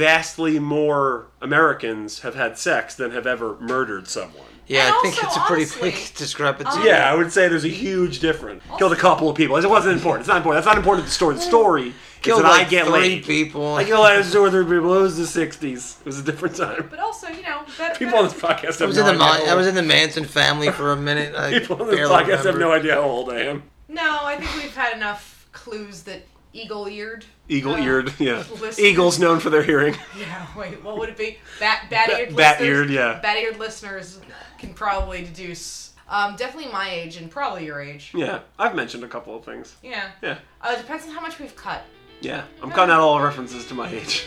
vastly more Americans have had sex than have ever murdered someone. Yeah, And I think also, it's a pretty honestly, big discrepancy. um, Yeah, I would say there's a huge difference. Killed a couple of people. It wasn't important. It's not important. That's not important to the story. The story Killed is that like I get three laid. people. I killed like two or three people. It was the '60s. It was a different time. But also, you know, better, People on this podcast have I was no in the idea. Mon- how I old- was in the Manson family for a minute. I People on this barely podcast have remember. no idea how old I am. No, I think we've had enough clues that eagle-eared. Eagle-eared, yeah. listeners. Eagles known for their hearing. Yeah, wait, what would it be? Bat, bat-eared Ba- bat-eared, listeners. yeah. Bat-eared listeners can probably deduce. Um, definitely my age and probably your age. Yeah, I've mentioned a couple of things. Yeah. Yeah, Uh, depends on how much we've cut. yeah. I'm cutting out all references to my age.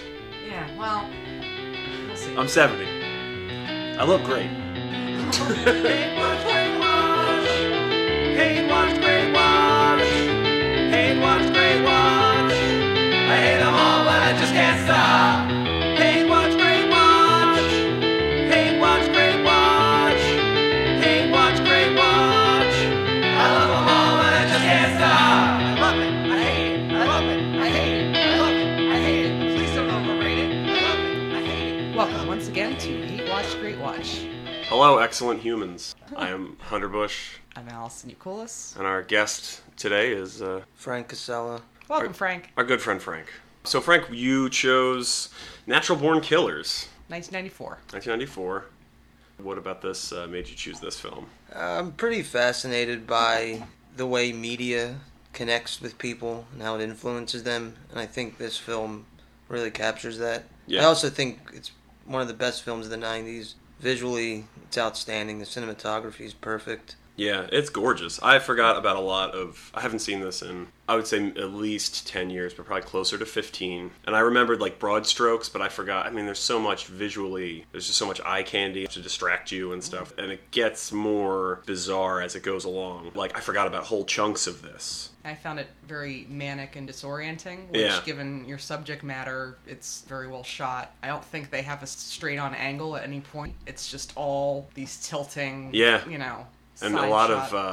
Yeah. Well, we'll see. I'm 70. I look great. Hate watch, great watch. Hate watch, great watch. Hate watch, great watch. I hate 'em all, but I just can't stop. Hate watch, great watch. Hate watch, great watch. Hate watch, great watch. I love 'em all, but I just can't stop. I love it. I hate it. I love it. I hate it. I love it. I hate it. Please don't overrate it. I love it. I hate it. Welcome once again to Eat Watch Great Watch. Hello, excellent humans. I am Hunter Bush, I'm Allison Eucoulis. and our guest today is uh, Frank Casella. Welcome, Frank. our good friend Frank. So, Frank, you chose Natural Born Killers, 1994. 1994. What about this uh, made you choose this film? I'm pretty fascinated by the way media connects with people and how it influences them, and I think this film really captures that. Yeah. I also think it's one of the best films of the 90s. Visually, it's outstanding. The cinematography is perfect. Yeah, it's gorgeous. I forgot about a lot of. I haven't seen this in, I would say, at least 10 years, but probably closer to 15. And I remembered, like, broad strokes, but I forgot. I mean, there's so much visually, there's just so much eye candy to distract you and stuff. And it gets more bizarre as it goes along. Like, I forgot about whole chunks of this. I found it very manic and disorienting, which, Yeah. given your subject matter, it's very well shot. I don't think they have a straight on angle at any point. It's just all these tilting, Yeah. you know. and a side lot shot. Mm-hmm. of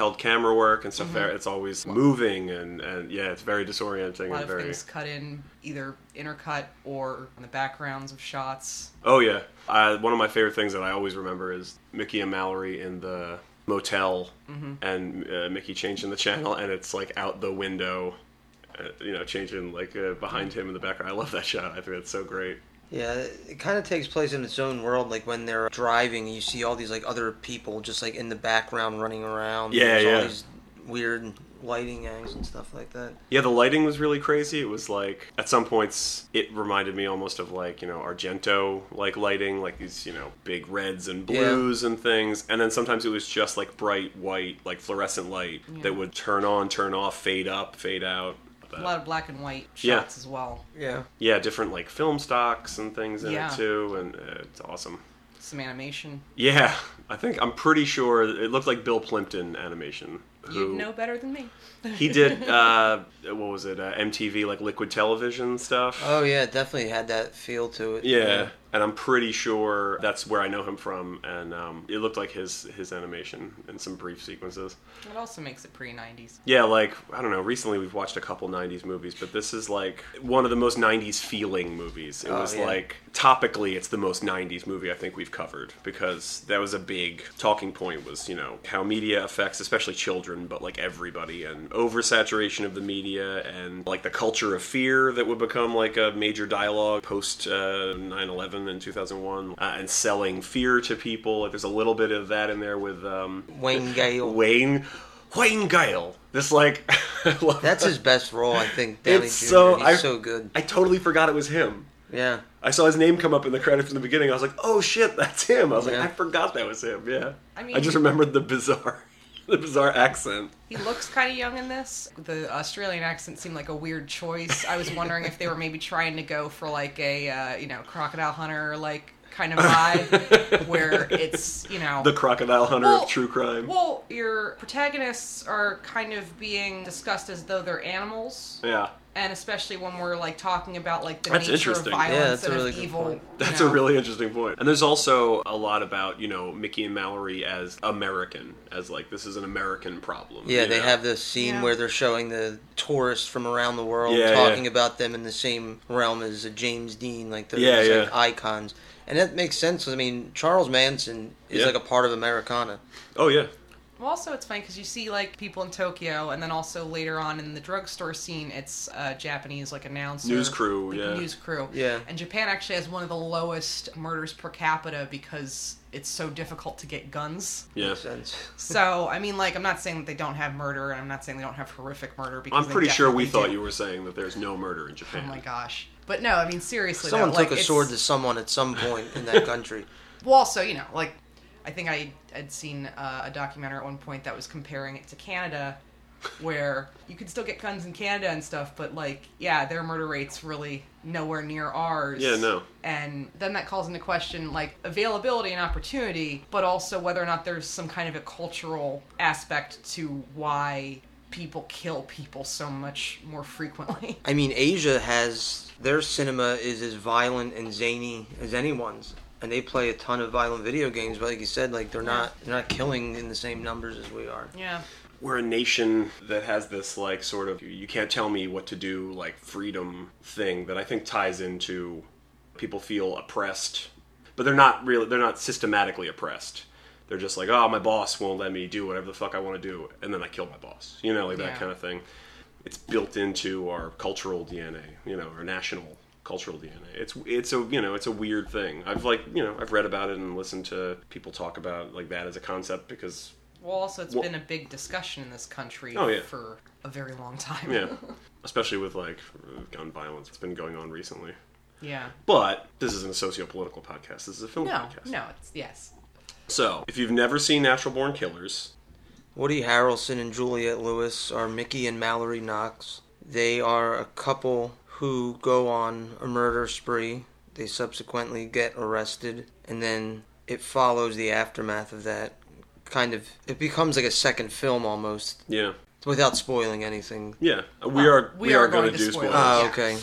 uh, handheld camera work and stuff there. It's always moving and, and yeah, it's very disorienting a and lot of very. things cut in, either intercut or in the backgrounds of shots. Oh yeah, uh, one of my favorite things that I always remember is Mickey and Mallory in the motel, and uh, Mickey changing the channel, and it's like out the window, uh, you know, changing like uh, behind him in the background. I love that shot. I think that's so great. Yeah, it kind of takes place in its own world, like when they're driving and you see all these like other people just like in the background running around. Yeah, There's yeah. All these weird lighting angles and stuff like that. Yeah, the lighting was really crazy. It was like at some points it reminded me almost of like, you know, Argento like lighting, like these, you know, big reds and blues and things. And then sometimes it was just like bright white, like fluorescent light that would turn on, turn off, fade up, fade out. A lot of black and white shots Yeah. as well. Yeah. Yeah, different like film stocks and things in Yeah. it too, and uh, it's awesome. Some animation. Yeah, I think I'm pretty sure it looked like Bill Plimpton animation. Who You'd know better than me. he did? Uh, what was it? Uh, MTV like liquid television stuff. Oh yeah, it definitely had that feel to it. Yeah, and I'm pretty sure that's where I know him from, and um, it looked like his his animation in some brief sequences. It also makes it pre 90s. Yeah, like I don't know. Recently, we've watched a couple '90s movies, but this is like one of the most '90s feeling movies. It Oh, was yeah. like topically, it's the most '90s movie I think we've covered because that was a big talking point. Was you know how media affects, especially children, but like everybody, and oversaturation of the media, and like the culture of fear that would become like a major dialogue post uh, 9/11 and 2001, uh, and selling fear to people. Like, there's a little bit of that in there with um, Wayne Gale. Wayne Wayne Gale. This like I love That's that. his best role, I think. Downey It's Jr. so- He's I- so good. I totally forgot it was him. Yeah. I saw his name come up in the credits in the beginning. I was like, "Oh shit, that's him." I was Yeah. like, "I forgot that was him." Yeah. I I mean- mean, I just remembered the bizarre, the bizarre accent. He looks kind of young in this. The Australian accent seemed like a weird choice. I was wondering if they were maybe trying to go for like a, uh, you know, crocodile hunter like kind of vibe where it's, you know. The crocodile hunter of true crime. Well, your protagonists are kind of being discussed as though they're animals. yeah. and especially when we're like talking about like the That's nature of interesting. violence Yeah, that's a and of really good evil. point. you That's know. a really interesting point. And there's also a lot about, you know, Mickey and Mallory as American, as like this is an American problem. Yeah, you they know? have this scene Yeah. where they're showing the tourists from around the world Yeah, talking yeah. about them in the same realm as a James Dean, like they're Yeah, just, yeah. like icons. And that makes sense. I mean, Charles Manson is Yeah. like a part of Americana. Oh yeah. Well, also it's funny because you see like people in Tokyo, and then also later on in the drugstore scene, it's uh, Japanese like announcer News crew, like, yeah. news crew, Yeah. And Japan actually has one of the lowest murders per capita because it's so difficult to get guns. Yeah. Makes sense. So I mean, like I'm not saying that they don't have murder, and I'm not saying they don't have horrific murder. Because I'm they pretty sure we definitely thought do. you were saying that there's no murder in Japan. Oh my gosh. But no, I mean seriously. Someone though, took like, a it's- sword to someone at some point in that country. Well, also, you know, like I think I had seen uh, a documentary at one point that was comparing it to Canada, where you can still get guns in Canada and stuff, but like, yeah, their murder rates really nowhere near ours. Yeah, no. And then that calls into question like availability and opportunity, but also whether or not there's some kind of a cultural aspect to why people kill people so much more frequently. I mean, Asia has their cinema is as violent and zany as anyone's, and they play a ton of violent video games. But like you said, like they're not they're not killing in the same numbers as we are. yeah. We're a nation that has this like sort of you can't tell me what to do like freedom thing that I think ties into people feel oppressed, but they're not really they're not systematically oppressed. They're just like, oh, my boss won't let me do whatever the fuck I want to do, and then I kill my boss. You know, like that Yeah. kind of thing. It's built into our cultural DNA, you know, our national cultural DNA. It's it's a you know it's a weird thing. I've like you know I've read about it and listened to people talk about like that as a concept because Well, also, it's Well- been a big discussion in this country Oh, yeah. for a very long time. Yeah. Especially with like gun violence that's been going on recently. yeah. But this isn't a socio-political podcast. This is a film No, podcast. no, it's yes. So, if you've never seen Natural Born Killers, Woody Harrelson and Juliette Lewis are Mickey and Mallory Knox. They are a couple who go on a murder spree. They subsequently get arrested, and then it follows the aftermath of that. Kind of, it becomes like a second film almost, yeah, without spoiling anything. yeah, we Well, are we, are, going, to do spoil spoilers. it. Oh, Yeah. okay.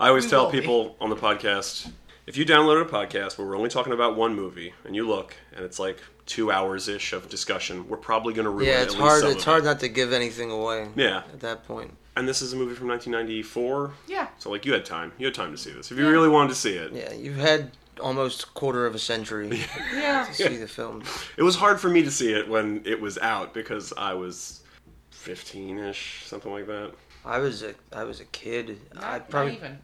I always We tell will be. people on the podcast if you download a podcast where we're only talking about one movie and you look and it's like two hours ish of discussion, we're probably going to ruin Yeah, at it's least hard. some It's of it. hard not to give anything away. Yeah, At that point, and this is a movie from 1994. Yeah. So like you had time, you had time to see this if you really wanted to see it. yeah, you've had almost quarter of a century Yeah. to see the film. It was hard for me to see it when it was out because I was 15 ish, something like that. I was a, I was a kid. I Not, probably not even.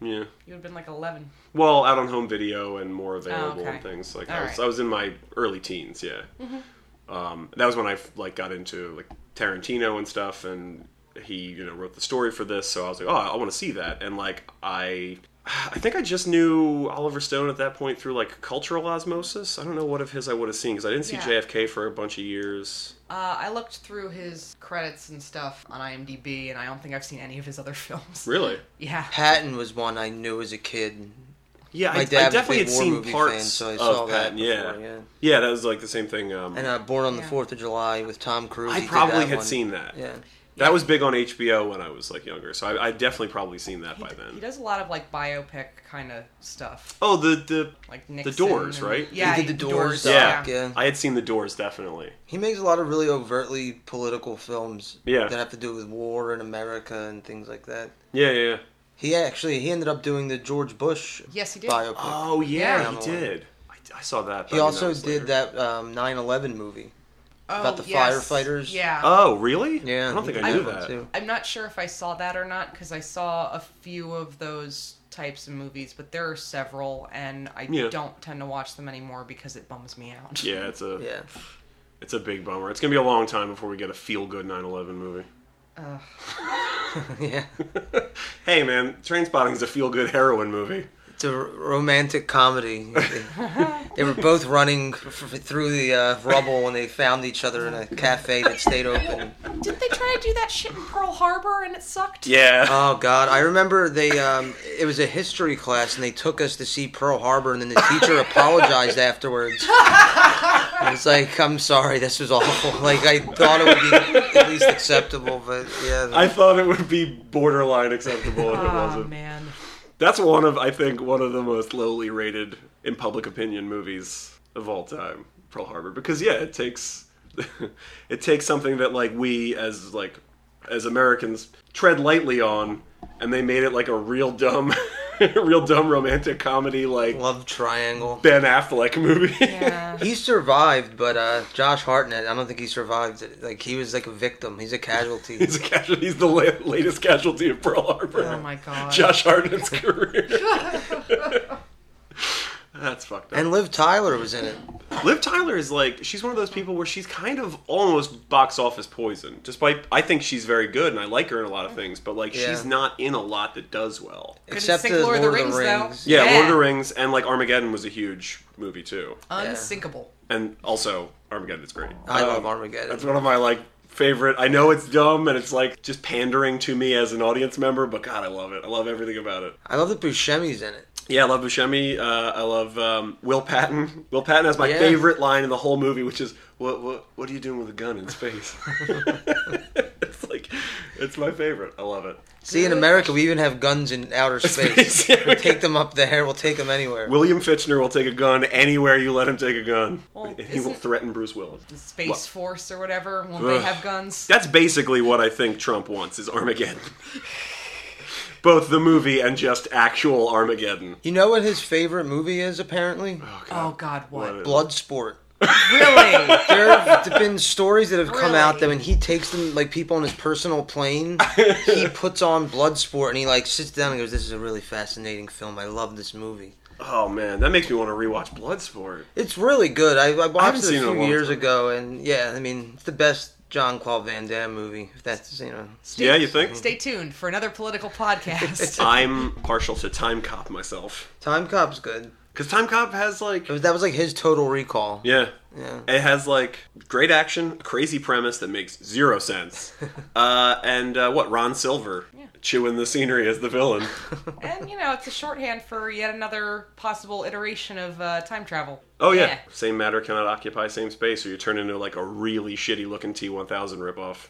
Yeah. You would have been like 11. Well, out on home video and more available Oh, okay. and things like All I was, right. Mm-hmm. I was in my early teens, yeah. Um, that was when I like got into like Tarantino and stuff, and he you know wrote the story for this, so I was like, oh, I want to see that, and like I. I think I just knew Oliver Stone at that point through like cultural osmosis. I don't know what of his I would have seen because I didn't see Yeah. JFK for a bunch of years. Uh, I looked through his credits and stuff on IMDb, and I don't think I've seen any of his other films. Really? Yeah. Patton was one I knew as a kid. Yeah, I, My I dad was a definitely big had war seen movie parts fan, so I of saw that Patton. yeah. before, yeah, yeah. that was like the same thing. Um, And uh, Born on the Yeah. Fourth of July with Tom Cruise. he I did probably that had one. seen that. Yeah, That was big on HBO when I was like younger, so I, I definitely probably seen that He, by d- then. he does a lot of like biopic kind of stuff. oh, the the Like Nixon. Doors, and- right? Yeah. he did the Doors. Yeah. doc, yeah. I had seen The Doors definitely. He makes a lot of really overtly political films. Yeah. that have to do with war in America and things like that. Yeah, yeah. yeah. He actually he ended up doing the George Bush Yes, he did. biopic. Oh yeah, Yeah. he did. I, I saw that. but he I mean, also was later. did that um, 9/11 movie. Oh, about the yes. firefighters. Yeah. Oh really? Yeah, I don't he think did I knew one, that. too. I'm not sure if I saw that or not because I saw a few of those types of movies, but there are several, and I Yeah. don't tend to watch them anymore because it bums me out. Yeah, it's a Yeah, it's a big bummer. It's gonna be a long time before we get a feel good 9/11 movie. Ugh. yeah. hey man, Train Spotting is a feel good heroin movie. It's a r- romantic comedy. They- they were both running f- f- through the uh, rubble when they found each other in a cafe that stayed open. Did they try to do that shit in Pearl Harbor and it sucked? Yeah. Oh God, I remember they. Um, it was a history class, and they took us to see Pearl Harbor, and then the teacher apologized afterwards. It's like, I'm sorry, this was awful. Like, I thought it would be at least acceptable, but yeah. I thought it would be borderline acceptable if it Oh wasn't. man. That's one of I think one of the most lowly rated in public opinion movies of all time, Pearl Harbor, because yeah, it takes it takes something that like we as like as Americans tread lightly on and they made it like a real dumb real dumb romantic comedy like Love Triangle. Ben Affleck movie. Yeah. He survived, but uh, Josh Hartnett, I don't think he survived. it. Like, he was like a victim. He's a casualty. he's a casualty, he's the la- latest casualty of Pearl Harbor. Oh my god. Josh Hartnett's career. That's fucked up. and Liv Tyler was in it. Liv Tyler is like she's one of those people where she's kind of almost box office poison. Despite I think she's very good and I like her in a lot of things, but like Yeah. she's not in a lot that does well. Except sink the Lord, Lord of the of the Rings, though. Rings. Yeah, Lord of the Yeah. Rings and like Armageddon was a huge movie too, Unsinkable. and also Armageddon is great. I Um, love Armageddon. That's one of my like favorite. I know it's dumb and it's like just pandering to me as an audience member, but God, I love it. I love everything about it. I love that Buscemi's in it. Yeah, I love Buscemi. Uh, I love um, Will Patton. Will Patton has my Yeah. favorite line in the whole movie, which is, "What what what are you doing with a gun in space?" it's like, it's my favorite. I love it. See, in America, we even have guns in outer space. Space, yeah, we we take them up there. We'll take them anywhere. William Fitchner will take a gun anywhere you let him take a gun, Well, and he will isn't- threaten Bruce Willis. The Space What? Force or whatever. Won't they Ugh. have guns? That's basically what I think Trump wants: is Armageddon. Both the movie and just actual Armageddon. You know what his favorite movie is, apparently? Oh god, what? What? Bloodsport. Really? There have been stories that have come out Really? that when he takes them, like people on his personal plane, he puts on Bloodsport and he like sits down and goes, "This is a really fascinating film. I love this movie. Oh man, that makes me want to rewatch Bloodsport. It's really good. I, I watched haven't it seen it in a a few long years time. ago, and yeah, I mean, it's the best John Claude Van Damme movie. If that's you know, Stay- Yeah, you think? Stay tuned for another political podcast. I'm partial to Time Cop myself. Time Cop's good. Because Time Cop has like It was, that was like his Total Recall. yeah, Yeah. it has like great action, crazy premise that makes zero sense, uh, and uh, what Ron Silver chewing the scenery as the villain. and you know, it's a shorthand for yet another possible iteration of uh, time travel. Oh yeah. same matter cannot occupy same space, or you turn into like a really shitty looking T1000 ripoff.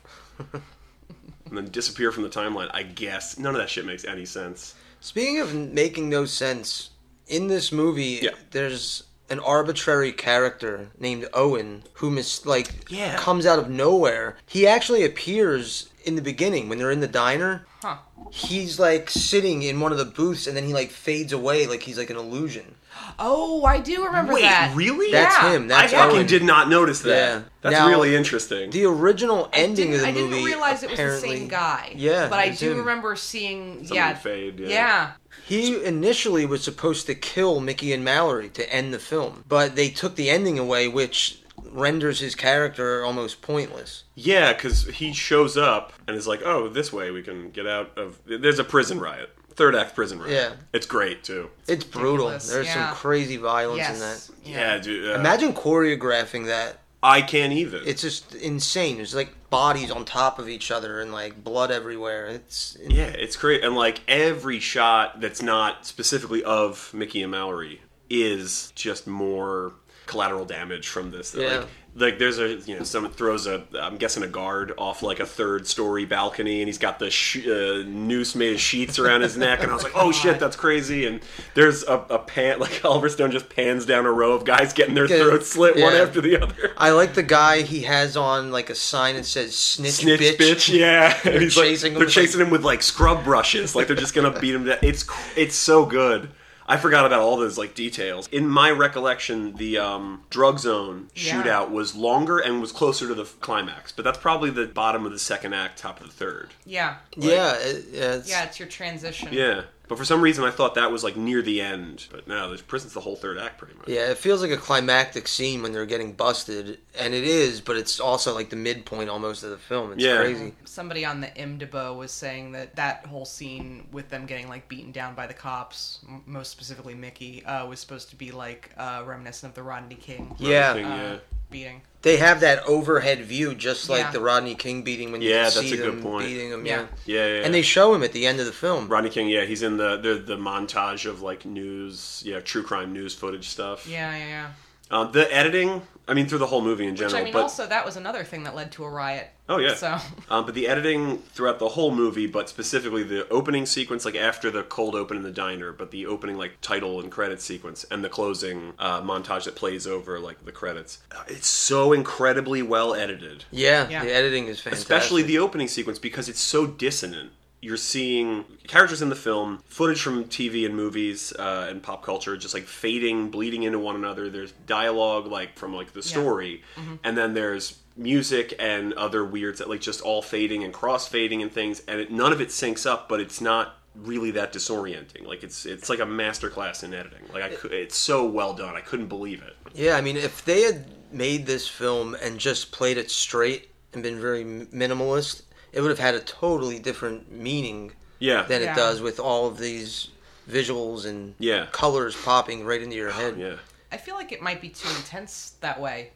And then disappear from the timeline. I guess none of that shit makes any sense. Speaking of making no sense, in this movie, Yeah. there's an arbitrary character named Owen who mis- like Yeah. comes out of nowhere. He actually appears in the beginning when they're in the diner. Huh. He's like sitting in one of the booths, and then he like fades away, like he's like an illusion. Oh, I do remember that. really? That's Yeah. him. That's I fucking Owen. did not notice that. Yeah. That's Now- really interesting. The original ending Didn't- of the I movie. didn't realize it was the apparently, same guy. Yeah, but I it was do him. remember seeing. Something yeah, fade, yeah. yeah. He initially was supposed to kill Mickey and Mallory to end the film, but they took the ending away, which renders his character almost pointless. Yeah, because he shows up and is like, "Oh, this way we can get out of." There's a prison riot, third act prison riot. Yeah. it's great too. It's brutal. ridiculous, There's yeah. some crazy violence in Yes. that. Yeah, dude. Uh, Imagine choreographing that. I can't even. It's just insane. There's like bodies on top of each other and like blood everywhere. It's yeah, it's great, and like every shot that's not specifically of Mickey and Mallory is just more collateral damage from this. That, Yeah. Like, like there's a you know someone throws a I'm guessing a guard off like a third story balcony and he's got the sh- uh, noose made of sheets around his neck and I was like oh shit that's crazy and there's a, a pan like Oliver Stone just pans down a row of guys getting their Good. throats slit one Yeah. after the other I like the guy he has on like a sign that says snitch, snitch bitch, bitch. yeah and he's chasing him like they're with, chasing him with like scrub brushes like they're just gonna beat him down it's cr- it's so good i forgot about all those like details in my recollection the um drug zone Yeah. shootout was longer and was closer to the f- climax but that's probably the bottom of the second act top of the third Yeah. Yeah, it, yeah, it's, Yeah, it's your transition. yeah but for some reason i thought that was like near the end but no there's prison's the whole third act pretty much yeah, it feels like a climactic scene when they're getting busted, and it is, but it's also like the midpoint almost of the film. It's Yeah. crazy. Somebody on the IMDb was saying that that whole scene with them getting like beaten down by the cops, m- most specifically Mickey, uh, was supposed to be like uh, reminiscent of the Rodney King Yeah, Thing, uh, yeah. beating. they have that overhead view, just like Yeah. the Rodney King beating when you Yeah, can that's see a good them point. beating him. Yeah. yeah. yeah, yeah, yeah. And they show him at the end of the film. Rodney King, yeah, he's in the the, the montage of like news, yeah, true crime news footage stuff. Yeah, yeah, yeah. Um, the editing, I mean, through the whole movie in general, Which I mean, but also that was another thing that led to a riot. oh yeah, So um, but the editing throughout the whole movie, but specifically the opening sequence, like after the cold open in the diner, but the opening like title and credit sequence and the closing uh, montage that plays over like the credits, Uh, it's so incredibly well edited. Yeah, Yeah. the editing is fantastic. especially the opening sequence because it's so dissonant. You're seeing characters in the film, footage from TV and movies uh, and pop culture, just like fading, bleeding into one another. There's dialogue like from like the story, Mm-hmm. and then there's music and other weirds that like just all fading and cross fading and things, and it, none of it syncs up. But it's not really that disorienting. Like it's it's like a masterclass in editing. Like I cou- it's so well done. I couldn't believe it. Yeah, I mean, if they had made this film and just played it straight and been very m- minimalist, it would have had a totally different meaning Yeah. than Yeah. it does with all of these visuals and Yeah. colors popping right into your head. yeah. I feel like it might be too intense that way.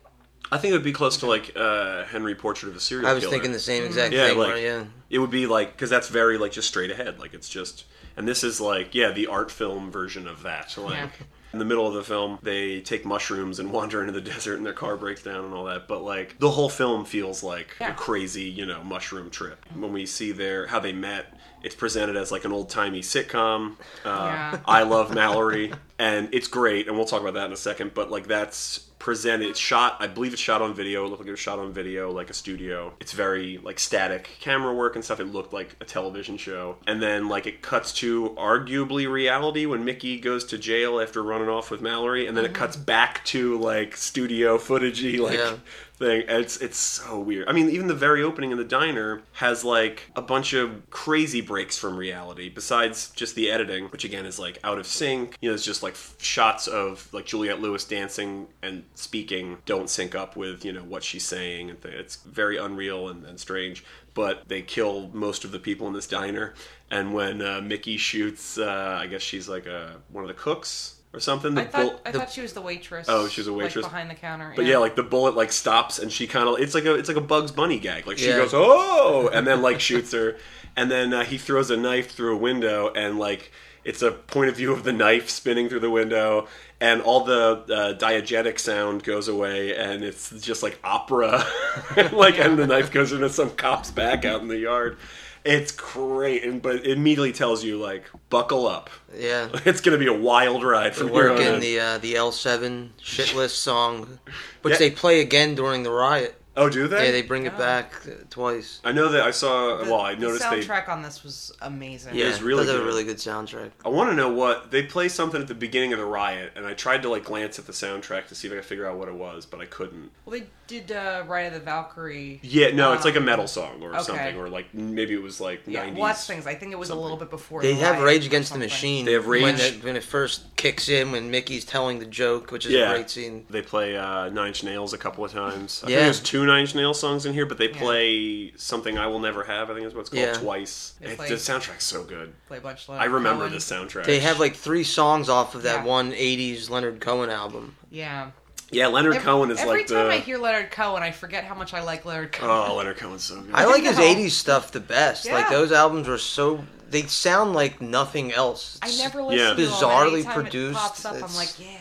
I think it would be close to like uh, Henry Portrait of a Serial I was Killer. thinking the same exact Yeah, thing. like right? Yeah. it would be like because that's very like just straight ahead. Like it's just, and this is like yeah, the art film version of that. Like Yeah. in the middle of the film, they take mushrooms and wander into the desert, and their car breaks down and all that. But like the whole film feels like Yeah. a crazy, you know, mushroom trip. When we see their how they met, it's presented as like an old timey sitcom. Uh, Yeah. I love Mallory, and it's great, and we'll talk about that in a second. But like that's presented, it's shot. I believe it's shot on video. It looked like it was shot on video, like a studio. It's very like static camera work and stuff. It looked like a television show, and then like it cuts to arguably reality when Mickey goes to jail after running off with Mallory, and then it cuts back to like studio footagey, like Yeah. thing. And It's it's so weird. I mean, even the very opening in the diner has like a bunch of crazy breaks from reality. Besides just the editing, which again is like out of sync. You know, it's just like f- shots of like Juliette Lewis dancing and speaking don't sync up with you know what she's saying, and th- it's very unreal and, and strange. But they kill most of the people in this diner, and when uh, Mickey shoots, uh, I guess she's like uh, one of the cooks. Or something. The I thought bull- I the- thought she was the waitress. Oh, she was a like, waitress. behind the counter. but yeah, like the bullet like stops and she kind of it's like a it's like a Bugs Bunny gag. Like she Yeah. goes oh, and then like shoots her, and then uh, he throws a knife through a window and like it's a point of view of the knife spinning through the window, and all the uh, diegetic sound goes away, and it's just like opera, like and the knife goes into some cop's back out in the yard. It's great, and but it immediately tells you like buckle up. Yeah. It's gonna be a wild ride from here on. Working in. the uh, the L7 shitless song, which Yeah. they play again during the riot. oh, do they? Yeah, they bring it Oh. back uh, twice. I know that I saw. The- well, I the noticed they soundtrack on this was amazing. Yeah, is really does have good. a really good soundtrack. I want to know what they play something at the beginning of the riot, and I tried to like glance at the soundtrack to see if I could figure out what it was, but I couldn't. Well, they did uh, Ride of the Valkyrie. Yeah, no, it's Um, like a metal song or okay. something, or like maybe it was like Yeah, nineties. lots of things. I think it was a little bit before. They the have riot Rage or Against the something. Machine. They have when Rage- it, when it first kicks in when Mickey's telling the joke, which is Yeah. a great scene. They play uh, Nine Inch Nails a couple of times. I Yeah. think there's two Nine Inch Nails songs in here, but they Yeah. play something I will never have. I think is what it's called Yeah. twice. They It- play- the soundtrack's so good. Play a bunch of I remember Cohen. this soundtrack. They have like three songs off of that Yeah. one '80s Leonard Cohen album. Yeah. yeah, Leonard Every- Cohen is every like time the I hear Leonard Cohen, I forget how much I like Leonard Cohen. oh Leonard Cohen's so good. I like his know. '80s stuff the best. Like Yeah. those albums were so they sound like nothing else. I It's- never listen Yeah. to him. Bizarrely Anytime produced, It pops up, I'm it's- like, yeah.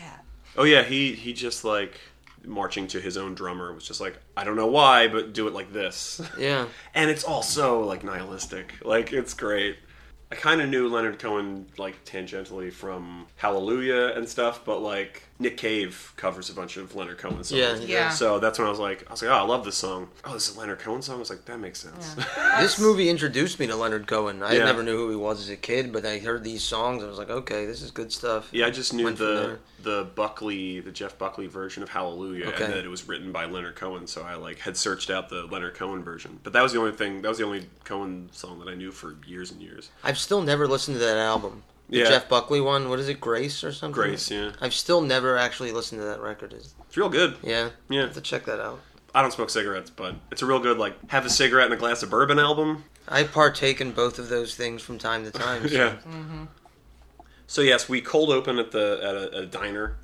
Oh yeah, he he just like marching to his own drummer was just like I don't know why, but do it like this. Yeah, and it's also like nihilistic. Like it's great. I kind of knew Leonard Cohen like tangentially from Hallelujah and stuff, but like Nick Cave covers a bunch of Leonard Cohen songs. Yeah, he Yeah. does. So that's when I was like, I was like, oh, I love this song. Oh, this is a Leonard Cohen song. I was like, that makes sense. this movie introduced me to Leonard Cohen. I Yeah. never knew who he was as a kid, but I heard these songs. I was like, okay, this is good stuff. Yeah, I just knew Went from the there. the Buckley, the Jeff Buckley version of Hallelujah, Okay. and that it was written by Leonard Cohen. So I like had searched out the Leonard Cohen version, but that was the only thing. That was the only Cohen song that I knew for years and years. I've still never listened to that album. The Yeah. Jeff Buckley one. What is it, Grace or something? Grace, yeah, I've still never actually listened to that record. Is it's real good. yeah, Yeah. have to check that out. I don't smoke cigarettes, but it's a real good like have a cigarette and a glass of bourbon album. I partake in both of those things from time to time. so- So yes, we cold open at the at a, a diner.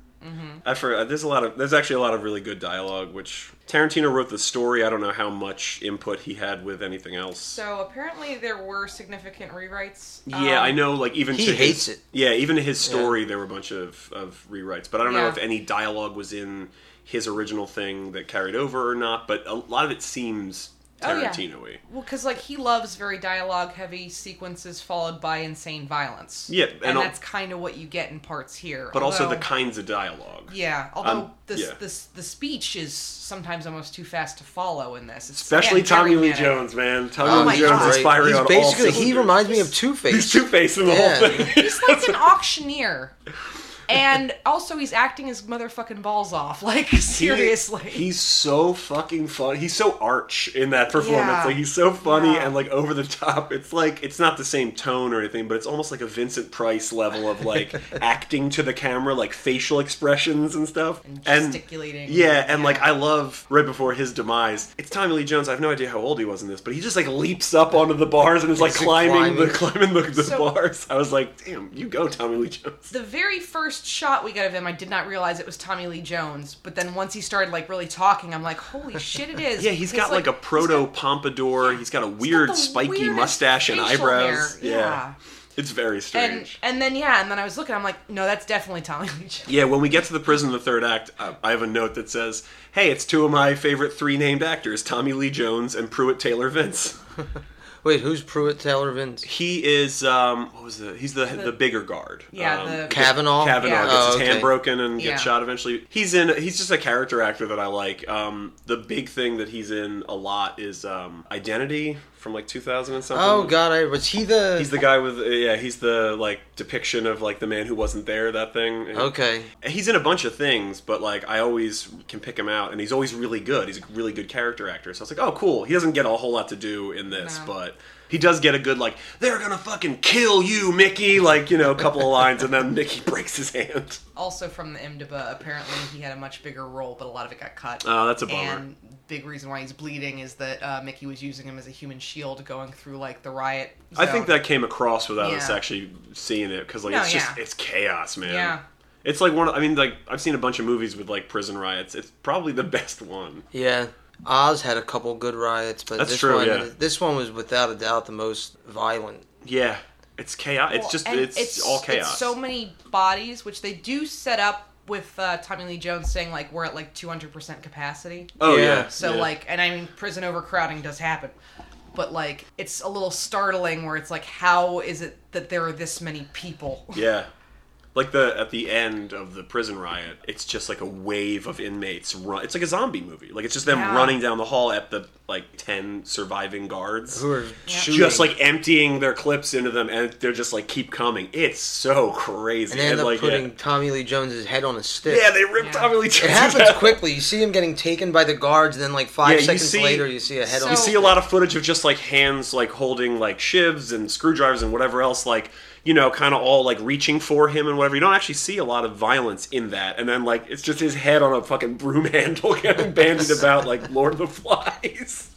I forgot. There's a lot of. There's actually a lot of really good dialogue. Which Tarantino wrote the story. I don't know how much input he had with anything else. So apparently there were significant rewrites. yeah, Um, I know. Like even He to hates his, it. Yeah, even to his story, there were a bunch of of rewrites. But I don't know Yeah. if any dialogue was in his original thing that carried over or not. But a lot of it seems Oh, yeah. Tarantino-y. Well, because like he loves very dialogue-heavy sequences followed by insane violence. Yeah, and, and al- that's kind of what you get in parts here. But also the although- kinds of dialogue. Yeah, although Um, this, yeah. this the speech is sometimes almost too fast to follow in this. It's, Especially again, Tommy very Lee manic. Jones, man. Tommy Oh my Lee Jones God. is firing he's on all basically cylinders. he reminds me of Two He's Face. two faced in the whole Yeah. thing. He's like an auctioneer, and also he's acting his motherfucking balls off. Like He- seriously, he's so fucking fun. He's so arch in that performance. Yeah. Like he's so funny Yeah. and like over the top. It's like it's not the same tone or anything, but it's almost like a Vincent Price level of like acting to the camera, like facial expressions and stuff, gesticulating. Yeah, and like I love right before his demise. It's Tommy Lee Jones. I have no idea how old he was in this, but he just like leaps up onto the bars and is like He's climbing, the climbing. climbing the, the So- bars. I was like, damn, you go, Tommy Lee Jones. the very first shot we got of him, I did not realize it was Tommy Lee Jones. But then once he started like really talking, I'm like, holy shit, it is. Yeah, he's got like, a proto pompadour. He's got a he's got weird the spiky weirdest mustache and facial eyebrows. hair. It's very And strange. and then yeah, and then I was looking, I'm like, no, that's definitely Tommy Lee Jones. yeah, when we get to the prison in the third act, uh, I, I have a note that says, "Hey, it's two of my favorite three named actors, Tommy Lee Jones and Pruitt Taylor Vince." Wait, who's Pruitt Taylor Vince? He is um, what was the? He's the the, bigger guard. Yeah, um, the- gets- Kavanaugh? Kavanaugh Yeah. gets Oh, his hand okay. broken and gets Yeah. shot eventually. He's in. He's just a character actor that I like. Um, the big thing that he's in a lot is um, Identity from like 2000 and something. Oh God, I was he the. He's the guy with uh, yeah. He's the like depiction of like the man who wasn't there. That thing. And Okay. He's in a bunch of things, but like I always can pick him out, and he's always really good. He's a really good character actor. So I was like, oh, cool. He doesn't get a whole lot to do in this, No. but he does get a good like they're gonna fucking kill you, Mickey. Like you know, a couple of lines, and then Mickey breaks his hand. Also from the MDBA, apparently he had a much bigger role, but a lot of it got cut. Oh, that's a bummer. and big reason why he's bleeding is that uh, Mickey was using him as a human shield going through like the riot. I zone. think that came across without us Yeah. actually seeing it because like No, it's just yeah. it's chaos, man. Yeah. It's like one. Of, I mean, like I've seen a bunch of movies with like prison riots. It's probably the best one. Yeah. Oz had a couple good riots, but That's this true, one yeah. this one was without a doubt the most violent. Yeah, it's chaos. it's just and it's, all chaos. It's so many bodies, which they do set up with uh, Tommy Lee Jones saying like we're at like 200 percent capacity. oh yeah. Yeah, So yeah. like, and I mean, prison overcrowding does happen, but like, it's a little startling where it's like, how is it that there are this many people? yeah. Like the at the end of the prison riot, it's just like a wave of inmates run. It's like a zombie movie. Like it's just them Yeah. running down the hall at the like ten surviving guards, Who are shooting. just like emptying their clips into them, and they're just like keep coming. It's so crazy. and they end up like, putting yeah. Tommy Lee Jones's head on a stick. Yeah, they ripped Yeah. Tommy Lee it Jones. happens out. quickly. You see him getting taken by the guards, and then like five Yeah, you seconds see- later, you see a head on. You a So- see a lot of footage of just like hands like holding like shivs and screwdrivers and whatever else, like you know, kind of all like reaching for him and whatever. You don't actually see a lot of violence in that, and then like it's just his head on a fucking broom handle getting bandied about like Lord of the Flies. It's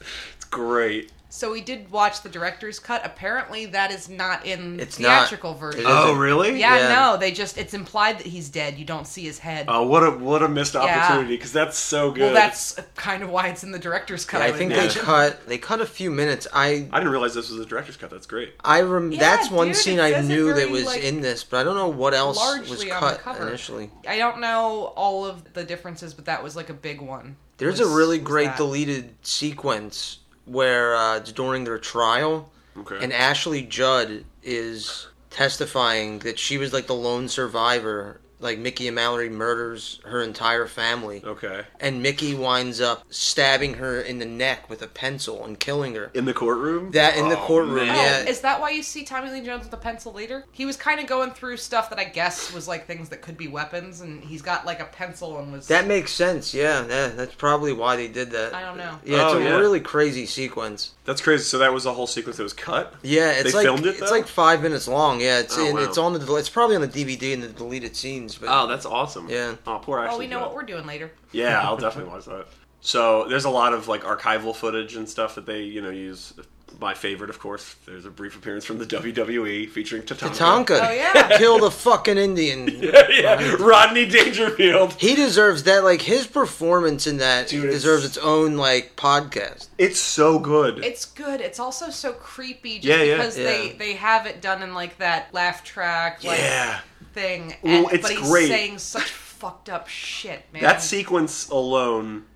great. So we did watch the director's cut. Apparently, that is not in It's not. theatrical version. It is- Oh, really? yeah, Yeah. no, they just it's implied that he's dead. You don't see his head. Oh, what a what a missed opportunity because that's so good. well, that's kind of why it's in the director's cut. Yeah, I would think they imagine. cut they cut a few minutes. I I didn't realize this was a director's cut. That's great. I rem- Yeah, that's one dude, scene it I says it knew that very, was like, in this, but I don't know what else was largely on the cut cover. initially. I don't know all of the differences, but that was like a big one. There's was- a really was great that. deleted sequence where uh, it's during their trial, Okay. and Ashley Judd is testifying that she was like the lone survivor. Like Mickey and Mallory murders her entire family, okay. and Mickey winds up stabbing her in the neck with a pencil and killing her. In the courtroom. That in the Oh, courtroom, man. Oh, yeah. is that why you see Tommy Lee Jones with a pencil later? He was kind of going through stuff that I guess was like things that could be weapons, and he's got like a pencil and was Oh, That makes sense. Yeah, yeah, that's probably why they did that. I don't know. Yeah, it's Oh, a yeah. really crazy sequence. That's crazy. So that was a whole sequence that was cut. Yeah, it's They like filmed it, it's though? like five minutes long. Yeah, it's Oh, in, wow. it's on the del- it's probably on the DVD in the deleted scenes. But Oh, that's awesome. Yeah. Oh, poor Ashley. Oh, we know Judd. what we're doing later. Yeah, I'll definitely watch that. So there's a lot of like archival footage and stuff that they you know use. My favorite, of course, there's a brief appearance from the WWE featuring Tatanka. Tonka Oh, yeah. killed a fucking Indian. yeah, Rodney Dangerfield. He deserves that. Like his performance in that Dude, it's- deserves its own like podcast. It's so good. It's good. It's also so creepy just Yeah, yeah. because they Yeah. they have it done in like that laugh track like yeah. thing. Well, And, it's but he's great. saying such fucked up shit, man. That sequence alone,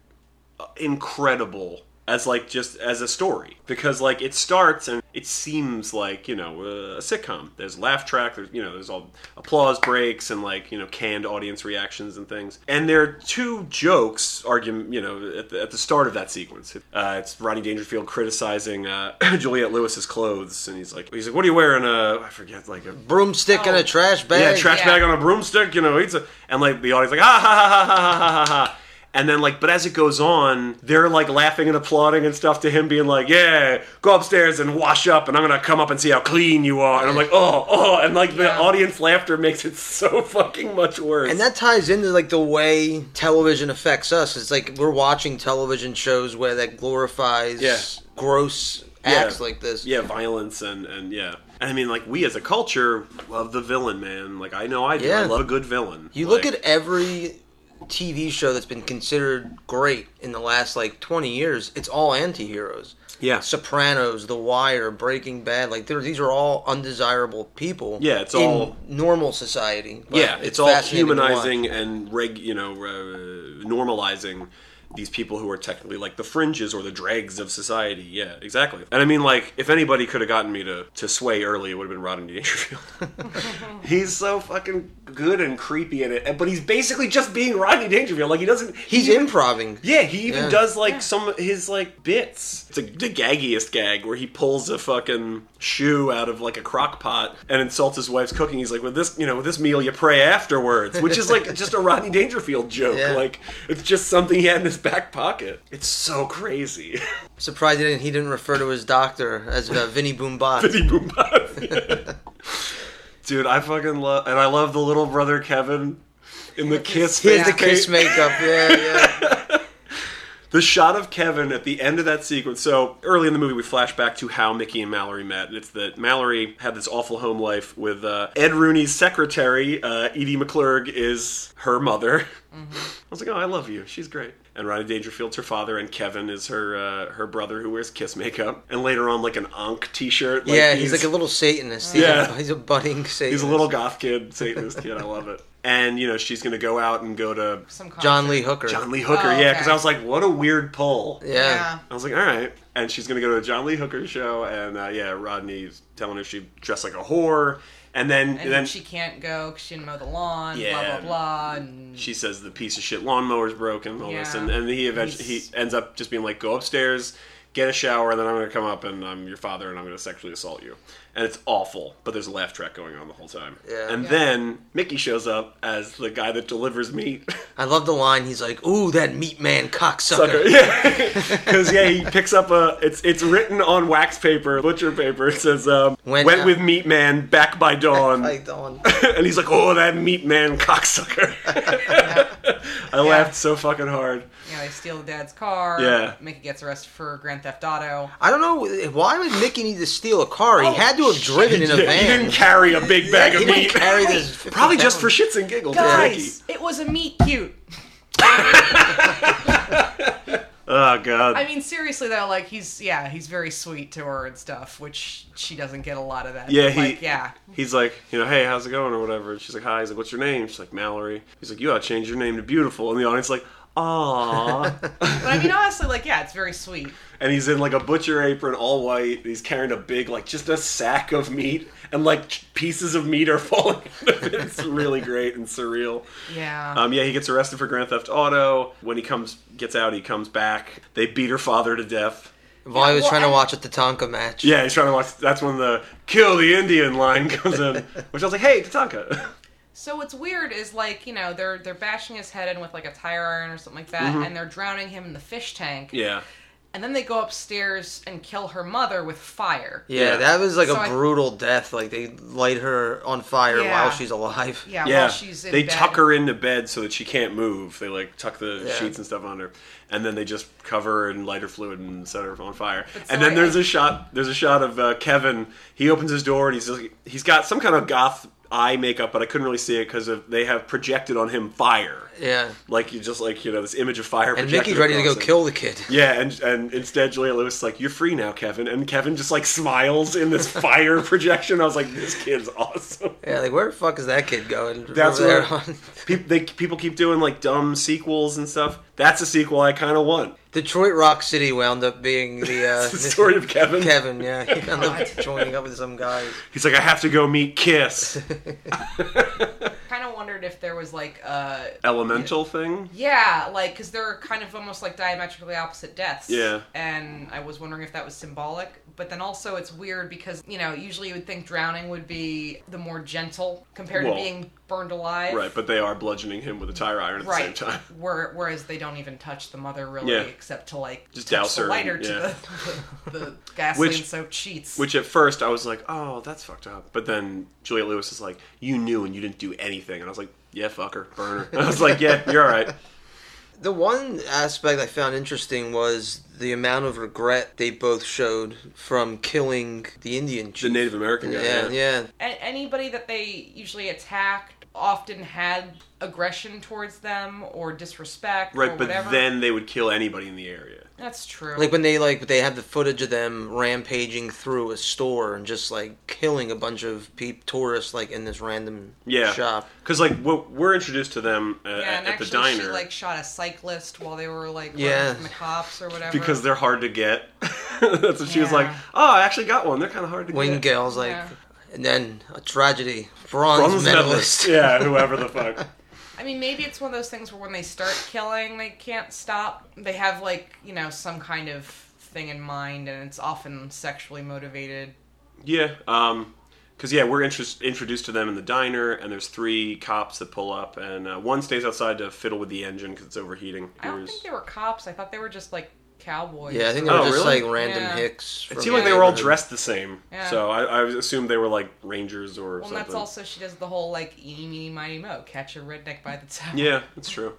uh, incredible as like just as a story because like it starts and it seems like you know uh, a sitcom. There's laugh track. There's you know there's all applause breaks and like you know canned audience reactions and things. And there are two jokes argument you know at the, at the start of that sequence. Uh, it's Rodney Dangerfield criticizing uh, Juliette Lewis's clothes and he's like he's like what are you wearing? Uh, I forget like a Broomstick and a Oh. trash bag. yeah, trash yeah. bag on a broomstick, you know, he's a, and like the audience like ah ha ha ha ha ha ha ha. And then like but as it goes on, they're like laughing and applauding and stuff to him being like, Yeah, go upstairs and wash up and I'm gonna come up and see how clean you are and I'm like, Oh, oh and like the Yeah. audience laughter makes it so fucking much worse. And that ties into like the way television affects us. It's like we're watching television shows where that glorifies Yeah. gross acts like this. Yeah, violence and and yeah. And I mean like we as a culture love the villain, man. Like I know I do. I Yeah. love a good villain. You Like, look at every TV show that's been considered great in the last like 20 years, it's all anti-heroes. Yeah. Sopranos, The Wire, Breaking Bad, like they're- these are all undesirable people. Yeah, it's in all- normal society. but yeah, it's, all fascinating to watch. humanizing and reg, you know, uh, normalizing these people who are technically like the fringes or the dregs of society. Yeah, exactly. And I mean, like, if anybody could have gotten me to to sway early, it would have been Rodney Dangerfield. he's so fucking good and creepy in it, and- but he's basically just being Rodney Dangerfield. Like, he doesn't. He's he even- improving. yeah, he even Yeah. does like some of his like bits. It's a, the gaggiest gag where he pulls a fucking shoe out of like a crock pot and insults his wife's cooking. He's like, with this, you know, with this meal, you pray afterwards, which is like just a Rodney Dangerfield joke. Yeah. Like it's just something he had in his back pocket. It's so crazy. Surprised he didn't, he didn't refer to his doctor as uh, Vinny Boom Bot. Vinny Bumbaz. Dude, I fucking love, and I love the little brother Kevin in the kiss. He has face the kiss paint. makeup. Yeah, yeah. The shot of Kevin at the end of that sequence. So early in the movie, we flash back to how Mickey and Mallory met, and it's that Mallory had this awful home life with uh, Ed Rooney's secretary. Uh, Edie McClurg is her mother. Mm-hmm. I was like, oh, I love you. She's great. And Ronnie Dangerfield's her father, and Kevin is her uh, her brother who wears kiss makeup. And later on, like an Ankh T-shirt. yeah, he's, like a little Satanist. He's, Yeah. a, he's a budding he's Satanist. a little goth kid, Satanist kid. I love it. And you know, she's gonna go out and go to Some John concert. Lee Hooker. John Lee Hooker. Oh, Yeah, okay. because I was like, what a weird pull. Yeah. I was like, all right. And she's going to go to a John Lee Hooker show. And uh, yeah, Rodney's telling her she dressed like a whore. And then, and And then she can't go 'cause she didn't mow the lawn, Yeah. blah, blah, blah. And she says the piece of shit lawnmower's broken, all this. Yeah. And, and he eventually he He's- ends up just being like, go upstairs, get a shower, and then I'm going to come up and I'm your father and I'm going to sexually assault you. And it's awful, but there's a laugh track going on the whole time. Yeah. And Yeah. then Mickey shows up as the guy that delivers meat. I love the line. He's like, "Ooh, that meat man cocksucker." Sucker. Yeah, because yeah, he picks up a. It's it's written on wax paper, butcher paper. It says, um, Went "Went out- with meat man back by dawn," Like the one. and he's like, "Oh, that meat man cocksucker." I laughed so fucking hard. you know, they steal the dad's car. Yeah. Mickey gets arrested for Grand Theft Auto. I don't know why would Mickey need to steal a car. He Oh, had to have driven in a Yeah, he van. didn't carry a big bag He of didn't meat. carry this 50 Probably just for pounds. shits and giggles. Mickey. Guys, it was a meet cute. Oh god. I mean, seriously though, like he's yeah, he's very sweet to her and stuff, which she doesn't get a lot of that. Yeah, he, like, yeah. He's like, you know, hey, how's it going or whatever. And she's like, hi. He's like, what's your name? She's like, Mallory. He's like, you ought to change your name to beautiful. And the audience like, ah. But I mean, honestly, like yeah, it's very sweet. and he's in like a butcher apron, all white. and He's carrying a big, like, just a sack of meat, and like ch- pieces of meat are falling. out of it. It's really great and surreal. Yeah. Um, yeah, he gets arrested for grand theft auto. When he comes, gets out, he comes back. They beat her father to death. While he was Well, trying to and- watch a Tatanka match. Yeah, he's trying to watch. That's when the "kill the Indian" line comes in, which I was like, "Hey, Tatanka." So what's weird is like you know they're they're bashing his head in with like a tire iron or something like that, and they're drowning him in the fish tank. Mm-hmm. yeah, and then they go upstairs and kill her mother with fire. Yeah, Yeah. that was like So a I- brutal death. Like they light her on fire Yeah. while she's alive. Yeah, Yeah, while she's in they bed. tuck her into bed so that she can't move. They like tuck the Yeah. sheets and stuff on her, and then they just cover her in lighter fluid and set her on fire. But and so then I- there's a shot. There's a shot of uh, Kevin. He opens his door and he's like, he's got some kind of goth eye makeup, but I couldn't really see it because they have projected on him fire. Yeah. Like you just like you know this image of fire. And projected Mickey's ready to go across him. kill the kid. Yeah, and and instead Julia Lewis is like, "You're free now, Kevin," and Kevin just like smiles in this fire projection. I was like, "This kid's awesome." Yeah, like where the fuck is that kid going? That's Over there what- on- People, they, people keep doing like dumb sequels and stuff. That's a sequel I kind of want. Detroit Rock City wound up being the, uh, It's the story of Kevin. Kevin, yeah, he wound up joining up with some guys. He's like, I have to go meet Kiss. Kind of wondered if there was like uh, a Elemental thing. yeah, like because they're kind of almost like diametrically opposite deaths. Yeah. and I was wondering if that was symbolic. But then also, it's weird because you know usually you would think drowning would be the more gentle compared Well, to being burned alive. Right, but they are bludgeoning him with a tire iron at Right. the same time. Where, whereas they don't even touch the mother really, Yeah. except to like Just touch douse her the lighter and- to yeah. the, the, the gasoline Which- soaked sheets. Which at first I was like, oh, that's fucked up. But then Juliet Lewis is like, you knew and you didn't do anything. And I was like, yeah, fuck her, burn her. I was like, yeah, you're all right. The one aspect I found interesting was the amount of regret they both showed from killing the Indian The chief. Native American guy. yeah, yeah, A- anybody that they usually attacked often had aggression towards them or disrespect Right, or but whatever. then they would kill anybody in the area. that's true Like when they like they have the footage of them rampaging through a store and just like killing a bunch of peep tourists like in this random Yeah. shop. Because, like, we're, we're introduced to them uh, yeah, at, and at the actually diner she like shot a cyclist while they were like running Yeah. from the cops or whatever. because they're hard to get. That's what she was Yeah. like, oh, I actually got one. They're kind of hard to get. Wingale's like, Yeah. and then a tragedy, bronze, Bronze medalist. medalist. yeah, whoever the fuck. I mean, maybe it's one of those things where when they start killing, they can't stop. They have like you know some kind of thing in mind, and it's often sexually motivated. Yeah, um, because yeah, we're interest, introduced to them in the diner, and there's three cops that pull up, and uh, one stays outside to fiddle with the engine because it's overheating. I don't Here's- think they were cops. I thought they were just like cowboys. Yeah, I think or- they were Oh, just really? like random Yeah. hicks. it from seemed the like they were all neighborhood. dressed the same, Yeah. so I, I assumed they were like rangers or Well, and something. that's also she does the whole like eeny meeny miny mo, catch a redneck by the tail. Yeah, that's true.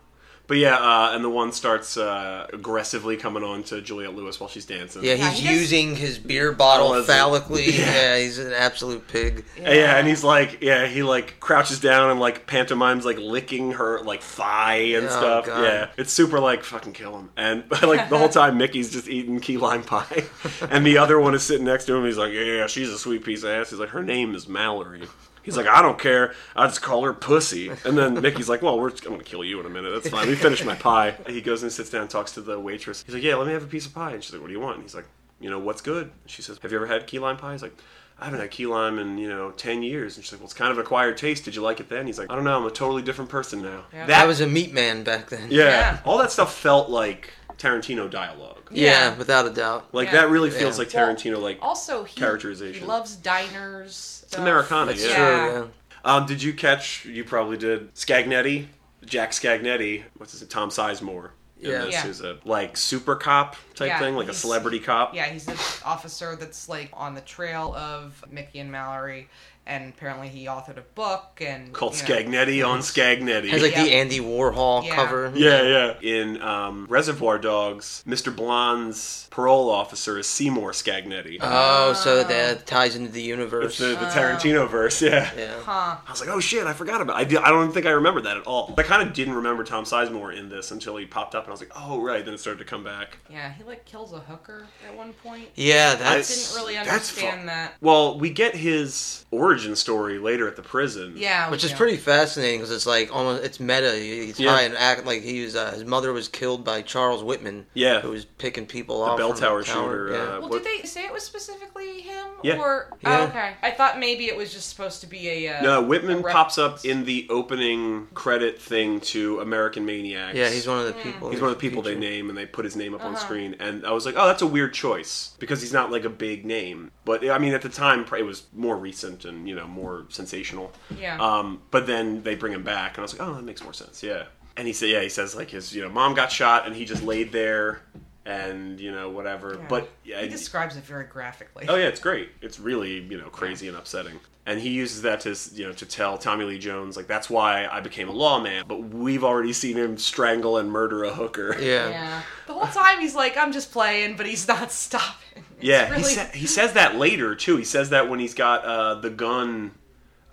But yeah, uh, and the one starts uh, aggressively coming on to Juliet Lewis while she's dancing. Yeah, Yeah, he's he does- using his beer bottle Oh, is it? phallically. Yeah. Yeah. he's an absolute pig. Yeah. and he's like, yeah, he like crouches down and like pantomimes like licking her like thigh and Oh, stuff. God. Yeah, it's super like fucking kill him. And like the whole time, Mickey's just eating key lime pie, and the other one is sitting next to him. He's like, yeah, she's a sweet piece of ass. He's like, her name is Mallory. He's like, I don't care. I just call her pussy. And then Mickey's like, well, we're just, I'm gonna kill you in a minute. That's fine. We finished my pie. He goes and sits down, and talks to the waitress. He's like, yeah, let me have a piece of pie. And she's like, what do you want? And he's like, you know, what's good? She says, have you ever had key lime pie? He's like, I haven't had key lime in, you know, 10 years. And she's like, well, it's kind of an acquired taste. Did you like it then? He's like, I don't know. I'm a totally different person now. Yeah. I was a meat man back then. yeah, Yeah. All that stuff felt like Tarantino dialogue. Yeah, Yeah. without a doubt. Like, Yeah. that really feels Yeah. like Tarantino, like, Also, he, Characterization. he loves diners. it's stuff. Americana. That's yeah. Yeah. true, yeah. Um, did you catch? You probably did. Scagnetti, Jack Scagnetti. What's his name? Tom Sizemore. in Yeah. this, Yeah. who's a like super cop type Yeah, thing, like a he's- celebrity cop. Yeah, he's an officer that's like on the trail of Mickey and Mallory, and apparently he authored a book and Called you know, Scagnetti on Scagnetti. Has like the Yeah. Andy Warhol Yeah. cover. yeah, yeah. In um, Reservoir Dogs, Mr. Blonde's parole officer is Seymour Scagnetti. Oh, so that ties into the universe. it's the, the Oh. Tarantino verse, yeah. yeah. Huh. I was like, oh shit, I forgot about. I, did, I don't think I remember that at all. I kind of didn't remember Tom Sizemore in this until he popped up, and I was like, oh right. Then it started to come back. Yeah, he like kills a hooker at one point. Yeah, I that's didn't really that's fu- understand that. Well, we get his origin story later at the prison. Yeah, which we is do. pretty fascinating because it's like almost it's meta. He's Yeah. trying to act like he was uh, his mother was killed by Charles Whitman. Yeah. who was picking people The off. bell from tower the tower, shooter. yeah. Uh, Well, what- did they say it was specifically him? Yeah. Or oh, Yeah. okay, I thought maybe it was just supposed to be a. Uh, no, Whitman a ref- pops up in the opening credit thing to American Maniacs. yeah, he's one of the people. He's one of the people they feature. name, and they put his name up on Uh-huh. screen. And I was like, "Oh, that's a weird choice," because he's not like a big name. But I mean, at the time, it was more recent and you know more sensational. Yeah. Um, but then they bring him back, and I was like, "Oh, that makes more sense." Yeah. And he said, "Yeah." He says like his you know mom got shot, and he just laid there and you know whatever. Yeah. But yeah, he and- describes it very graphically. Oh yeah, it's great. It's really you know crazy and upsetting. And he uses that to you know to tell Tommy Lee Jones like that's why I became a lawman. But we've already seen him strangle and murder a hooker. Yeah. The whole time he's like, I'm just playing, but he's not stopping. It's Yeah, really- he, sa- he says that later too. He says that when he's got uh, the gun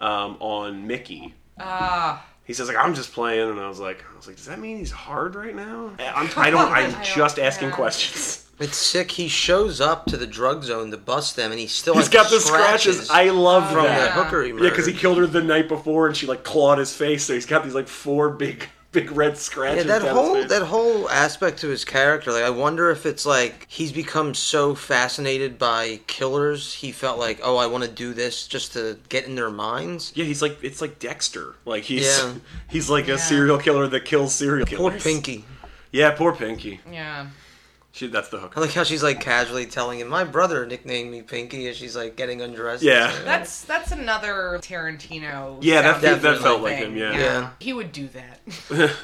um, on Mickey. Ah, He says like I'm just playing, and I was like I was like, does that mean he's hard right now? I'm I don't I'm just asking yeah. questions. It's sick. He shows up to the drug zone to bust them, and he still He's has got the scratches. I love from that. the hooker he Yeah, because he murdered. killed her the night before, and she like clawed his face, so he's got these like four big, big red Yeah, scratches. that down whole his face. that whole aspect to his character, like I wonder if it's like he's become so fascinated by killers, he felt like, oh, I want to do this just to get in their minds. yeah, he's like it's like Dexter. Like he's Yeah. he's like Yeah. a serial killer that kills serial Poor killers. Pinky. Yeah, poor Pinky. yeah. She, that's the I hooker. like how she's like casually telling him, "My brother nicknamed me Pinky," as she's like getting undressed. Yeah. That's that's another Tarantino. Yeah, that- sounding that felt like thing. him, yeah. Yeah. he would do that.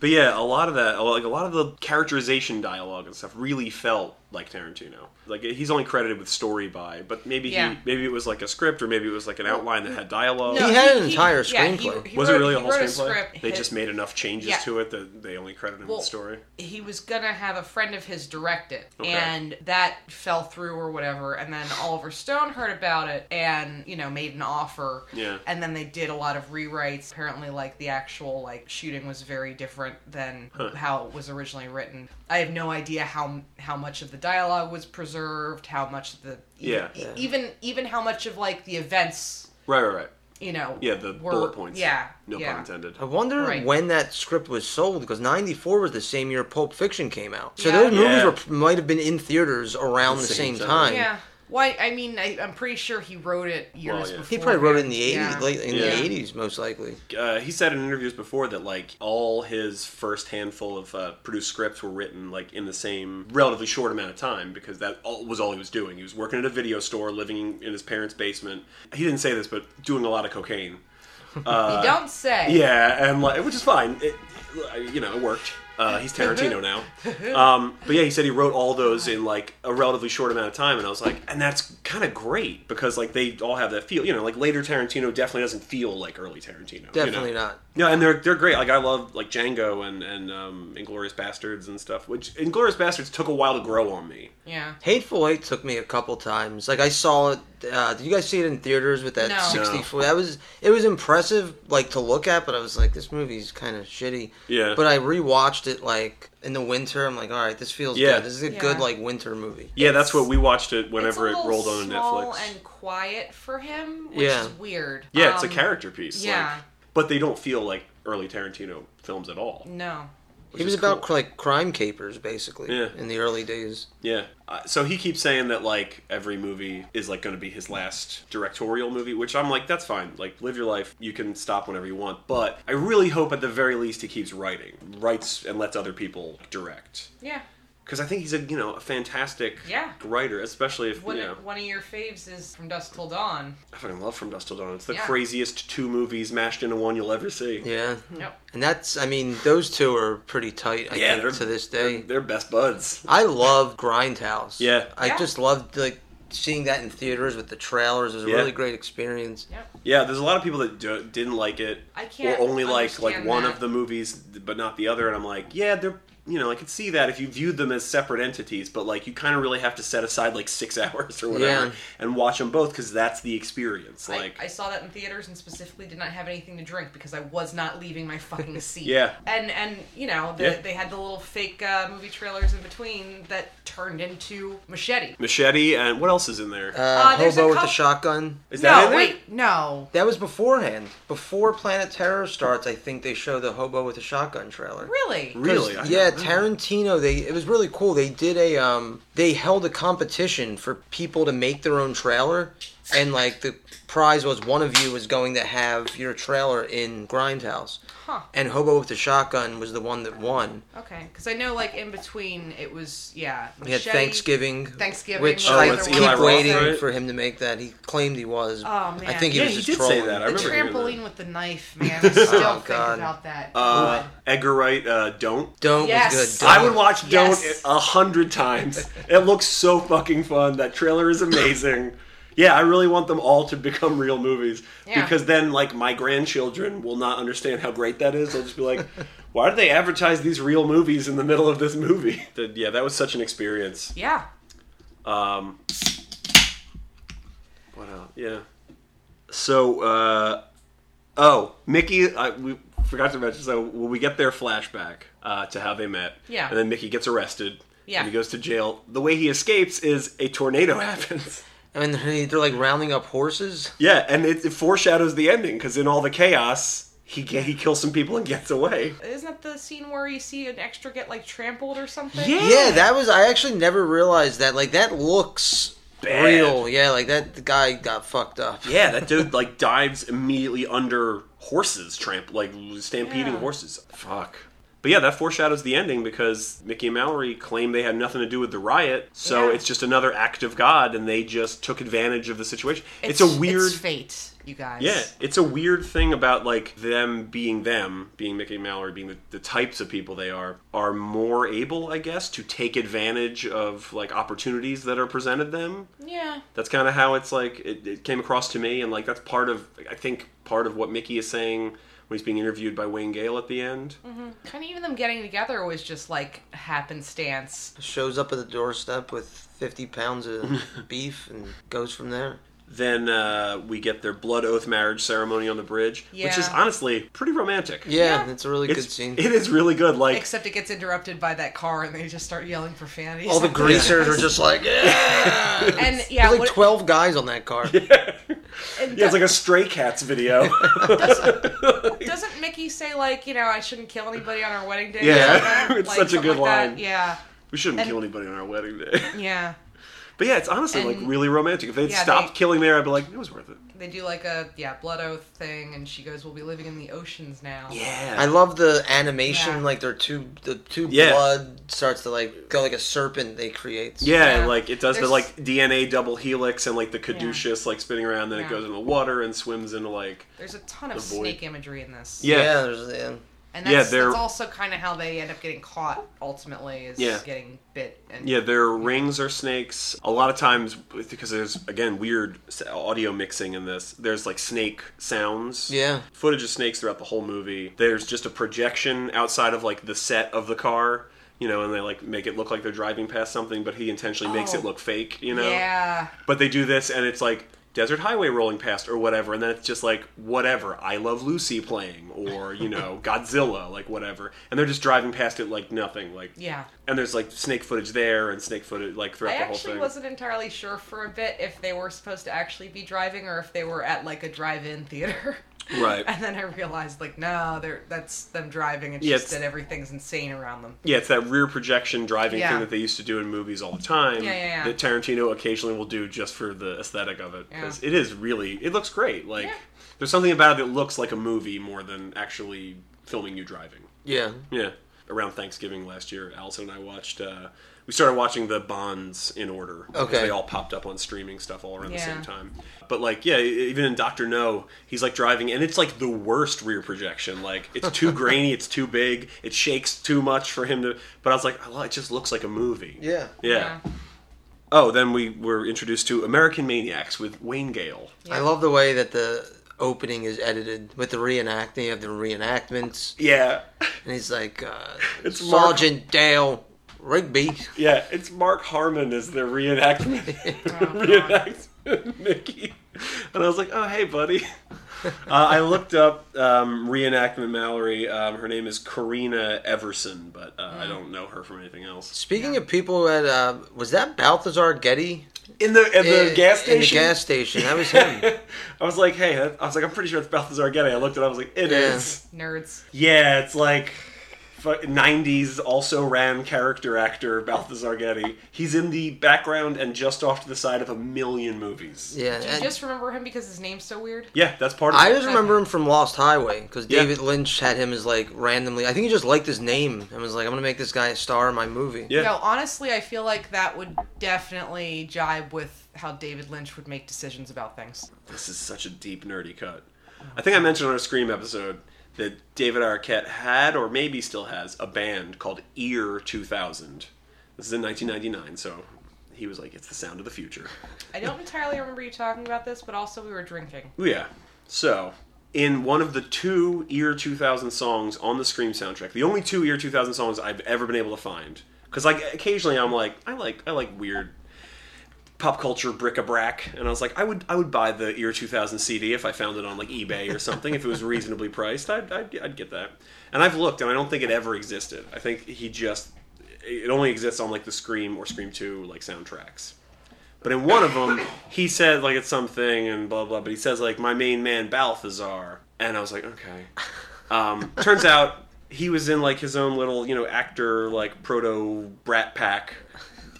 But yeah, a lot of that, like a lot of the characterization dialogue and stuff, really felt like Tarantino. Like he's only credited with story by, but maybe Yeah. he, maybe it was like a script or maybe it was like an outline that had dialogue. He had an entire screenplay. was it really a he whole wrote screenplay? script. they His- just made enough changes Yeah. to it that they only credited him Well, with story. he was gonna have a friend of his direct it, Okay. and that fell through or whatever. And then Oliver Stone heard about it and you know made an offer. Yeah. And then they did a lot of rewrites. Apparently, like the actual like shooting was very different than Huh. how it was originally written. I have no idea how how much of the dialogue was preserved, how much of the Yeah. e- even even how much of like the events Right, right, right. you know Yeah, the were- bullet points. yeah No yeah. pun intended. I wonder Right. when that script was sold because '94 was the same year Pulp Fiction came out, so Yeah. those movies Yeah. were, might have been in theaters around the, same, time. Yeah. Why? I mean, I, I'm pretty sure he wrote it years Well, yeah. before. He probably wrote it in the '80s, Yeah. late in Yeah. the '80s, most likely. uh, he said in interviews before that like all his first handful of uh, produced scripts were written like in the same relatively short amount of time because that all, was all he was doing. He was working at a video store, living in his parents' basement. He didn't say this, but doing a lot of cocaine. you don't say. Uh, Yeah, and like which is fine. It, you know, it worked. Uh, he's Tarantino now. Um, but yeah, he said he wrote all those in like a relatively short amount of time, and I was like, and that's kind of great because like they all have that feel. You know, like later Tarantino definitely doesn't feel like early Tarantino. Definitely you know? not. No, and they're they're great. Like I love like Django and and um, Inglorious Bastards and stuff. Which Inglorious Bastards took a while to grow on me. Yeah. Hateful Eight took me a couple times. Like I saw it. Uh, did you guys see it in theaters with that No. No. 64? That was it was impressive, like to look at, but I was like, this movie's kind of shitty. Yeah. But I rewatched it like in the winter. I'm like, all right, this feels Yeah. good. This is a Yeah. good like winter movie. Yeah, that's It's- what we watched it It's a whenever it little rolled on small Netflix. and quiet for him, which Yeah. is weird. Yeah, it's a Um, character piece. yeah. Like, but they don't feel like early Tarantino films at all. No. which It was is cool. about like crime capers basically Yeah. in the early days. Yeah. Uh, so he keeps saying that like every movie is like going to be his last directorial movie, which I'm like that's fine. Like live your life. You can stop whenever you want, but I really hope at the very least he keeps writing. Writes and lets other people direct. Yeah. Cuz I think he's a, you know, a fantastic Yeah. writer, especially if, One, you know, one of your faves is From Dusk Till Dawn. I fucking love From Dust Till Dawn. It's the Yeah. craziest two movies mashed into one you'll ever see. Yeah. Yep. And that's I mean those two are pretty tight. I Yeah, think, to this day. They're, they're best buds. I love Grindhouse. Yeah. I Yeah. just loved like seeing that in theaters with the trailers. It was a Yeah. really great experience. Yep. Yeah, there's a lot of people that do, didn't like it, I can't or only like like understand one that. of the movies, but not the other. And I'm like, yeah, they're you know I could see that if you viewed them as separate entities, but like you kind of really have to set aside like six hours or whatever Yeah. and watch them both because that's the experience. I- Like, I, saw that in theaters and specifically did not have anything to drink because I was not leaving my fucking seat. Yeah. And and you know the, Yeah. they had the little fake uh, movie trailers in between that turned into Machete. Machete and what else is in there? Uh, there's Hobo a with the couple- shotgun. Is no, that in there? wait, no. That was beforehand. Before Planet Terror starts, I think they show the Hobo with the shotgun trailer. Really? Really? I 'Cause, Yeah, don't know. Tarantino. They it was really cool. They did a um, they held a competition for people to make their own trailer, and like the prize was one of you was going to have your trailer in Grindhouse, Huh. and Hobo with the Shotgun was the one that won. Okay. Because I know, like in between, it was yeah. He had Machete- Thanksgiving, Thanksgiving which was I another keep one. Eli Roth, waiting right? for him to make that. He claimed he was. Oh, I man. think he Yeah, was he just did say trolling. that. I The The remember hearing that. trampoline with the knife, man. I still Oh, think God. about that. Uh, Edgar Wright, uh, Don't. Don't Yes. was good. I would watch Don't Yes. a hundred times. It looks so fucking fun. That trailer is amazing. Yeah, I really want them all to become real movies Yeah. because then, like, my grandchildren will not understand how great that is. They'll just be like, "Why do they advertise these real movies in the middle of this movie?" That- yeah, that was such an experience. yeah. Um, what else? Yeah. So, uh, oh, Mickey, I, we forgot to mention. So, when we get their flashback uh, to how they met, Yeah. and then Mickey gets arrested. Yeah. And he goes to jail. The way he escapes is a tornado happens. I mean, they're, they're like rounding up horses. Yeah, and it, it foreshadows the ending because in all the chaos, he get, he kills some people and gets away. Isn't that the scene where you see an extra get like trampled or something? Yeah, that was. I actually never realized that. Like that looks Bad. real. Yeah, like that guy got fucked up. Yeah, that dude like dives immediately under horses, tramp like stampeding Yeah. horses. Fuck. But yeah, that foreshadows the ending because Mickey and Mallory claim they had nothing to do with the riot, so Yeah. it's just another act of God, and they just took advantage of the situation. It's, a weird. it's fate, you guys. yeah, it's a weird thing about like them being them, being Mickey and Mallory, being the, the types of people they are, are more able, I guess, to take advantage of like opportunities that are presented them Yeah. that's kind of how it's like it, it came across to me and like that's part of i think part of what mickey is saying when he's being interviewed by wayne gale at the end Mm-hmm. Kind of even them getting together was just like happenstance. Shows up at the doorstep with fifty pounds of beef and goes from there. then uh, we get their blood oath marriage ceremony on the bridge which is Yeah. honestly pretty romantic Yeah, Yeah. it's a really it's, good scene. it is really good like Except it gets interrupted by that car and they just start yelling profanity. All the greasers are just like, yeah. And yeah, There's like what, twelve guys on that car. and yeah, it's do- like a stray cats video doesn't Mickey say like you know I shouldn't kill anybody on our wedding day? or Yeah. something? It's such a something good that. line. Yeah, we shouldn't And- kill anybody on our wedding day yeah. but yeah it's honestly like And- really romantic if they'd Yeah, stopped they- killing there i'd be like it was worth it They do like a yeah blood oath thing, and she goes, "We'll be living in the oceans now." yeah I love the animation, Yeah. like their two, the two Yeah. blood starts to like go like a serpent they create. Yeah, Yeah. like it does the There's- like DNA double helix and like the caduceus like spinning around, then it Yeah. goes in the water and swims into like There's a ton of The void. snake imagery in this. Yeah. yeah. There's, yeah. and Yeah, that's, they're- that's also kind of how they end up getting caught. Ultimately, is Yeah. getting bit and yeah, their rings are snakes. A lot of times because there's again weird s- audio mixing in this. There's like snake sounds. Yeah. footage of snakes throughout the whole movie. There's just a projection outside of like the set of the car. You know, and they like make it look like they're driving past something, but he intentionally makes Oh. it look fake. You know, yeah. But they do this, and it's like Desert Highway rolling past or whatever, and then it's just like whatever. I Love Lucy playing, or you know Godzilla, like whatever, and they're just driving past it like nothing, like Yeah. And there's like snake footage there and snake footage like I throughout the whole actually thing. wasn't entirely sure for a bit if they were supposed to actually be driving or if they were at like a drive-in theater. Right. and then I realized like no, they're that's them driving. It's Yeah, just it's- that everything's insane around them. Yeah, it's that rear projection driving Yeah. thing that they used to do in movies all the time. Yeah, yeah, yeah. That Tarantino occasionally will do just for the aesthetic of it because Yeah. it is really it looks great. Like Yeah. there's something about it that looks like a movie more than actually filming you driving. Yeah. Yeah. Around Thanksgiving last year, Allison and I watched. Uh, we started watching the Bonds in order. because Okay. They all popped up on streaming stuff all around the Yeah. same time. But like, yeah, e- even in Doctor No, he's like driving, and it's like the worst rear projection. Like, it's too grainy, it's too big, it shakes too much for him to. But I was like, oh, it just looks like a movie. Yeah. Yeah. Oh, then we were introduced to American Maniacs with Wayne Gale. I love the way that the opening is edited with the reenacting. They have the reenactments, Yeah. and he's like, uh, It's Mark- Sergeant Dale Rigby. Yeah, it's Mark Harmon as the reenactment, reenactment Mickey, and I was like, "Oh, hey, buddy." uh, I looked up um, reenactment Mallory. Um, her name is Karina Everson, but uh, I don't know her from anything else. Speaking of people at, uh, was that Balthazar Getty? In the in the Eh, gas station. In the gas station. That was him. I was like, "Hey," that- I was like, "I'm pretty sure it's Balthazar Getty." I looked it. up, I was like, "It is." Yeah. Nerds. Yeah, it's like fu- 90s also ran character actor Balthazar Getty. He's in the background and just off to the side of a million movies. Yeah, Yeah, Do you and just remember him because his name's so weird? that's part of I it. just remember him from Lost Highway because Yeah. David Lynch had him as like randomly. I think he just liked his name and was like, "I'm gonna make this guy a star in my movie." Yeah. No, honestly, I feel like that would definitely jibe with how David Lynch would make decisions about things. This is such a deep, nerdy cut. I think I mentioned on our Scream episode that David Arquette had, or maybe still has, a band called Ear 2000. This is in 1999, so he was like, it's the sound of the future. I don't entirely remember you talking about this, but also we were drinking. Yeah. So, in one of the two Year 2000 songs on the Scream soundtrack, the only two Year 2000 songs I've ever been able to find, because like occasionally I'm like, I like, I like weird pop culture bric-a-brac, and I was like, I would, I would buy the Year 2000 CD if I found it on like eBay or something. if it was reasonably priced, I'd, I'd, I'd get that. And I've looked, and I don't think it ever existed. I think he just, it only exists on like the Scream or Scream 2 like soundtracks. But in one of them, he said like it's something and blah blah. But he says like my main man Balthazar, and I was like, okay. Um, turns out he was in like his own little you know actor like proto brat pack,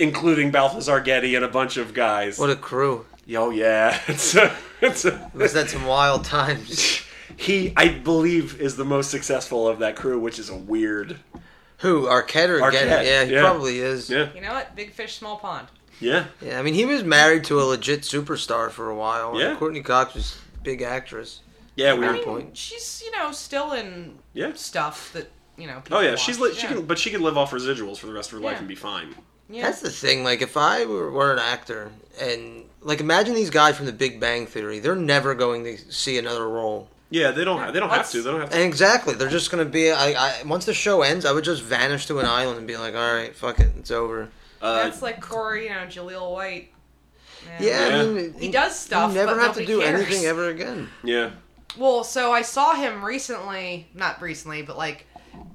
including Balthazar Getty and a bunch of guys. What a crew! Yo, yeah, it's a, it's a, It was at some wild times. he I believe is the most successful of that crew, which is a weird. Who Arquette or Getty? Arquette, Yeah, he yeah. probably is. Yeah, You know what? Big fish, small pond. yeah. Yeah, I mean, he was married to a legit superstar for a while. and Yeah. Courtney Cox was a big actress. Yeah, I weird mean, point. she's you know still in Yeah. stuff that you know. People Oh yeah, watch. she's li- she can, but she can live off residuals for the rest of her life Yeah. and be fine. Yeah. That's the thing. Like, if I were, were an actor and, like, imagine these guys from the Big Bang Theory, they're never going to see another role. Yeah, they don't. Have, they don't have That's- to. They don't have to. And exactly, they're just going to be. I, I Once the show ends, I would just vanish to an island and be like, all right, fuck it, it's over. Uh, That's like Corey, you know, Jaleel White. Yeah, Yeah. I mean, He does stuff, You never but have to nobody do cares. anything ever again. yeah. Well, so I saw him recently, not recently, but like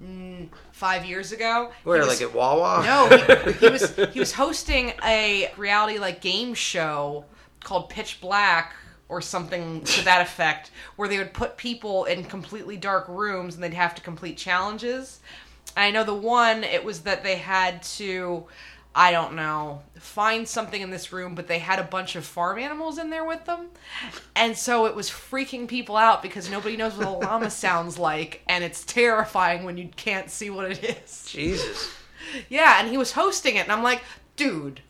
mm, five years ago. He Where, was- like at Wawa? No, he, he was he was hosting a reality like game show called Pitch Black or something to that effect, where they would put people in completely dark rooms and they'd have to complete challenges. I know the one it was that they had to I don't know, find something in this room, but they had a bunch of farm animals in there with them. And so it was freaking people out because nobody knows what a llama sounds like, and it's terrifying when you can't see what it is. Jesus. Yeah, and he was hosting it, and I'm like, dude,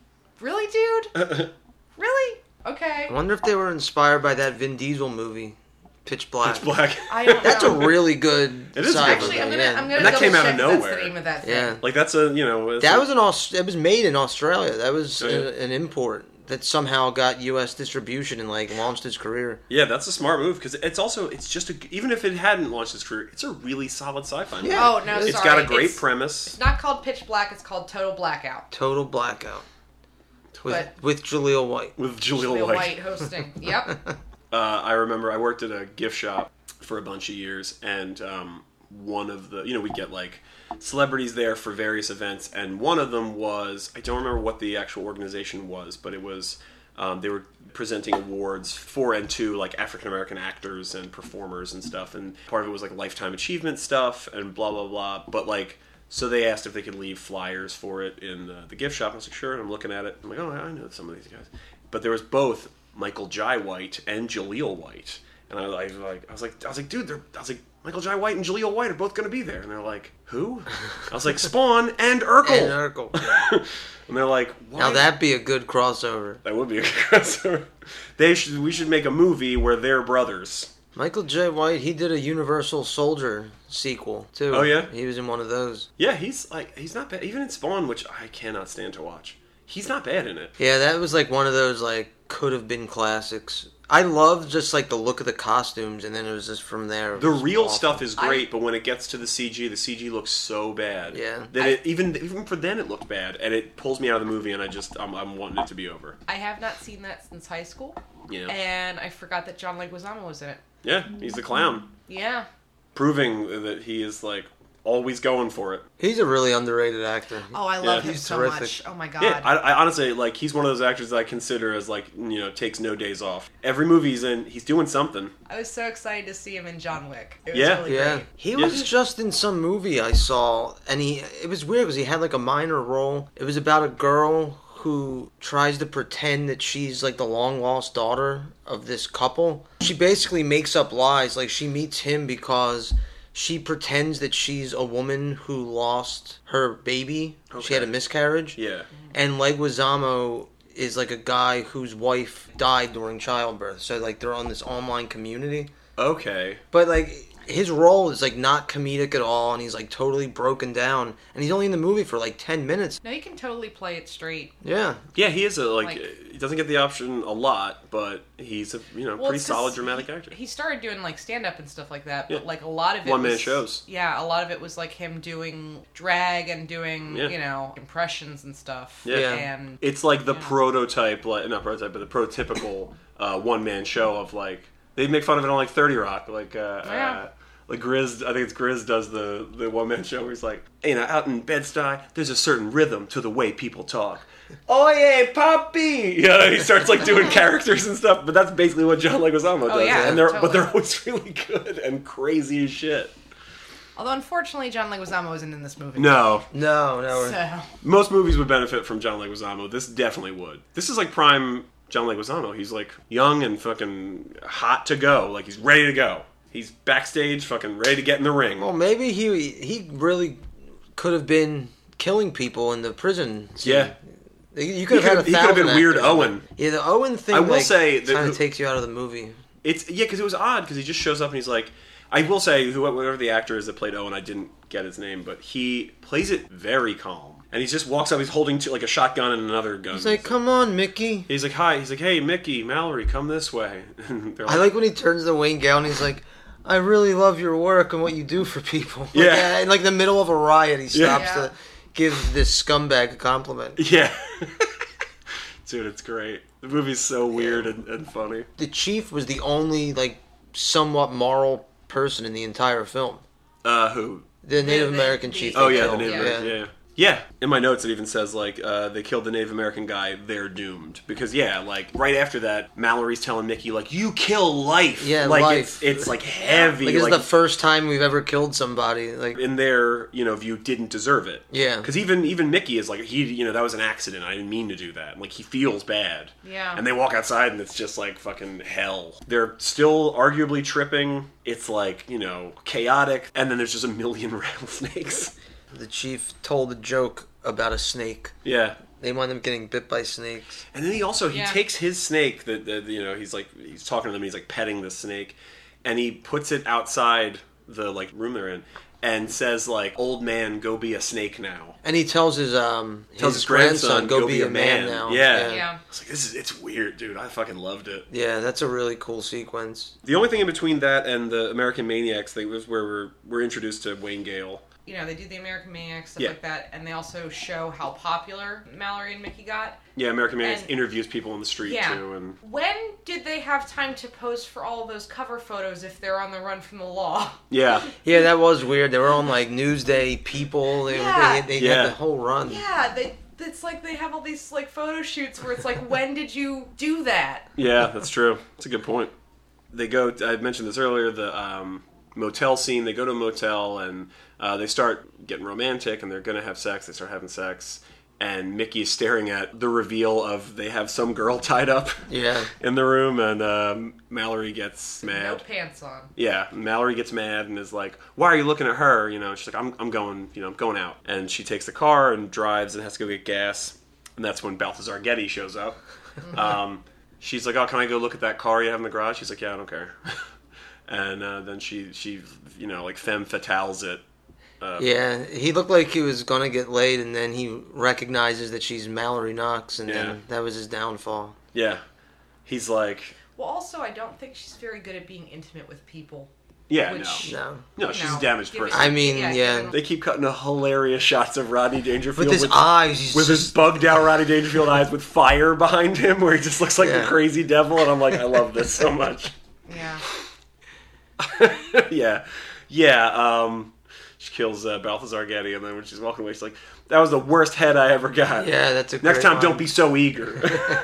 really, dude? really? Okay. I wonder if they were inspired by that Vin Diesel movie, Pitch Black. It's black. I don't That's a know. really good. It is cyber really Actually, I'm thing, gonna, yeah. I'm gonna. And that came out of double-check nowhere. That's the name of that thing. Yeah, Like that's a you know it's that a- was an Aust- It was made in Australia. That was Oh, yeah. a- an import that somehow got U.S. distribution and like launched his career. yeah that's a smart move because it's also it's just a even if it hadn't launched its career it's a really solid sci-fi. Movie. Yeah. Oh It's no, sorry. it's got a great It's premise. Not called Pitch Black. It's called Total Blackout. Total blackout with But- with Jaleel White. With Jaleel Bill White, White hosting. Yep. Uh, I remember I worked at a gift shop for a bunch of years, and um, one of the you know we get like celebrities there for various events, and one of them was I don't remember what the actual organization was, but it was um, they were presenting awards for and to like African American actors and performers and stuff, and part of it was like lifetime achievement stuff and blah blah blah, but like. So they asked if they could leave flyers for it in the, the gift shop. I was like, sure. And I'm looking at it. I'm like, oh, I I know some of these guys. But there was both Michael Jai White and Jaleel White. And I, I was like, I was like, I was like, dude, they're, I was like, Michael Jai White and Jaleel White are both going to be there. And they're like, who? I was like, Spawn and And Urkel. Urkel. And they're like, Why? Now that'd be a good crossover. that would be a crossover. They should, we should make a movie where they're brothers. Michael J. White, he did a Universal Soldier sequel too. Oh, yeah? he was in one of those. Yeah, he's like, he's not bad. Even in Spawn, which I cannot stand to watch, he's not bad in it. Yeah, that was like one of those like could have been classics. I loved just like the look of the costumes, and then it was just from there. it The was real awful. stuff is great, but when it gets to the CG, the CG looks so bad. Yeah. That it, even even for then it looked bad, and it pulls me out of the movie, and I just I'm, I'm wanting it to be over. I have not seen that since high school, Yeah. and I forgot that John Leguizamo was in it. yeah. He's the clown, Yeah. proving that he is like always going for it. He's a really underrated actor. Oh, I love Yeah. him He's so terrific. much. Oh my god. Yeah, I, I honestly like he's one of those actors that I consider as like you know takes no days off. Every movie he's in, he's doing something. I was so excited to see him in John Wick. It was Yeah. really Yeah, great. he Yeah. was just in some movie I saw, and he it was weird because he had like a minor role. It was about a girl who tries to pretend that she's like the long lost daughter of this couple. She basically makes up lies. Like she meets him because she pretends that she's a woman who lost her baby. She had a Okay. miscarriage, Yeah, Mm. and Leguizamo is like a guy whose wife died during childbirth. So like they're on this online community. okay, But like his role is like not comedic at all, and he's like totally broken down, and he's only in the movie for like ten minutes. No, you can totally play it straight. Yeah, yeah, he is a like, Like- he doesn't get the option a lot, but he's a you know Well, pretty it's 'cause solid dramatic he- actor. He started doing like stand up and stuff like that, but Yeah. like a lot of it One-man was- shows. Yeah, a lot of it was like him doing drag and doing Yeah. you know impressions and stuff. Yeah. Yeah. and It's like the Yeah. prototype, like not prototype, but the prototypical uh, one man show of like they make fun of it on like Thirty Rock, like uh, Yeah. uh, like Grizz. I think it's Grizz does the the one man show where he's like, you know, out in Bed Stuy, there's a certain rhythm to the way people talk. Oh yeah, Poppy! Yeah, he starts like doing characters and stuff, but that's basically what John Leguizamo does. Oh, yeah, and they're but totally. they're always really good and crazy as shit. although unfortunately John Leguizamo isn't in this movie. No, no, no, we're- so most movies would benefit from John Leguizamo. This definitely would. This is like prime John Leguizamo. He's like young and fucking hot to go. Like he's ready to go. He's backstage, fucking ready to get in the ring. well, maybe he he really could have been killing people in the prison. scene. yeah, you could He have had a could've- he could've thousand. been Weird actors. Owen. Yeah, the Owen thing. I will like, say that- kind of takes you out of the movie. it's yeah because it was odd because he just shows up and he's like, I will say who- whoever the actor is that played Owen, I didn't get his name, but he plays it very calm. And he just walks up. He's holding two, like a shotgun and another gun. He's like, "Come on, Mickey." he's like, hi. He's like, hey, Mickey, Mallory, come this way. And they're I like when he turns to Wayne Gown. He's like. I really love your work and what you do for people. Like, uh, Yeah. in like the middle of a riot, he Yeah. stops Yeah. to give this scumbag a compliment. Yeah. Dude, it's great. The movie's so weird and, and funny. the chief was the only like somewhat moral person in the entire film. Uh, who? The Native the- American the- chief. Oh, they yeah, the killed. Native Yeah. American. Yeah. yeah. In my notes, it even says, like, uh, they killed the Native American guy, they're doomed. Because, yeah, like, right after that, Mallory's telling Mickey, like, you kill life. Yeah, like, life. It's, it's, like, heavy. Like, Like, this is the first time we've ever killed somebody. Like, in their, you know, view, didn't deserve it. Yeah. Because even, even Mickey is like, he, you know, that was an accident. I didn't mean to do that. Like, he feels bad. Yeah. And they walk outside and it's just like fucking hell. They're still arguably tripping. It's like, you know, chaotic. And then there's just a million rattlesnakes. the chief told a joke about a snake. yeah. They wind up getting bit by snakes. And then he also, he Yeah. takes his snake that, that, you know, he's like, he's talking to them and he's like petting the snake. And he puts it outside the like room they're in and says like, old man, go be a snake now. And he tells his um Tells his grandson, go, be, a man, now. Yeah. yeah. It's like, this is, it's weird, dude. I fucking loved it. Yeah, that's a really cool sequence. The only thing in between that and the American Maniacs thing was where we're, we're introduced to Wayne Gale. you know, they do the American Maniac stuff Yeah. like that, and they also show how popular Mallory and Mickey got. Yeah, American Maniacs And- interviews people on the street Yeah. too, and When did they have time to pose for all those cover photos if they're on the run from the law? yeah, Yeah, that was weird. They were on like Newsday, People. They, Yeah. they, they Yeah. had the whole run. Yeah, they. It's like they have all these like photo shoots where it's like, when did you do that? yeah, that's true. That's a good point. They go. I mentioned this earlier. The um, motel scene. They go to a motel and uh, they start getting romantic, and they're gonna have sex. They start having sex, and Mickey is staring at the reveal of they have some girl tied up Yeah. in the room, and um, Mallory gets No mad. pants on. Yeah, Mallory gets mad and is like, "Why are you looking at her?" You know, she's like, "I'm, I'm going, you know, I'm going out." And she takes the car and drives and has to go get gas, and that's when Balthazar Getty shows up. um, she's like, "Oh, can I go look at that car you have in the garage?" He's like, "Yeah, I don't care." and uh, then she, she, you know, like femme fatales it. Yeah, he looked like he was gonna get laid, and then he recognizes that she's Mallory Knox, and Yeah. then that was his downfall. Yeah, he's like, Well, also, I don't think she's very good at being intimate with people. "Yeah, Which- No, no, no, Oh, she's No. a damaged Give it- person." I mean, yeah. given- they keep cutting the hilarious shots of Rodney Dangerfield with his eyes, he's with his just, bugged out Rodney Dangerfield eyes with fire behind him, where he just looks like the Yeah. crazy devil, and I'm like, I love this so much. yeah. yeah, yeah. Um, She kills uh, Balthazar Getty, and then when she's walking away, she's like, "That was the worst head I ever got." Yeah, that's a Next great time, line. don't be so eager.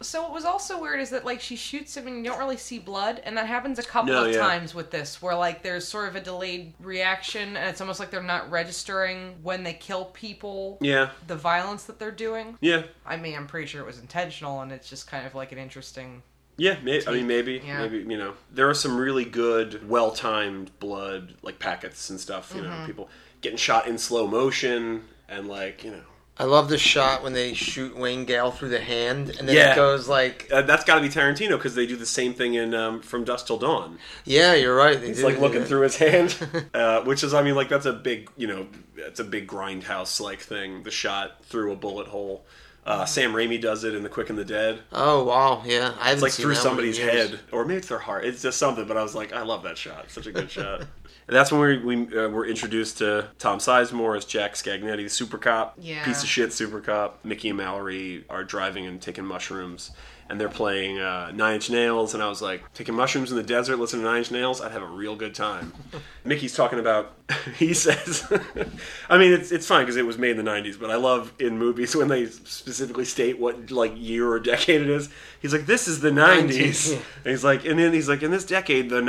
So what was also weird is that like she shoots him and you don't really see blood, and that happens a couple No, of yeah. times with this, where like there's sort of a delayed reaction, and it's almost like they're not registering when they kill people yeah, the violence that they're doing. yeah, I mean, I'm pretty sure it was intentional, and it's just kind of like an interesting. yeah. May- I mean, maybe, Yeah. maybe you know, there are some really good, well-timed blood like packets and stuff. You know, people getting shot in slow motion and like you know, I love the shot when they shoot Wayne Gale through the hand, and then Yeah. it goes like, uh, that's got to be Tarantino because they do the same thing in um, From Dusk Till Dawn. "Yeah, you're right." They He's did like do looking that. through his hand, uh, which is, I mean, like that's a big, you know, that's a big grindhouse like thing. The shot through a bullet hole. Mm-hmm. Uh, Sam Raimi does it in The Quick and the Dead. Oh wow, yeah, I haven't It's like seen through that one in somebody's years. head, or maybe it's their heart. It's just something. But I was like, I love that shot. Such a good shot. And that's when we, we uh, were introduced to Tom Sizemore as Jack Scagnetti, the super cop, Yeah. piece of shit super cop. Mickey and Mallory are driving and taking mushrooms, and they're playing uh, Nine Inch Nails. And I was like, taking mushrooms in the desert, listening to Nine Inch Nails, I'd have a real good time. Mickey's talking about. He says, I mean, it's it's fine because it was made in the '90s, but I love in movies when they specifically state what like year or decade it is. He's like, this is the '90s. Yeah. And he's like, and then he's like, in this decade, the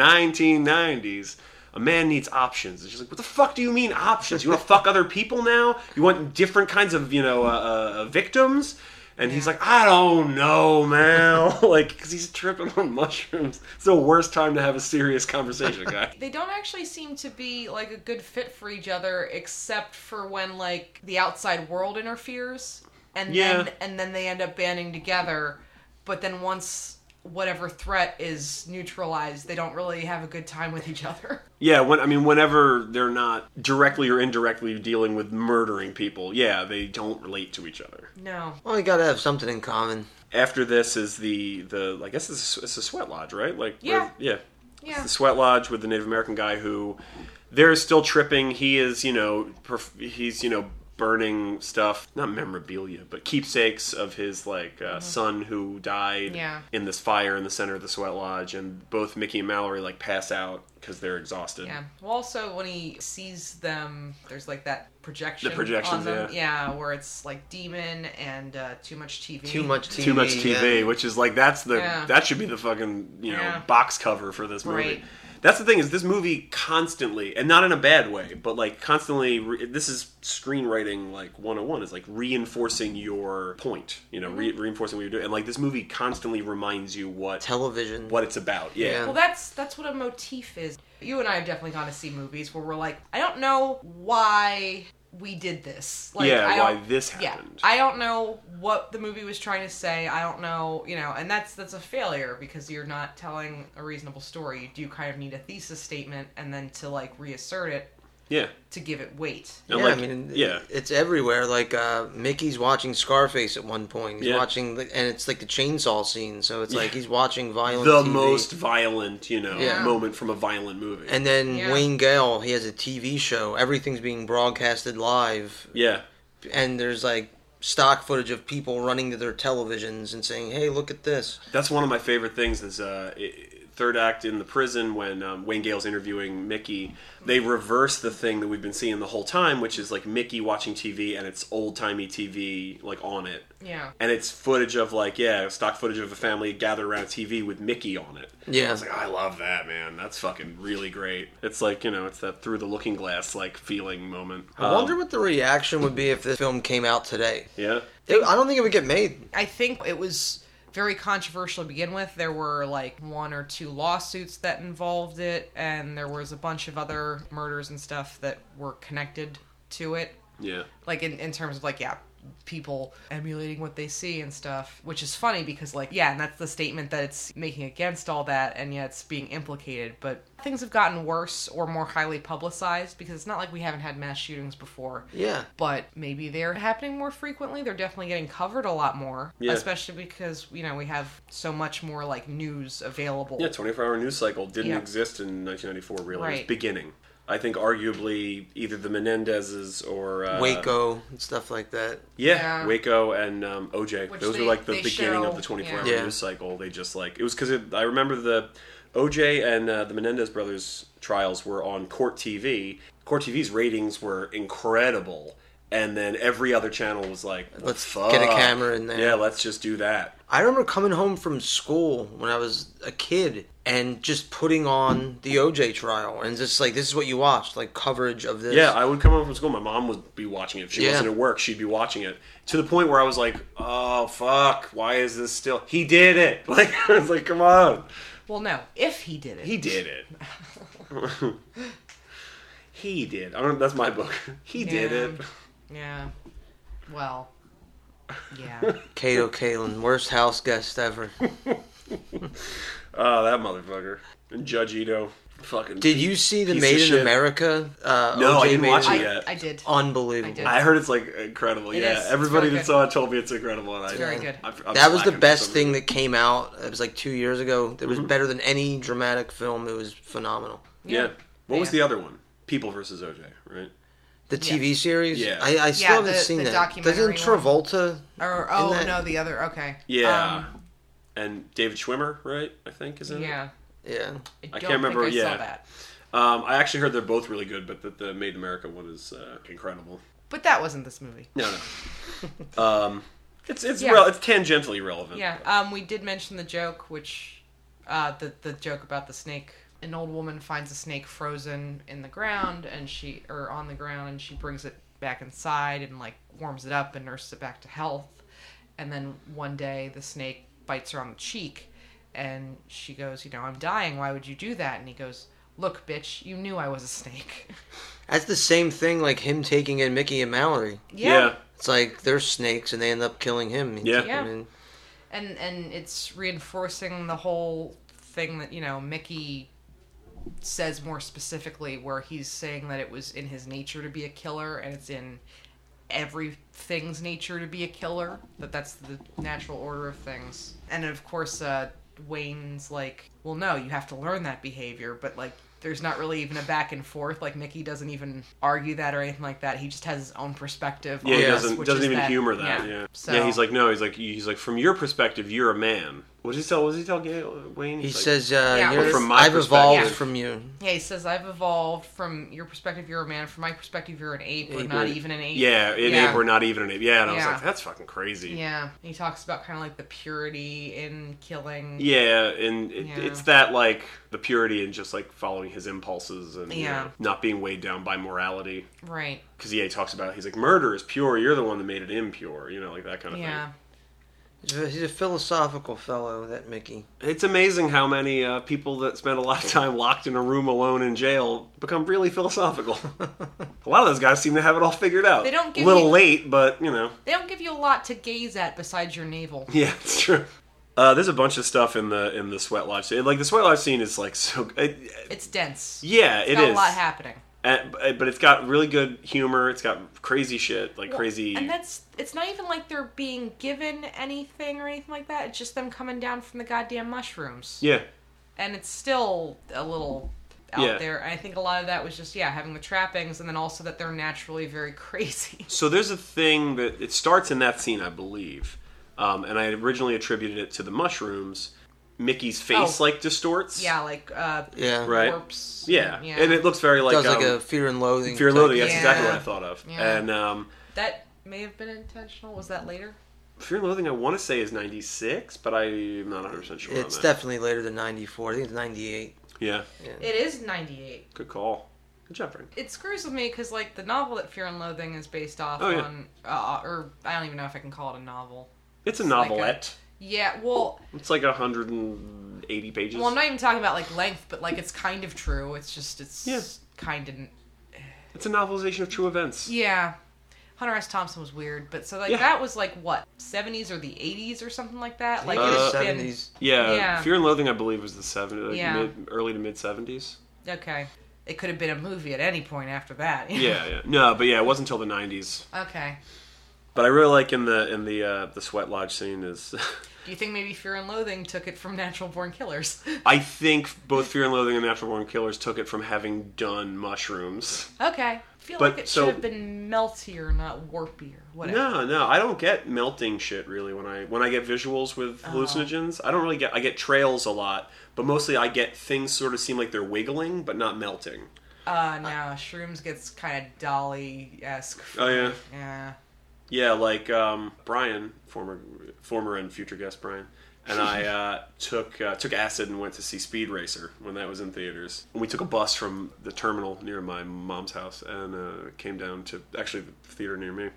1990s, a man needs options. And she's like, what the fuck do you mean options? You want to fuck other people now? You want different kinds of, you know, uh, uh, victims? And he's like, I don't know, man. like, because he's tripping on mushrooms. It's the worst time to have a serious conversation, guy. They don't actually seem to be like a good fit for each other, except for when like the outside world interferes, and Yeah. then and then they end up banding together. But then once whatever threat is neutralized, they don't really have a good time with each other. Yeah, when I mean, whenever they're not directly or indirectly dealing with murdering people, yeah, they don't relate to each other. No. Well, you gotta have something in common. after this is the the I guess it's, it's a sweat lodge, right? Like Yeah. where- yeah, It's Yeah. the sweat lodge with the Native American guy who they're still tripping. He is you know perf- he's you know burning stuff, not memorabilia, but keepsakes of his like uh, son who died Mm-hmm. Yeah. in this fire in the center of the sweat lodge, and both Mickey and Mallory like pass out because they're exhausted. Yeah. Well, also when he sees them, there's like that projection. The projections, on them. yeah. where it's like demon and uh, too much TV. Too much TV. Too much TV, yeah. which is like that's the Yeah. that should be the fucking you know Yeah. box cover for this movie. Right. That's the thing is this movie constantly and not in a bad way, but like constantly. Re- this is screenwriting like 101 is like reinforcing your point, you know, Mm-hmm. re- reinforcing what you're doing, and like this movie constantly reminds you what Television. what it's about. Yeah, Well, that's that's what a motif is. You and I have definitely gone to see movies where we're like, I don't know why we did this. Like, yeah, I why don't- this Yeah, happened. I don't know what the movie was trying to say. I don't know, you know, and that's that's a failure because you're not telling a reasonable story. You do kind of need a thesis statement and then to like reassert it yeah, to give it weight. And, yeah, like, I mean, yeah. it's everywhere. Like uh, Mickey's watching Scarface at one point. He's Yeah. watching, the, and it's like the chainsaw scene. So it's like Yeah. he's watching violent. The TV. most violent, you know, Yeah. moment from a violent movie. And then Yeah. Wayne Gale, he has a TV show. Everything's being broadcasted live, yeah, and there's like stock footage of people running to their televisions and saying, "Hey, look at this." That's one of my favorite things is uh, i- i- third act in the prison when um, Wayne Gale's interviewing Mickey. They reverse the thing that we've been seeing the whole time, which is like Mickey watching TV and it's old timey TV like on it. Yeah. And it's footage of like yeah, stock footage of a family gathered around a TV with Mickey on it. Yeah. I was like, I love that man. That's fucking really great. It's like you know, it's that through the looking glass like feeling moment. I Um, wonder what the reaction would be if this film came out today. Yeah. It- I don't think it would get made. I think it was very controversial to begin with. There were like one or two lawsuits that involved it, and there was a bunch of other murders and stuff that were connected to it. Yeah. Like in, in terms of like, yeah, people emulating what they see and stuff, which is funny because, like, yeah, and that's the statement that it's making against all that, and yet it's being implicated. But things have gotten worse or more highly publicized because it's not like we haven't had mass shootings before Yeah. but maybe they're happening more frequently. They're definitely getting covered a lot more, Yeah. especially because you know we have so much more like news available. Yeah, 24 hour news cycle didn't Yeah. exist in 1994, really. It was Right. beginning. I think arguably either the Menendezes or. Uh, Waco and stuff like that. Yeah, Yeah. Waco and um, OJ. Which Those they- were like the they beginning show- of the 24 hour yeah. Yeah. news cycle. They just like. It was because I remember the. OJ and uh, the Menendez brothers trials were on court TV. Core TV's ratings were incredible, and then every other channel was like, well, Let's fuck. get a camera in there. Yeah, let's just do that. I remember coming home from school when I was a kid and just putting on the OJ trial and just like this is what you watched, like coverage of this. Yeah, I would come home from school. My mom would be watching it. If she Yeah. wasn't at work, she'd be watching it. To the point where I was like, "Oh fuck, why is this still?" He did it. Like I was like, "Come on, Well, no, if he did it. he did it." he did. I don't, that's my book. He did Yeah. it. Yeah. Well. Yeah. Kato Kalin, worst house guest ever. Oh, that motherfucker. And Judge Ito, fucking. Did you see the Piece of Made in shit. America? Uh, No, OJ I didn't Made watch in- it. I, yet. I did. Unbelievable. I did. I heard it's like incredible. It yeah, is. It's everybody really that good. saw it told me it's incredible. And I, very good. I, I'm that was the slacking for best some Mm-hmm. thing reason. that came out. It was like two years ago. It was better than any dramatic film. It was phenomenal. Yeah. What was Yeah. the other one? People versus OJ, right? The TV series, Yeah. I, I still Yeah, haven't the- seen the that. Doesn't documentary Travolta? Or oh that- no, the other. Okay. Yeah. Um, and David Schwimmer, right? I think is in it. yeah. Yeah, I, can't don't think remember, I yeah. saw that. Um, I actually heard they're both really good, but that the Made in America one is uh, incredible. But that wasn't this movie. No, no. um, it's it's Yeah. rel- it's tangentially relevant. Yeah. Um, we did mention the joke, which, uh, the the joke about the snake. An old woman finds a snake frozen in the ground, and she or on the ground, and she brings it back inside and like warms it up and nurses it back to health. And then one day, the snake bites her on the cheek, and she goes, "You know, I'm dying. Why would you do that?" And he goes, "Look, bitch, you knew I was a snake." that's the same thing. Like him taking in Mickey and Mallory. yeah, It's like they're snakes and they end up killing him. Yeah. Yeah. I mean, and and it's reinforcing the whole thing that you know Mickey says more specifically where he's saying that it was in his nature to be a killer and it's in everything's nature to be a killer that that's the natural order of things and of course uh Wayne's like well no you have to learn that behavior but like there's not really even a back and forth like Mickey doesn't even argue that or anything like that he just has his own perspective yeah. on He this, doesn't which doesn't is even humor that. Yeah, yeah. so he's like no. He's like he's like from your perspective, you're a man. What did he tell? What did he tell Gail, Wayne? he He's like, says, uh, Yeah, you're, Or from my "I've evolved perspective. from you." Yeah, he says, I've evolved from your perspective, you're a man. From my perspective, you're an ape, or Ape, not right. even an ape. Yeah, in Yeah. ape or not even an ape. Yeah, and I was Yeah. like, that's fucking crazy. Yeah. And he talks about kind of like the purity in killing. Yeah, and it, Yeah. it's that like the purity and just like following his impulses and you Yeah. know, not being weighed down by morality. Right. Because yeah, he E talks about he's like murder is pure. You're the one that made it impure. You know, like that kind of Yeah. He's a, he's a philosophical fellow, that Mickey. thing. It's amazing how many uh, people that spend a lot of time locked in a room alone in jail become really philosophical. a lot of those guys seem to have it all figured out. They don't a give little you- late, but you know. They don't give you a lot to gaze at besides your navel. Yeah, it's true. Uh, there's a bunch of stuff in the in the sweat lodge. Like the sweat lodge scene is like so. It, It's dense. yeah, It's it got a is. lot happening. And- but but it's got really good humor. It's got crazy shit, like crazy. And that's, it's not even like they're being given anything or anything like that. It's just them coming down from the goddamn mushrooms. yeah, and it's still a little out Yeah. there. I think a lot of that was just yeah, having the trappings, and then also that they're naturally very crazy. So there's a thing that it starts in that scene, I believe, um, and I had originally attributed it to the mushrooms. Mickey's face Oh. like distorts. yeah, like uh, Yeah, Right. corpse. yeah, yeah. and it looks very like, Does like um, a fear and loathing. Fear and Loathing. type- That's Yeah. exactly what I thought of. Yeah. And um, that may have been intentional. Was that later? Fear and Loathing, I want to say is '96, but I'm not 100 percent sure. It's on that. definitely later than '94. I think it's '98. yeah, It is ninety eight. good call. Good job, Frank. It screws with me because like the novel that Fear and Loathing is based off Oh, yeah. on, uh, or I don't even know if I can call it a novel. It's a like a- novelette. Yeah, well, It's like 180 pages. well, I'm not even talking about like length, but like it's kind of true. It's just it's Yeah. kind of It's a novelization of true events. Yeah. Hunter S. Thompson was weird, but so like Yeah. that was like what seventies or the eighties or something like that. Like Uh, it's been '70s. Yeah, Yeah. Fear and Loathing, I believe, was the 70s, like Yeah. mid, early to mid 70s. okay. It could have been a movie at any point after that. Yeah, yeah. No, but yeah, it wasn't until the 90s. okay. But I really like in the in the uh, the sweat lodge scene is, Do you think maybe Fear and Loathing took it from Natural Born Killers? I think both Fear and Loathing and Natural Born Killers took it from having done mushrooms. okay. I feel But, like it so- should have been meltier, not warpier. Whatever. No, no, I don't get melting shit really when I when I get visuals with hallucinogens. I don't really get I get trails a lot, but mostly I get things sort of seem like they're wiggling but not melting. Uh, no, Shrooms gets kind of Dolly esque. Oh yeah, Yeah. yeah. Like um, Brian, former former and future guest Brian, and I uh, took uh, took acid and went to see Speed Racer when that was in theaters. We took a bus from the terminal near my mom's house and uh, came down to actually the theater near me.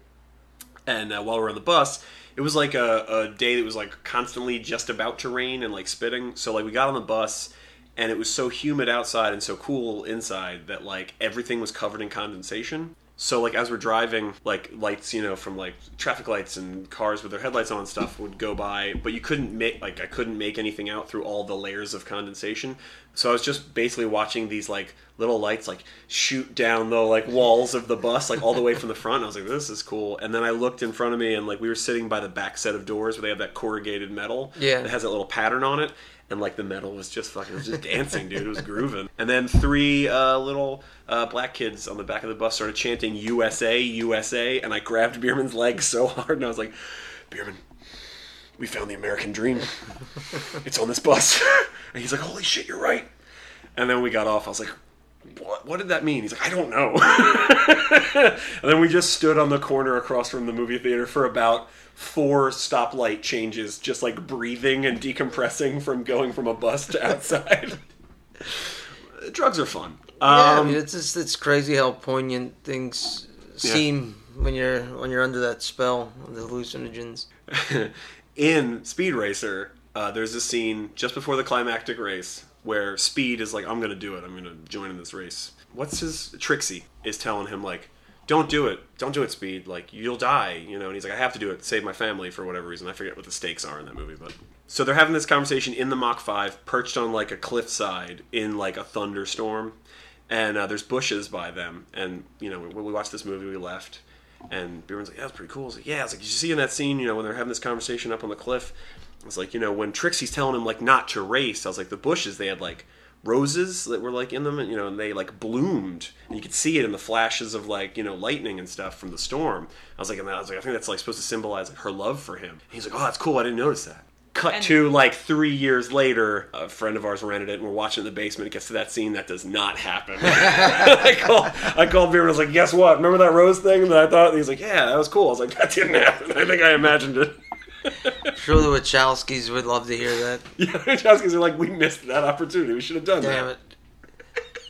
And uh, while we were on the bus, it was like a, a day that was like constantly just about to rain and like spitting. So like we got on the bus, and it was so humid outside and so cool inside that like everything was covered in condensation. So like as we're driving, like lights, you know, from like traffic lights and cars with their headlights on and stuff would go by, but you couldn't make like I couldn't make anything out through all the layers of condensation. So I was just basically watching these like little lights like shoot down the like walls of the bus like all the way from the front. I was like, this is cool. And then I looked in front of me and like we were sitting by the back set of doors where they have that corrugated metal Yeah. that has that little pattern on it. And like the metal was just fucking it was just dancing, dude. It was grooving. And then three uh, little uh, black kids on the back of the bus started chanting USA, USA, and I grabbed Bierman's leg so hard and I was like, Bierman, we found the American dream. It's on this bus. And he's like, Holy shit, you're right. And then we got off. I was like, what, what did that mean? He's like, I don't know. and then we just stood on the corner across from the movie theater for about four stoplight changes, just like breathing and decompressing from going from a bus to outside. Drugs are fun. Yeah, I Um, mean, it's just, it's crazy how poignant things seem when you're when you're under that spell of the hallucinogens. in Speed Racer, uh, there's a scene just before the climactic race where Speed is like, "I'm gonna do it. I'm gonna join in this race." What's his Trixie is telling him like, "Don't do it. Don't do it, Speed. Like you'll die." You know, and he's like, "I have to do it. to Save my family for whatever reason. I forget what the stakes are in that movie, but." So they're having this conversation in the Mach 5, perched on like a cliffside in like a thunderstorm, and uh, there's bushes by them. And you know, when we watched this movie, we left. And Bierman's like, yeah, that's pretty cool. I was like, yeah, I was like, you see in that scene, you know, when they're having this conversation up on the cliff, I was like, you know, when Trixie's telling him like not to race, I was like, the bushes they had like roses that were like in them, and you know, and they like bloomed, and you could see it in the flashes of like you know lightning and stuff from the storm. I was like, and I was like, I think that's like supposed to symbolize like her love for him. And he's like, oh, that's cool. I didn't notice that. Cut And- to like three years later, a friend of ours rented it, and we're watching it in the basement. It gets to that scene that does not happen. I called, I called Beer and I was like, "Guess what? Remember that rose thing that I thought?" And he's like, "Yeah, that was cool." I was like, "That didn't happen. I think I imagined it." Sure, the Wachowskis would love to hear that. Yeah, Wachowskis are like, "We missed that opportunity. We should have done Damn that." it.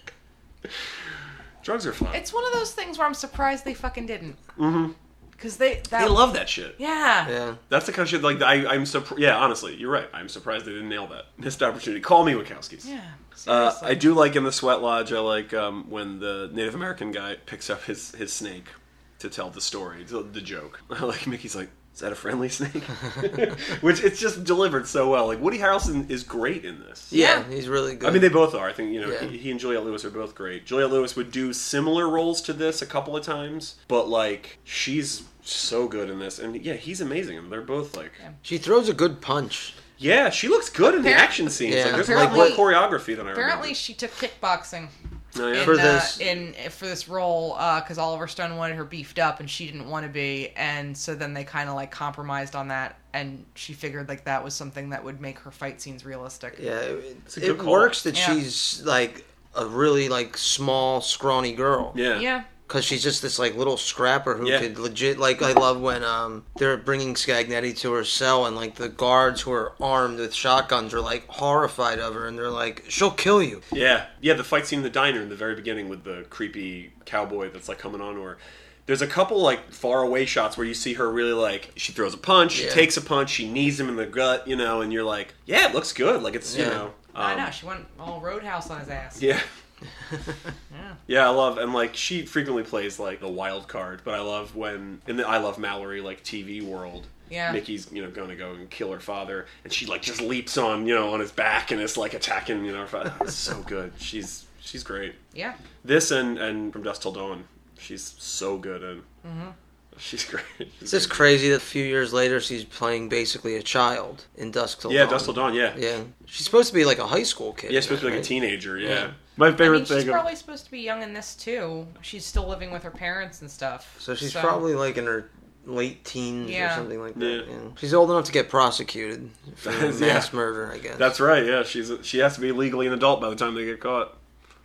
Drugs are fun. It's one of those things where I'm surprised they fucking didn't. Mm-hmm. Because they that they love that shit. yeah. Yeah. That's the kind of shit. Like, I, I'm surprised. Yeah, honestly, you're right. I'm surprised they didn't nail that missed opportunity. Call me Wachowskis. Yeah, Uh, seriously. I do like in the sweat lodge. I like um, when the Native American guy picks up his, his snake to tell the story, the, the joke. I like Mickey's like, is that a friendly snake? Which it's just delivered so well. Like Woody Harrelson is great in this. yeah, Yeah. he's really good. I mean, they both are. I think you know Yeah. he, he and Juliette Lewis are both great. Juliette Lewis would do similar roles to this a couple of times, but like she's so good in this, and yeah, he's amazing. And they're both like, yeah, she throws a good punch. she looks good in the Appar- action scenes. Yeah. Like, there's like more Apparently- choreography than I Oh, Apparently, she took kickboxing remember. in, For for this- this uh, in for this role because Oliver Stone wanted her beefed up and she didn't want to be, and so then they kind of like compromised on that, and she figured like that was something that would make her fight scenes realistic. Yeah, it, a it good call. works that Yeah. she's like a really like small, scrawny girl. yeah, yeah. because she's just this like little scrapper who Yeah. could legit like I love when um they're bringing Scagnetti to her cell and like the guards who are armed with shotguns are like horrified of her and they're like she'll kill you. Yeah, yeah. The fight scene in the diner in the very beginning with the creepy cowboy that's like coming on to her. There's a couple like far away shots where you see her really like she throws a punch, Yeah. she takes a punch, she knees him in the gut, you know, and you're like, yeah, it looks good. Like it's you Yeah. know, I um, know she went all roadhouse on his ass. yeah. Yeah. Yeah, I love and like she frequently plays like a wild card, but I love when in the I love Mallory like TV world. Yeah. Mickey's you know going to go and kill her father, and she like just leaps on you know on his back and is like attacking you know her father. It's so good. She's she's great. Yeah. This and and from Dust Till Dawn, she's so good in. Mm-hmm. She's great. She's It's just great. crazy that a few years later she's playing basically a child in Dusk Till yeah, Dawn. Dust Till Dawn. Yeah, yeah. Yeah, she's supposed to be like a high school kid. supposed to be like a right? teenager. Yeah. Yeah. My I favorite mean, thing. she's of- probably supposed to be young in this too. She's still living with her parents and stuff. So she's probably like in her late teens or Yeah. something like Yeah. that. Yeah. She's old enough to get prosecuted for Yeah. mass murder, I guess. that's right. Yeah, she's she has to be legally an adult by the time they get caught.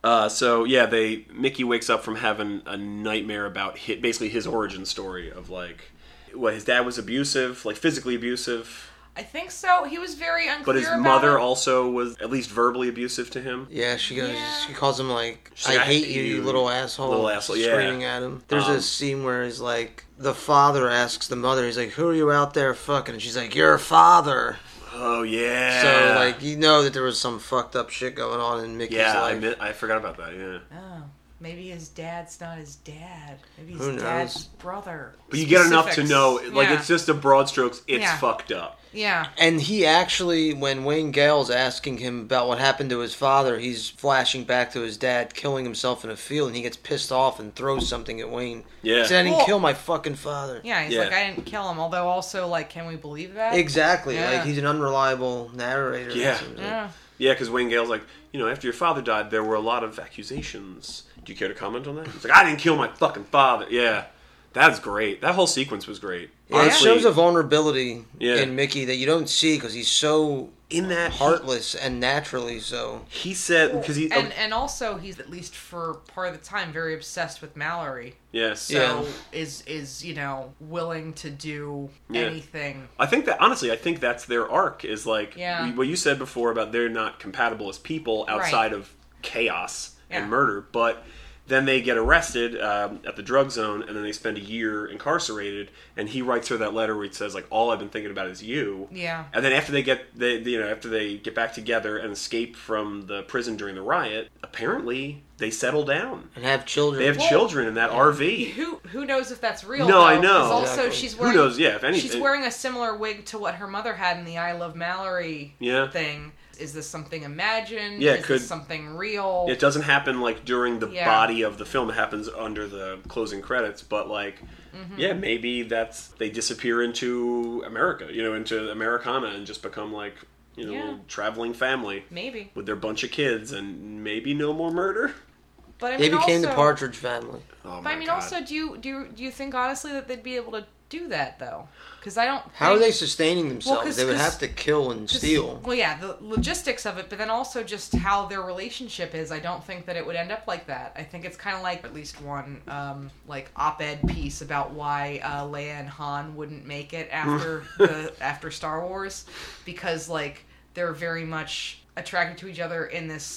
Uh, so yeah, they Mickey wakes up from having a nightmare about hit, basically his origin story of like, what his dad was abusive, like physically abusive, I think so. He was very unclear. but his about mother it. also was at least verbally abusive to him. Yeah, she goes. Yeah. She calls him like, She's "I, like, hate you, you little asshole!" little asshole, yeah. screaming at him. There's Um, a scene where he's like, the father asks the mother, "He's like, who are you out there fucking?" And she's like, "Your father." Oh yeah. So like, you know that there was some fucked up shit going on in Mickey's yeah, I, life. mi- I forgot about that. Yeah. Oh, maybe his dad's not his dad. Maybe his Who knows? dad's brother. But you get enough to Specifics. know, like Yeah. it's just a broad strokes. It's Yeah. fucked up. yeah. and he actually, when Wayne Gale's asking him about what happened to his father, he's flashing back to his dad killing himself in a field, and he gets pissed off and throws something at Wayne. Yeah. He said, "I didn't Well- kill my fucking father." Yeah, he's Yeah. like, I didn't kill him. Although, also, like, can we believe that? Exactly. Yeah. Like he's an unreliable narrator. Yeah. It seems like. Yeah. Yeah, because Wayne Gale's like, you know, after your father died, there were a lot of accusations. Do you care to comment on that? He's like, I didn't kill my fucking father. Yeah, that's great. That whole sequence was great. Yeah, it shows a vulnerability Yeah. in Mickey that you don't see because he's so in that heart, heartless and naturally so. he said because he. um, oh, And and also, he's at least for part of the time very obsessed with Mallory. yes. Yeah. So is is you know willing to do Yeah. anything. I think that honestly, I think that's their arc is like Yeah. what you said before about they're not compatible as people outside of chaos Yeah. and murder, but then they get arrested um, at the drug zone and then they spend a year incarcerated and he writes her that letter where he says like all i've been thinking about is you Yeah. and then after they get they you know after they get back together and escape from the prison during the riot apparently they settle down And have children. they have Well- children in that rv Who who knows if that's real? No, I though, know. 'cause Also, Exactly. she's who wearing knows yeah if anything she's wearing a similar wig to what her mother had in the I Love Mallory Yeah. thing. Is this something imagined? Yeah, Is could- this something real? It doesn't happen like during the Yeah. body of the film. It happens under the closing credits, but like, Mm-hmm. yeah, maybe that's they disappear into America, you know, into Americana, and just become like you know Yeah. little traveling family Maybe. with their bunch of kids, and maybe no more murder. But I they mean, became also, the Partridge Family. Oh But my I mean, God. also, do you do you, do you think honestly that they'd be able to do that though? Because I don't. How are think- they sustaining themselves? 'cause- they would 'cause- have to kill and 'cause- steal. Well, yeah, the logistics of it, but then also just how their relationship is. I don't think that it would end up like that. I think it's kind of like at least one um, like op-ed piece about why uh, Leia and Han wouldn't make it after the after Star Wars because like they're very much attracted to each other in this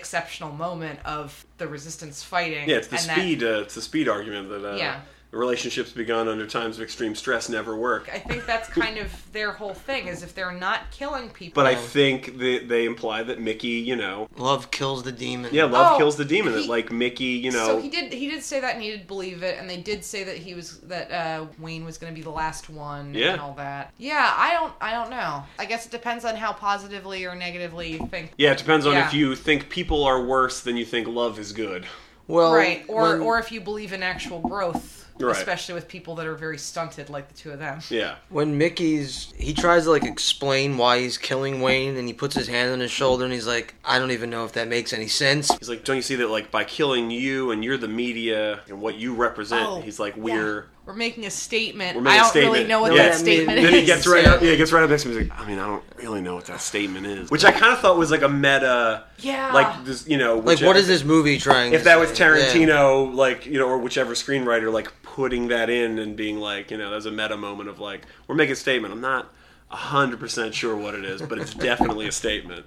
exceptional moment of the resistance fighting. yeah, it's the and that- speed. uh, it's the speed argument that uh, Yeah. relationships begun under times of extreme stress never work. I think that's kind of their whole thing is if they're not killing people. But I think that they imply that Mickey, you know, Love kills the demon. yeah, love Oh, kills the demon. he- that like Mickey, you know, So he did. He did say that, and he did believe it, and they did say that he was that uh, Wayne was going to be the last one, Yeah. and all that. Yeah, I don't. I don't know. I guess it depends on how positively or negatively you think. Yeah, it depends on Yeah. if you think people are worse than you think love is good. Well, right, or when- or if you believe in actual growth, Right. especially with people that are very stunted, like the two of them. Yeah. when Mickey's he tries to like explain why he's killing Wayne, and he puts his hand on his shoulder, and he's like, "I don't even know if that makes any sense." He's like, don't you see that, like, by killing you and you're the media and what you represent, Oh, he's like, yeah. we're. We're making a statement. We're making I a don't really statement. know what Yeah. that statement Then is. Then he gets right so- up. Yeah, he gets right up next to me. He's like, I mean, I don't really know what that statement is. Which I kind of thought was like a meta, Yeah. like this, you know, Like, whichever, what is this movie trying? If to that was say? Yeah. Tarantino, like you know, or whichever screenwriter, like putting that in and being like, you know, that's a meta moment of like, we're making a statement. I'm not hundred percent sure what it is, but it's definitely a statement.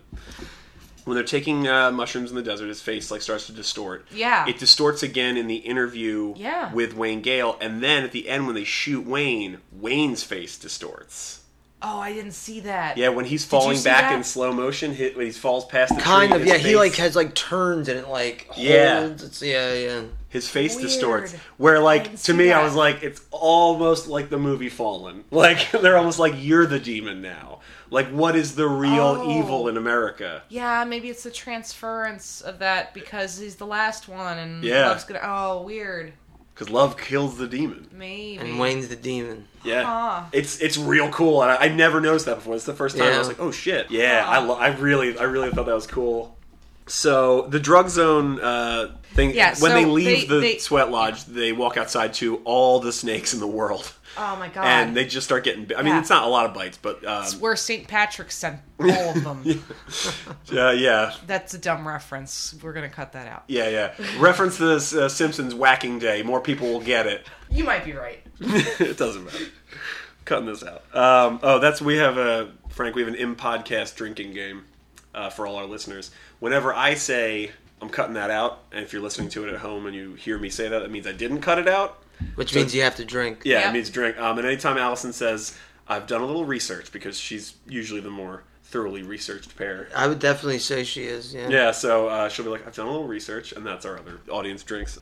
When they're taking uh, mushrooms in the desert, his face like starts to distort. Yeah. it distorts again in the interview. Yeah. with Wayne Gale, and then at the end when they shoot Wayne, Wayne's face distorts. Oh, I didn't see that. Yeah, when he's you falling see back that? in slow motion, hit when he falls past the Kind tree, of, his yeah. He like face- has like turns and it like holds. Yeah. It's, yeah, yeah. His face Weird. distorts. Where I like didn't to see me, I that. was like, it's almost like the movie Fallen. Like they're almost like you're the demon now. Like what is the real Oh. evil in America? Yeah, maybe it's the transference of that because he's the last one, and Yeah. love's gonna. Oh, weird. Because love kills the demon. Maybe. And Wayne's the demon. Yeah, Huh. it's it's real cool, and I, I never noticed that before. It's the first time I was Yeah. like, oh shit. Yeah, Huh. I lo- I really I really thought that was cool. So the drug zone uh, thing. Yeah, when so they leave they- the they- sweat lodge, they walk outside to all the snakes in the world, Oh my god. and they just start getting. bi- I mean, Yeah. it's not a lot of bites, but um, It's where St. Patrick sent all of them. uh, yeah, That's a dumb reference. We're gonna cut that out. yeah, yeah. Reference the uh, Simpsons whacking day. More people will get it. You might be right. it doesn't matter. Cutting this out. Um, oh, that's we have a Frank. We have an in podcast drinking game uh, for all our listeners. Whenever I say I'm cutting that out, and if you're listening to it at home and you hear me say that, that means I didn't cut it out. Which means you have to drink. Yeah, Yeah. it means drink. Um, and anytime Allison says, "I've done a little research," because she's usually the more thoroughly researched pair. I would definitely say she is. Yeah. Yeah, so uh, she'll be like, "I've done a little research," and that's our other audience drinks.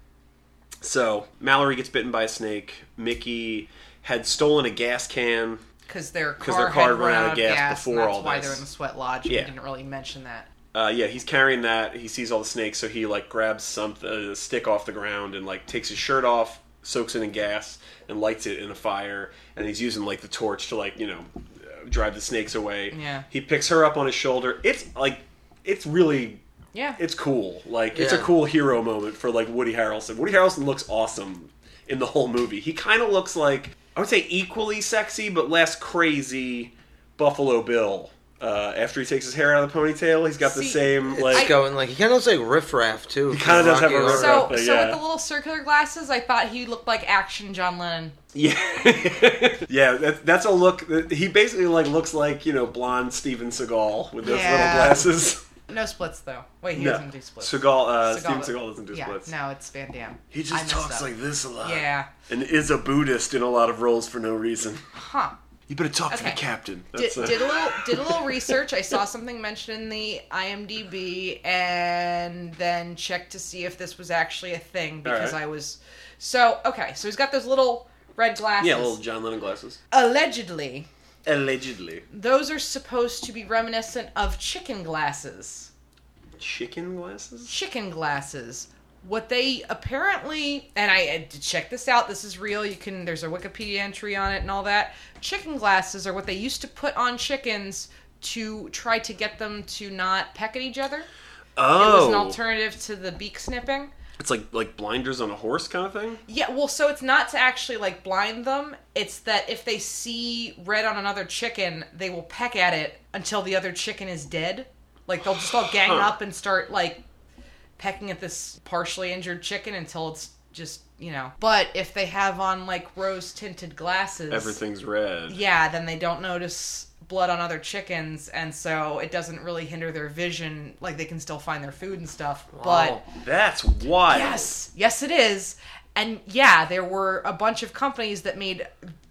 So Mallory gets bitten by a snake. Mickey had stolen a gas can Because their car, their car had run out of gas, before and that's all why this. they're in the sweat lodge. Yeah. We didn't really mention that. Uh, yeah, he's carrying that. He sees all the snakes, so he like grabs some a stick off the ground and like takes his shirt off, soaks it in gas, and lights it in a fire. And he's using like the torch to like you know uh, drive the snakes away. Yeah. He picks her up on his shoulder. It's like it's really Yeah. it's cool. Like it's a Yeah. cool hero moment for like Woody Harrelson. Woody Harrelson looks awesome in the whole movie. He kind of looks like I would say equally sexy but less crazy Buffalo Bill. Uh, after he takes his hair out of the ponytail, he's got the See, same It's like going like he kind of looks like Riff Raff too. He kinda does have a riff so, raff, so yeah. with the little circular glasses, I thought he looked like action John Lennon. yeah yeah. That, that's a look. that- He basically like looks like you know blonde Steven Seagal with those Yeah. little glasses. No splits though. Wait, he No. doesn't do splits. Seagal, uh, Seagal- Steven Seagal doesn't do yeah, splits. No, it's Van Damme. He I just messed talks up. like this a lot. Yeah. and is a Buddhist in a lot of roles for no reason. Huh. You better talk to the Okay. captain. Did, That's a- did a little did a little research. I saw something mentioned in the IMDb, and then checked to see if this was actually a thing because right. I was so okay. So he's got those little red glasses. yeah, little John Lennon glasses. Allegedly, Allegedly, those are supposed to be reminiscent of chicken glasses. chicken glasses. chicken glasses. What they apparently, and I had to check this out. This is real. You can. There's a Wikipedia entry on it and all that. Chicken glasses are what they used to put on chickens to try to get them to not peck at each other. It was an Oh, alternative to the beak snipping. it's like like blinders on a horse kind of thing. Yeah, well, so it's not to actually like blind them. It's that if they see red on another chicken, they will peck at it until the other chicken is dead. Like they'll just all gang Huh. up and start like pecking at this partially injured chicken until it's just, you know. But if they have on like rose tinted glasses, Everything's red. yeah, then they don't notice blood on other chickens and so it doesn't really hinder their vision like they can still find their food and stuff but Oh, That's wild. Yes, yes, it is. And yeah, there were a bunch of companies that made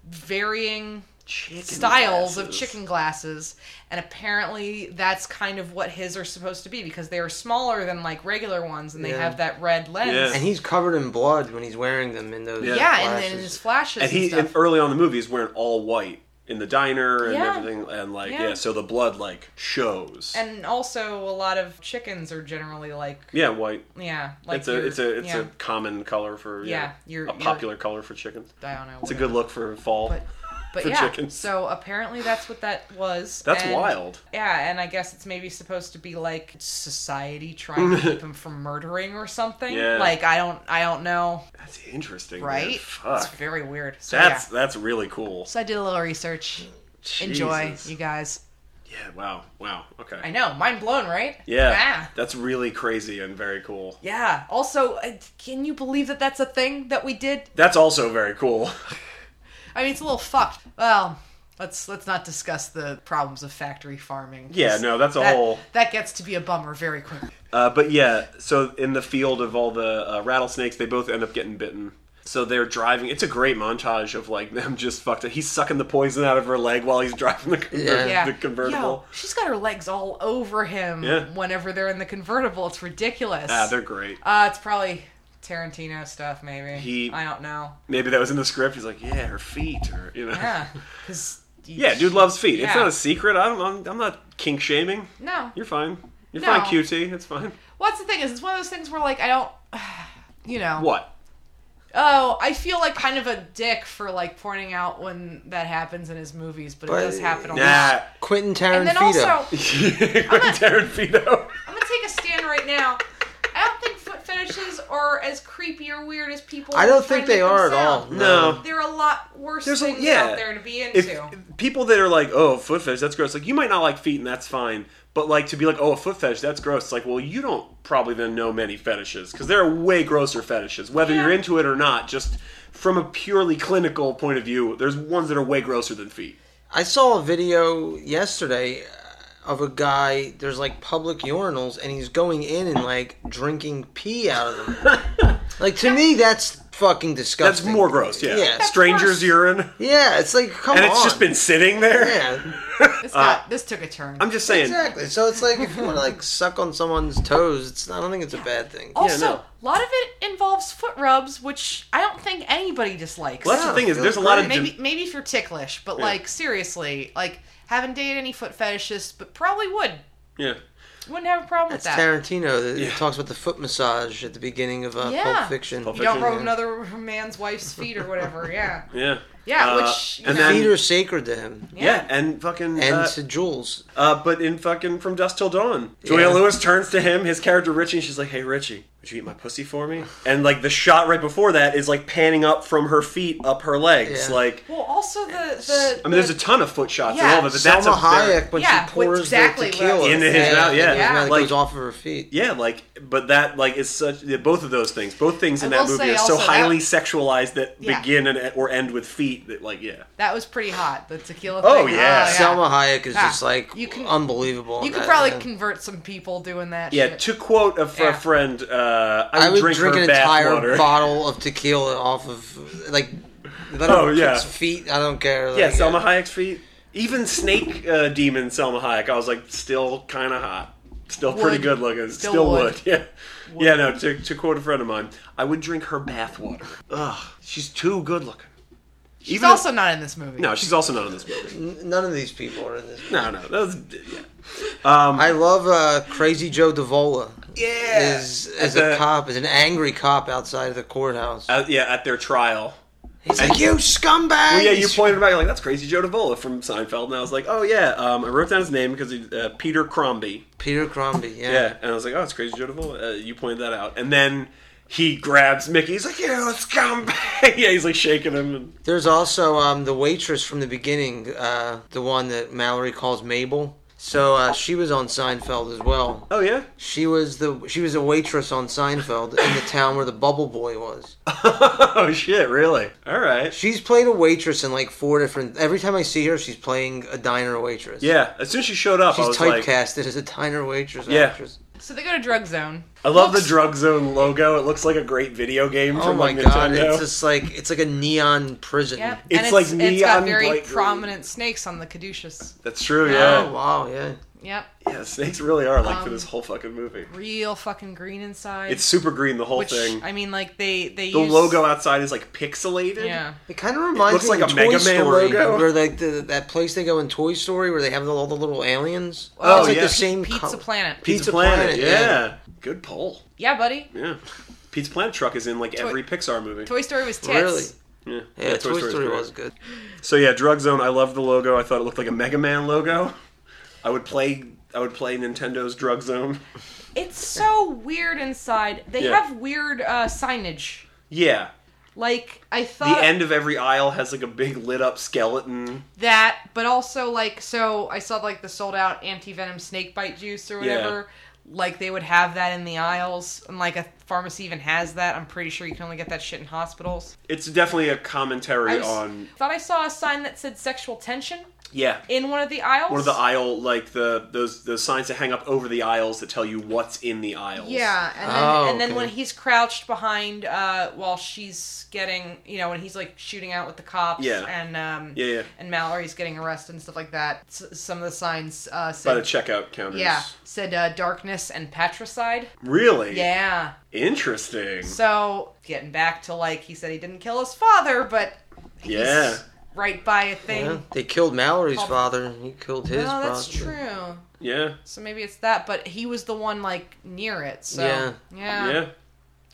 varying Chicken styles of glasses. chicken glasses, and apparently that's kind of what his are supposed to be because they are smaller than like regular ones, and they Yeah. have that red Yeah. lens. And he's covered in blood when he's wearing them in those. Yeah. Yeah, and then flashes. his flashes And and, he stuff. and early on in the movie is wearing all white in the diner and Yeah. everything, and like yeah. Yeah. so the blood like shows. And also, a lot of chickens are generally like yeah, white. yeah, like it's a your- it's a it's yeah, a common color for yeah, Yeah, you're- a you're- popular color for chickens. I don't know. It's a good look for fall. But- but for yeah, chickens. so apparently that's what that was. That's and- wild. Yeah, and I guess it's maybe supposed to be like society trying to keep him from murdering or something. Yeah. Like I don't, I don't know, That's interesting. man. right? Fuck. It's very weird. So, That's yeah. that's really cool. so I did a little research. Enjoy, Jesus. you guys. Yeah. Wow. Wow. Okay. I know, mind blown, right? Yeah. Yeah. That's really crazy and very cool. Yeah. Also, uh, can you believe that that's a thing that we did? That's also very cool. I mean, it's a little fucked. Well, let's let's not discuss the problems of factory farming. 'cause Yeah, no, that's a that, whole- that gets to be a bummer very quickly. Uh, but yeah, so in the field of all the uh, rattlesnakes, they both end up getting bitten. So they're driving. It's a great montage of like them just fucked up. He's sucking the poison out of her leg while he's driving the, conver- Yeah. Yeah. the convertible. Yo, she's got her legs all over him Yeah. whenever they're in the convertible. It's ridiculous. Ah, they're great. uh, it's probably Tarantino stuff, maybe. He- I don't know. Maybe that was in the script. He's like, yeah, her feet, or you know. Yeah. 'cause you- Yeah, dude loves feet. It's Yeah. not a secret. I don't, I'm, I'm not kink shaming. No. You're fine. You're fine, No. QT. It's fine. What's the thing is, it's one of those things where, like, I don't. You know. What? Oh, I feel like kind of a dick for, like, pointing out when that happens in his movies, but, But- it does happen a lot. Nah. Quentin Tarantino. And then also, Quentin Tarantino. I'm going to take a stand right now. I don't think foot fetishes are as creepy or weird as people. I don't think try to they make them are at all. sound. No. There are a lot worse There's a- things yeah. out there to be into. if people that are like, oh, foot fetish, that's gross. Like, you might not like feet, and that's fine. But like to be like, oh, a foot fetish, that's gross. It's like, well, you don't probably then know many fetishes because there are way grosser fetishes, whether Yeah. you're into it or not. Just from a purely clinical point of view, there's ones that are way grosser than feet. I saw a video yesterday uh, of a guy. There's like public urinals, and he's going in and like drinking pee out of them. like to me, that's fucking That's disgusting. more gross. Yeah, Yeah. stranger's gross. urine, and Yeah, it's like come on. it's just been sitting there. yeah. This got this took a turn. uh, I'm just saying. Exactly. So it's like if you want to like suck on someone's toes, it's I don't think it's a bad thing. also, no. a lot of it involves foot rubs, which I don't think anybody dislikes. Well, that's Yeah, the thing is, feels there's a lot of great. de- maybe maybe if you're ticklish, but like seriously, like haven't dated any foot fetishists, but probably would yeah. wouldn't have a problem It's with that. Tarantino that Yeah. talks about the foot massage at the beginning of uh, Yeah. Pulp Fiction. Pulp You don't Fiction, rub yeah. another man's wife's feet or whatever. Yeah, Yeah. yeah. Uh, which you and know, then- Feet are sacred to him, yeah, and fucking and uh, to Jules. Uh, but in fucking From Dust Till Dawn, Julia Yeah. Lewis turns to him, his character Richie, and she's like, "Hey Richie, would you eat my pussy for me?" And like the shot right before that is like panning up from her feet up her legs. Yeah. Like, Well, also the the. I mean, there's a ton of foot shots in Yeah. all of it, but Selma that's a very- Hayek when Yeah, she pours exactly the what I was tequila Into his mouth, yeah. and Yeah. it Like- goes off of her feet. yeah, like, but that like is such yeah, both of those things. Both things in I that will movie say are so also highly that- sexualized that Yeah. begin and, or end with feet. That like, yeah, That was pretty hot. The tequila. Oh, thing. yeah. Selma Hayek is Ah, just like you can- unbelievable. on You could that, probably yeah. convert some people doing that. yeah. shit. To quote a, f- a Yeah. friend, uh, I, I would drink, drink, her an bath entire water. bottle of tequila off of like. Let Oh, him yeah. kiss feet. I don't care. Like, Yeah, Selma Hayek's feet. Even Snake uh, Demon Selma Hayek, I was like, still kind of hot. Still pretty Wood. good looking. Still, Still would. wood. Yeah. Yeah, no, to, to quote a friend of mine, I would drink her bathwater. Ugh, she's too good looking. She's Even if- also not in this movie. No, she's also not in this movie. N- uh, None of these people are in this. No, no. That was, yeah. I love uh, Crazy Joe Davola. Yeah. Is as At a the- cop, as an angry cop outside of the courthouse. Uh, yeah, at their trial. He's like, "You scumbag!" Well, yeah, you pointed about, you're like, that's crazy Joe Davola from Seinfeld. And I was like, oh, yeah. Um, I wrote down his name because he's uh, Peter Crombie. Peter Crombie. Yeah. Yeah, and I was like, "Oh, it's crazy, Joe Davola." Uh, you pointed that out, and then he grabs Mickey. He's like, "You scumbag!" yeah, he's like shaking him. And, There's also um, the waitress from the beginning, uh, the one that Mallory calls Mabel. So uh, she was on Seinfeld as well. oh yeah, She was the she was a waitress on Seinfeld in the town where the Bubble Boy was. oh shit, really? All right. She's played a waitress in like four different. Every time I see her, she's playing a diner waitress. Yeah, as soon as she showed up, I she's was like, typecasted as a diner waitress. Yeah. actress. So they go to Drug Zone. "I love the Looks- Drug Zone logo. It looks like a great video game Oh from my like god, Nintendo." it's just like it's like a neon prison. Yeah. It's and like it's, it's got neon very bright green. prominent snakes on the caduceus. That's true. Yeah, Oh wow, yeah. Yep. yeah. Snakes really are like for Um, this whole fucking movie. Real fucking green inside. It's super green the whole which thing. I mean, like they they the use, logo outside is like pixelated. Yeah. It kind of reminds looks me like of a Toy Mega Man Story, logo. where like the, that place they go in Toy Story where they have all the little aliens. Oh, it's like yeah. the same Pizza col- Planet. Pizza, Planet. yeah. good poll. Yeah, buddy. Yeah, Pizza Planet truck is in like every Pixar movie. Toy Story was tits. Really? Yeah, Yeah, Toy, Story, great. was good. So yeah, Drug Zone. I love the logo. I thought it looked like a Mega Man logo. I would play. I would play Nintendo's Drug Zone. It's so weird inside. They Yeah. have weird uh, signage. Yeah. Like I The thought end of every aisle has like a big lit up skeleton. that, but also like so I saw like the sold out anti venom snake bite juice or Yeah. whatever. Like they would have that in the aisles, and like a pharmacy even has that. I'm pretty sure you can only get that shit in hospitals. It's definitely a commentary I s- on thought I saw a sign that said sexual tension yeah. in one of the aisles. One of the aisle like the those those signs that hang up over the aisles that tell you what's in the aisles. Yeah, and then, Oh, and then okay. when he's crouched behind uh, while she's getting, you know, when he's like shooting out with the cops, Yeah. and um, Yeah, yeah. and Mallory's getting arrested and stuff like that. S- some of the signs uh, By the said, checkout counters. yeah, said uh, darkness and patricide. Really? Yeah, Interesting. so getting back to like he said he didn't kill his father, but he's Yeah. right by a thing. Yeah, they killed Mallory's father, and he killed his. Oh. no, that's father. true. Yeah. So maybe it's that, but he was the one like near it. So Yeah. yeah, Yeah.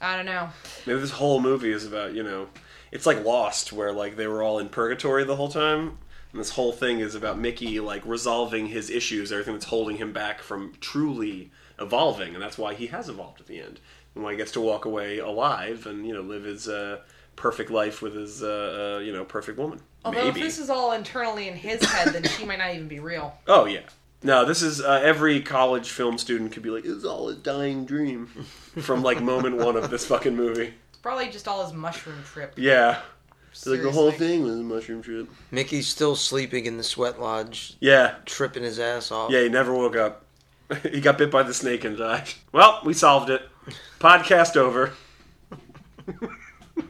I don't know. Maybe this whole movie is about, you know, it's like Lost, where like they were all in purgatory the whole time. And this whole thing is about Mickey like resolving his issues, everything that's holding him back from truly evolving, and that's why he has evolved at the end, and why he gets to walk away alive and you know live his uh, perfect life with his uh, uh, you know perfect woman. Although Maybe. if this is all internally in his head, then she might not even be real. oh yeah, no, this is uh, every college film student could be like, it's all a dying dream from like moment one of this fucking movie. It's probably just all his mushroom trip. Yeah, like Seriously. the whole thing was a mushroom trip. Mickey's still sleeping in the sweat lodge, Yeah, tripping his ass off. Yeah, he never woke up. he got bit by the snake and died. Well, we solved it. Podcast over.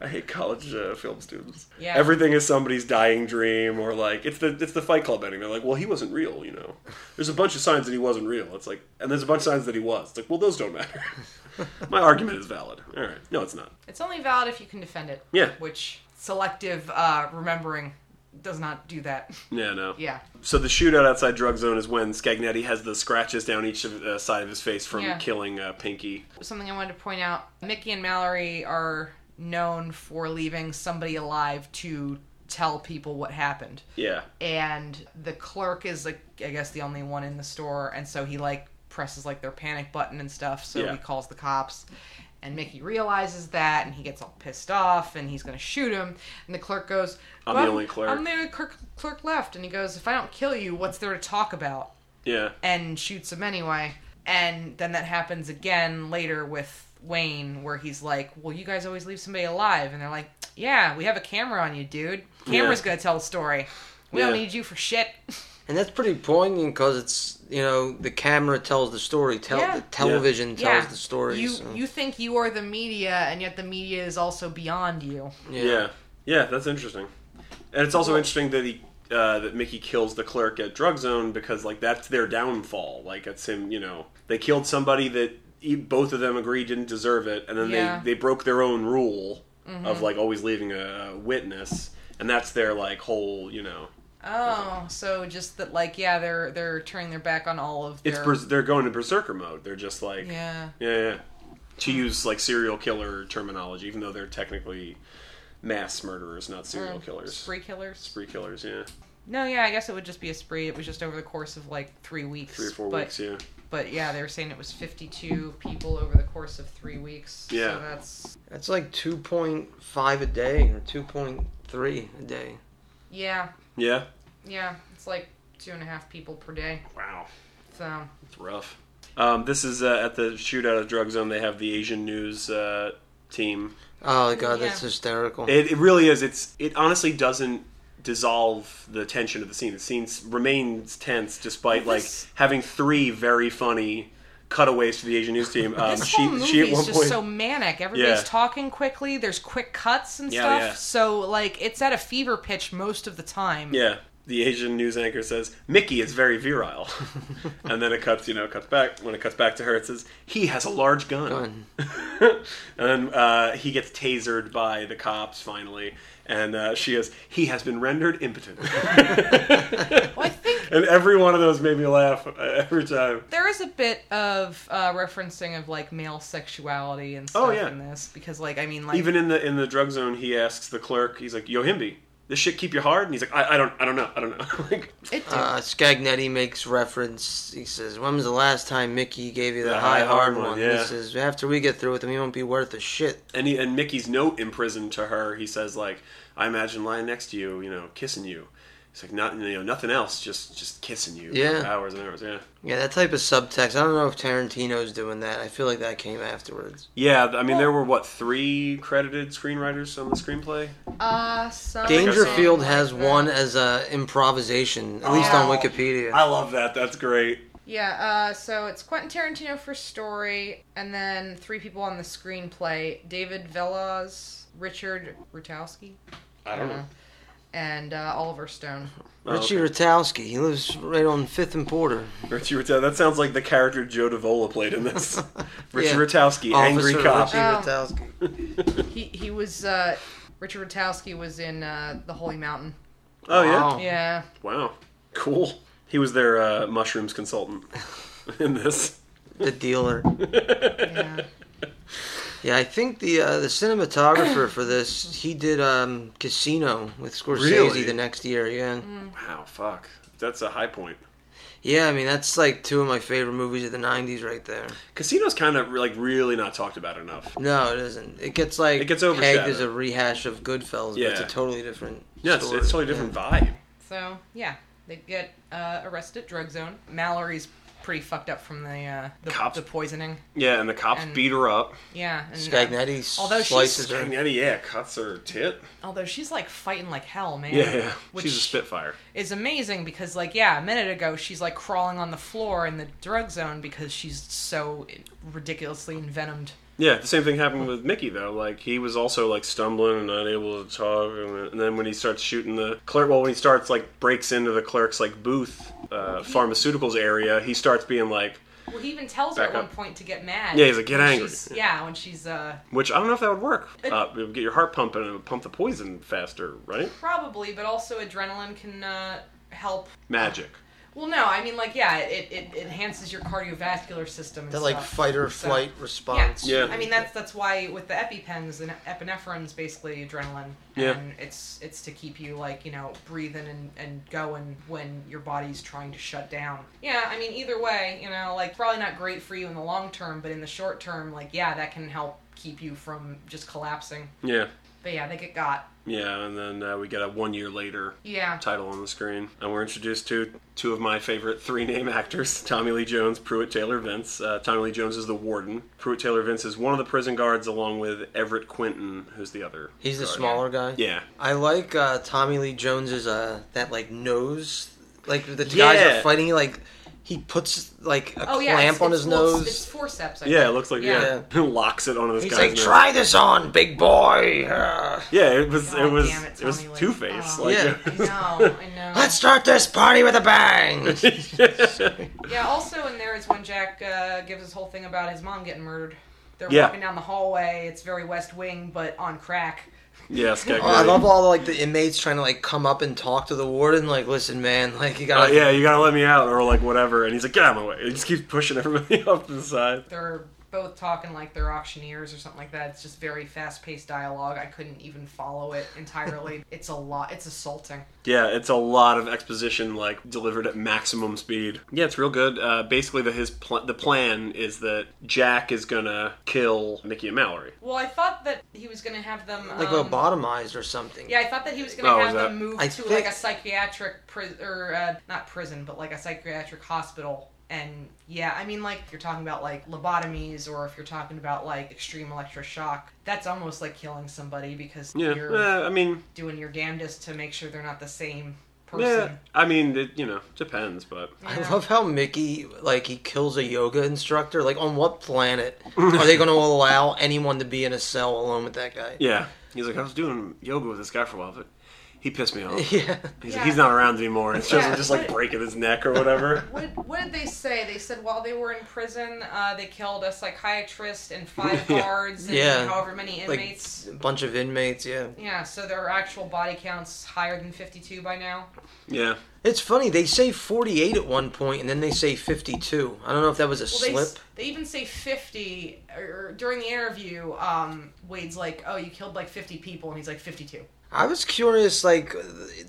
I hate college uh, film students. Yeah. Everything is somebody's dying dream, or like it's the it's the Fight Club ending. They're like, well, he wasn't real, you know. There's a bunch of signs that he wasn't real. It's like, and there's a bunch of signs that he was. It's like, well, those don't matter. My argument is valid. All right, no, it's not. It's only valid if you can defend it. Yeah. Which selective uh, remembering does not do that. Yeah, no. Yeah. So the shootout outside Drug Zone is when Scagnetti has the scratches down each of, uh, side of his face from Yeah. killing uh, Pinky. Something I wanted to point out Mickey and Mallory are known for leaving somebody alive to tell people what happened. Yeah. and the clerk is like I guess the only one in the store, and so he like presses like their panic button and stuff, so Yeah. he calls the cops. And Mickey realizes that, and he gets all pissed off, and he's gonna shoot him. And the clerk goes, I'm the "Well, only clerk." I'm the only clerk, clerk left." And he goes, "If I don't kill you, what's there to talk about?" Yeah. and shoots him anyway. And then that happens again later with Wayne, where he's like, "Well, you guys always leave somebody alive," and they're like, "Yeah, we have a camera on you, dude. Camera's Yeah. gonna tell the story. We don't Yeah. need you for shit." And that's pretty poignant because it's you know the camera tells the story. Tell Yeah. the television tells yeah, the story. You so- you think you are the media, and yet the media is also beyond you. yeah. yeah. Yeah. that's interesting. And it's also interesting that he uh, that Mickey kills the clerk at Drug Zone because like that's their downfall. Like it's him, you know. They killed somebody that e- both of them agree didn't deserve it and then Yeah. Mm-hmm. they they broke their own rule of like always leaving a, a witness and that's their like whole, you know. Oh, so just that, like, yeah, they're they're turning their back on all of their. It's bers- they're going to berserker mode. They're just like yeah. Yeah, yeah. To use like serial killer terminology, even though they're technically mass murderers, not serial Or killers. Mm. Spree killers. Spree killers, yeah. No, yeah, I guess it would just be a spree. It was just over the course of like three weeks. Three or four but weeks, yeah. But yeah, they were saying it was 52 people over the course of three weeks. Yeah. So that's, That's like two point five a day or two point three a day. yeah, Yeah. yeah. It's like two and a half people per day. Wow. So, It's rough. Um, this is uh, at the shootout of Drug Zone. They have the Asian news uh, team. Oh god, Yeah. that's hysterical. It, it really is. It's it honestly doesn't dissolve the tension of the scene. The scene s- remains tense despite Well, like this- having three very funny cutaways to the Asian news team. Um, this she whole movie she at is one just point so manic. Everybody's Yeah. talking quickly. There's quick cuts and Yeah, stuff. yeah. So, like, it's at a fever pitch most of the time. Yeah. The Asian news anchor says, Mickey is very virile. and then it cuts, you know, it cuts back. When it cuts back to her, it says, he has a large gun. Gun. and then uh, he gets tasered by the cops finally. And uh, she is, he has been rendered impotent. Well, I think and every one of those made me laugh uh, every time. there is a bit of uh, referencing of, like, male sexuality and stuff Oh, yeah. in this. Because, like, I mean, like, Even in the in the drug zone, he asks the clerk, he's like, yo, Himby, this shit keep you hard? And he's like, I, I don't I don't know. I don't know. like, it did. Uh, Scagnetti makes reference. He says, "When was the last time Mickey gave you the, The high, hard one?" yeah. He says, "After we get through with him, he won't be worth a shit." and he, and Mickey's note imprisoned to her. He says like, "I imagine lying next to you, you know, kissing you." It's like not you know nothing else, just just kissing you. for Yeah. hours and hours. Yeah, Yeah, that type of subtext. I don't know if Tarantino's doing that. I feel like that came afterwards. yeah. I mean, there were what three credited screenwriters on the screenplay? Uh, some- Dangerfield something has like that. one as a improvisation, at least Oh. on Wikipedia. I love that. That's great. Yeah, uh, so it's Quentin Tarantino for story, and then three people on the screenplay David Velas, Richard Rutowski, I don't know. and uh, Oliver Stone. Oh, Richie okay. Rutowski. He lives right on Fifth and Porter. Richie Rutowski. That sounds like the character Joe Davola played in this. Richie Yeah. Rutowski, angry Officer cop. Richie Oh. Rutowski. He, he was, uh, Richard Rutowski was in uh, The Holy Mountain. Oh yeah. Wow. Yeah. Wow. Cool. He was their uh, mushrooms consultant in this. The dealer. yeah. Yeah, I think the uh, the cinematographer for this he did um, Casino with Scorsese Really? Mm. the next year. Yeah, Wow. Fuck. That's a high point. Yeah, I mean that's like two of my favorite movies of the '90s, right there. Casino's kind of like really not talked about enough. No, it isn't. It gets like It gets pegged overshadowed. as a rehash of Goodfellas, but it's a Yeah. totally different. Yeah, it's, story. it's totally different vibe. So yeah, they get uh, arrested at drug zone. Mallory's pretty fucked up from the uh, the, Cops. the poisoning. Yeah, and the cops And- beat her up. Yeah, and, uh, Scagnetti Although she's- slices her. Magnetti, yeah, cuts her tit. although she's like fighting like hell, man. Yeah, yeah. Which She's a spitfire. is amazing because like yeah, a minute ago she's like crawling on the floor in the drug zone because she's so ridiculously envenomed. Yeah, the same thing happened with Mickey though. Like he was also like stumbling and unable to talk, and, and then when he starts shooting the clerk, well, when he starts like breaks into the clerk's like booth, uh, pharmaceuticals area, he starts being like, Well, he even tells Back her at up. one point to get mad. Yeah, he's like, "Get When angry." she's- Yeah, when she's uh, which I don't know if that would work. Uh, it would get your heart pumping and it would pump the poison faster, right? probably, but also adrenaline can uh, help. Magic. Well, no, I mean like yeah, it, it, it enhances your cardiovascular system. And That like stuff. fight or So- flight response. Yeah. I mean that's that's why with the epipens and epinephrines, basically adrenaline. Yeah. And it's it's to keep you like you know breathing and and going when your body's trying to shut down. Yeah, I mean either way, you know like probably not great for you in the long term, but in the short term, like yeah, that can help keep you from just collapsing. Yeah, But yeah, they get got. yeah, and then uh, we get a one year later Yeah. title on the screen, and we're introduced to two of my favorite three name actors: Tommy Lee Jones, Pruitt Taylor Vince. Uh, Tommy Lee Jones is the warden. Pruitt Taylor Vince is one of the prison guards, along with Everett Quinton, who's the other. He's the guard. smaller guy. Yeah, I like uh, Tommy Lee Jones's uh, that like nose, like the two guys Yeah. are fighting. He like he puts like a Oh clamp yeah. it's- on it's his well, it's- nose. It's forceps. I yeah, it think. looks like yeah. Locks it onto this He's guy's like, nose. try this on, big boy. Oh. Uh, Yeah, it was God it was damn it, it, was Tommy Lee. Two Face. Oh. Like, Yeah. I know. I know. Let's start this party with a bang. Yeah, also in there is when Jack uh, gives his whole thing about his mom getting murdered. They're Yeah. walking down the hallway. It's very West Wing, but on crack. yeah, Oh, I love Skagway. all like the inmates trying to like come up and talk to the warden. Like, listen, man, like you Uh, gotta. yeah, you gotta let me out, or like whatever. And he's like, "Get out of my way!" He just keeps pushing everybody off to the side. They're both talking like they're auctioneers or something like that. It's just very fast paced dialogue. I couldn't even follow it entirely. it's a lot. It's assaulting. Yeah, it's a lot of exposition, like delivered at maximum speed. Yeah, it's real good. Uh, basically, the his pl- the plan is that Jack is gonna kill Mickey and Mallory. Well, I thought that he was going to have them. Like oh, um, lobotomized or something. Yeah, I thought that he was going to Oh, is have that- them move I to think- like a psychiatric prison, or uh, not prison, but like a psychiatric hospital. And yeah, I mean, like if you're talking about like lobotomies, or if you're talking about like extreme electroshock, that's almost like killing somebody because Yeah, you're eh, I mean, doing your damnedest to make sure they're not the same yeah, person. I mean, it, you know, depends, but I love how Mickey like he kills a yoga instructor. Like, on what planet are they going to allow anyone to be in a cell alone with that guy? yeah, he's like, I was doing yoga with this guy for a while, but he pissed me off. Yeah. He's Yeah. like, he's not around anymore. It's just Yeah. just like breaking his neck or whatever. What did, what did they say? They said while they were in prison, uh, they killed a psychiatrist and five Yeah. guards and Yeah. however many Like- inmates. A bunch of inmates, yeah. yeah, so their actual body counts higher than 52 by now. yeah, It's funny, they say 48 at one point and then they say 52. I don't know if that was a Well, they, slip. s- they even say 50 or during the interview um, wade's like oh you killed like 50 people and he's like 52 I was curious, like,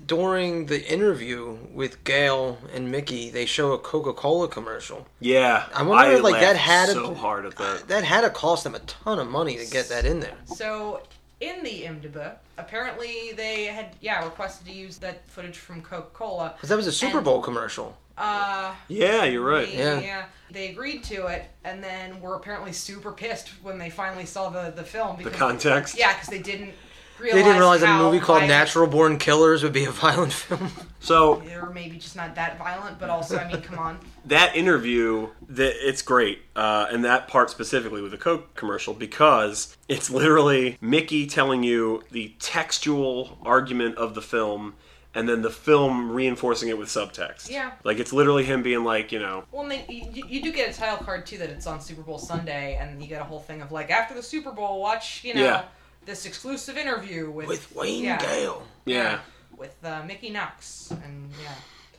during the interview with Gail and Mickey, they show a Coca Cola commercial. yeah. I wonder if, like, that laughed had a- so hard at that. That had to cost them a ton of money to get that in there. so in the imdb apparently they had yeah requested to use that footage from coca-cola Because that was a Super And- Bowl commercial. uh Yeah, you're right. they- Yeah. they agreed to it and then were apparently super pissed when they finally saw the the film The because context. yeah because they didn't realize They didn't realize a how movie called violent- Natural Born Killers would be a violent film. So or maybe just not that violent but also i mean come on that interview that it's great uh, and that part specifically with the coke commercial because it's literally mickey telling you the textual argument of the film and then the film reinforcing it with subtext Yeah. like it's literally him being like you know Well, and then you, you do get a title card too that it's on Super Bowl Sunday, and you get a whole thing of like after the Super Bowl, watch you know Yeah. this exclusive interview with With Wayne yeah, Gale. yeah with uh, Mickey Knox, and yeah,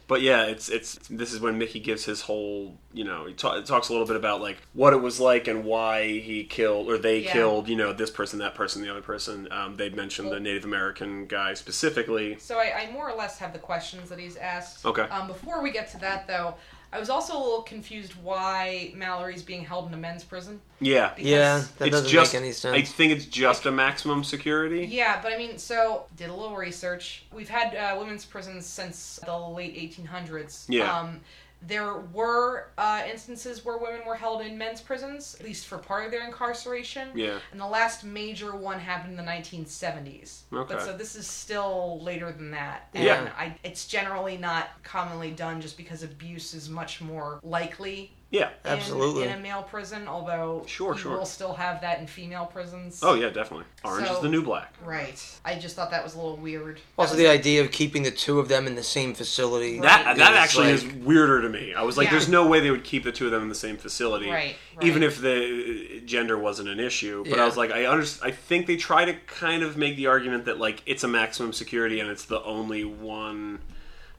but yeah it's it's this is when mickey gives his whole you know he ta- talks a little bit about like what it was like and why he killed or they Yeah. killed you know this person that person the other person um, they mentioned the native american guy specifically so I, I more or less have the questions that he's asked. Okay. Um, before we get to that though, I was also a little confused why Mallory's being held in a men's prison. Yeah. Because- Yeah, that it's doesn't just, make any I sense. think it's just a maximum security. Yeah, but I mean, so did a little research. We've had uh, women's prisons since the late 1800s. Yeah. Um, there were uh, instances where women were held in men's prisons, at least for part of their incarceration. Yeah. And the last major one happened in the 1970s. Okay. But so this is still later than that. And Yeah. I, it's generally not commonly done just because abuse is much more likely. Yeah. in- Absolutely. In, a male prison, although Sure, you sure. will still have that in female prisons. Oh yeah, definitely. Orange So- is the new black. Right. I just thought that was a little weird. Also, the idea of keeping the two of them in the same facility. That is that actually like- is weirder to me. I was like, Yeah. there's no way they would keep the two of them in the same facility, Right, even right. if the uh, gender wasn't an issue. But I Yeah. was like, I under- I think they try to kind of make the argument that like it's a maximum security and it's the only one.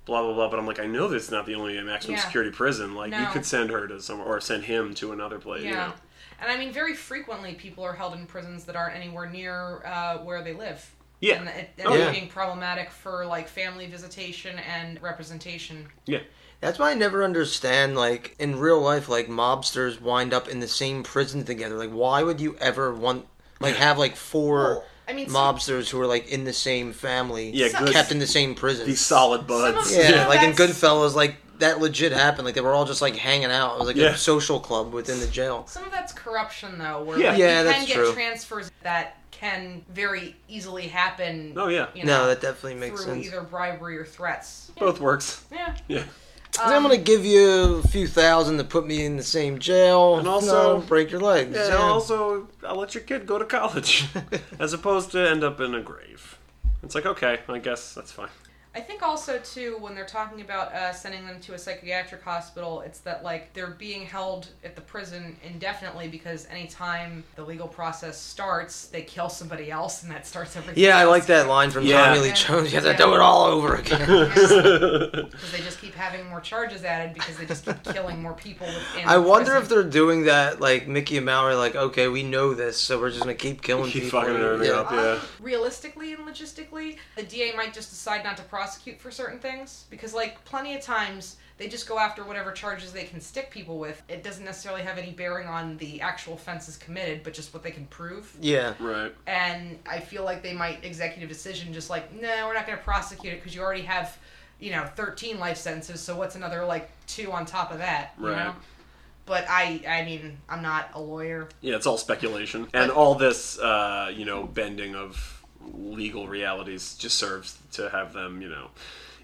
Blah blah blah, but I'm like, I know that it's not the only maximum Yeah. security prison. Like, you No. could send her to somewhere or send him to another place. Yeah. You know? And I mean, very frequently people are held in prisons that aren't anywhere near uh, where they live. Yeah. And it Oh, ends yeah. up being problematic for like family visitation and representation. Yeah, That's why I never understand, like, in real life, like, mobsters wind up in the same prison together. Like, why would you ever want, like, have, like, four Well, I mean, some- mobsters who are, like, in the same family, Yeah, kept good- in the same prison? these solid buds. of- yeah, Yeah, like, in that's- Goodfellas, like, that legit happened. Like, they were all just, like, hanging out. It was, like, Yeah. a social club within the jail. Some of that's corruption, though, where Yeah. like, Yeah, you that's can get true. transfers that can very easily happen. Oh, yeah. You No, know, that definitely makes through sense. either bribery or threats. Both works. Yeah. Yeah. Then I'm gonna Um, give you a few thousand to put me in the same jail. And also- No, break your legs. And Yeah. also, I'll let your kid go to college as opposed to end up in a grave. It's like, okay, I guess that's fine. I think also too when they're talking about uh, sending them to a psychiatric hospital, it's that like they're being held at the prison indefinitely because anytime the legal process starts, they kill somebody else, and that starts everything. Yeah, I like that line from Yeah. Tommy Lee Yeah. Jones. You have to Yeah. do it all over again. because they just keep having more charges added because they just keep killing more people. Within I wonder if prison. they're doing that, like Mickey and Mallory, like, okay, we know this, so we're just gonna keep killing Keep people. fucking everything yeah. up, yeah. realistically and logistically, the DA might just decide not to prosecute for certain things because, like, plenty of times they just go after whatever charges they can stick people with. It doesn't necessarily have any bearing on the actual offenses committed, but just what they can prove. Yeah. Right. And I feel like they might executive decision just like, no, we're not going to prosecute it because you already have, you know, 13 life sentences. So what's another like two on top of that? You Right. Know? But I, I mean, I'm not a lawyer. Yeah, it's all speculation. And all this, uh, you know, bending of legal realities just serves to have them, you know,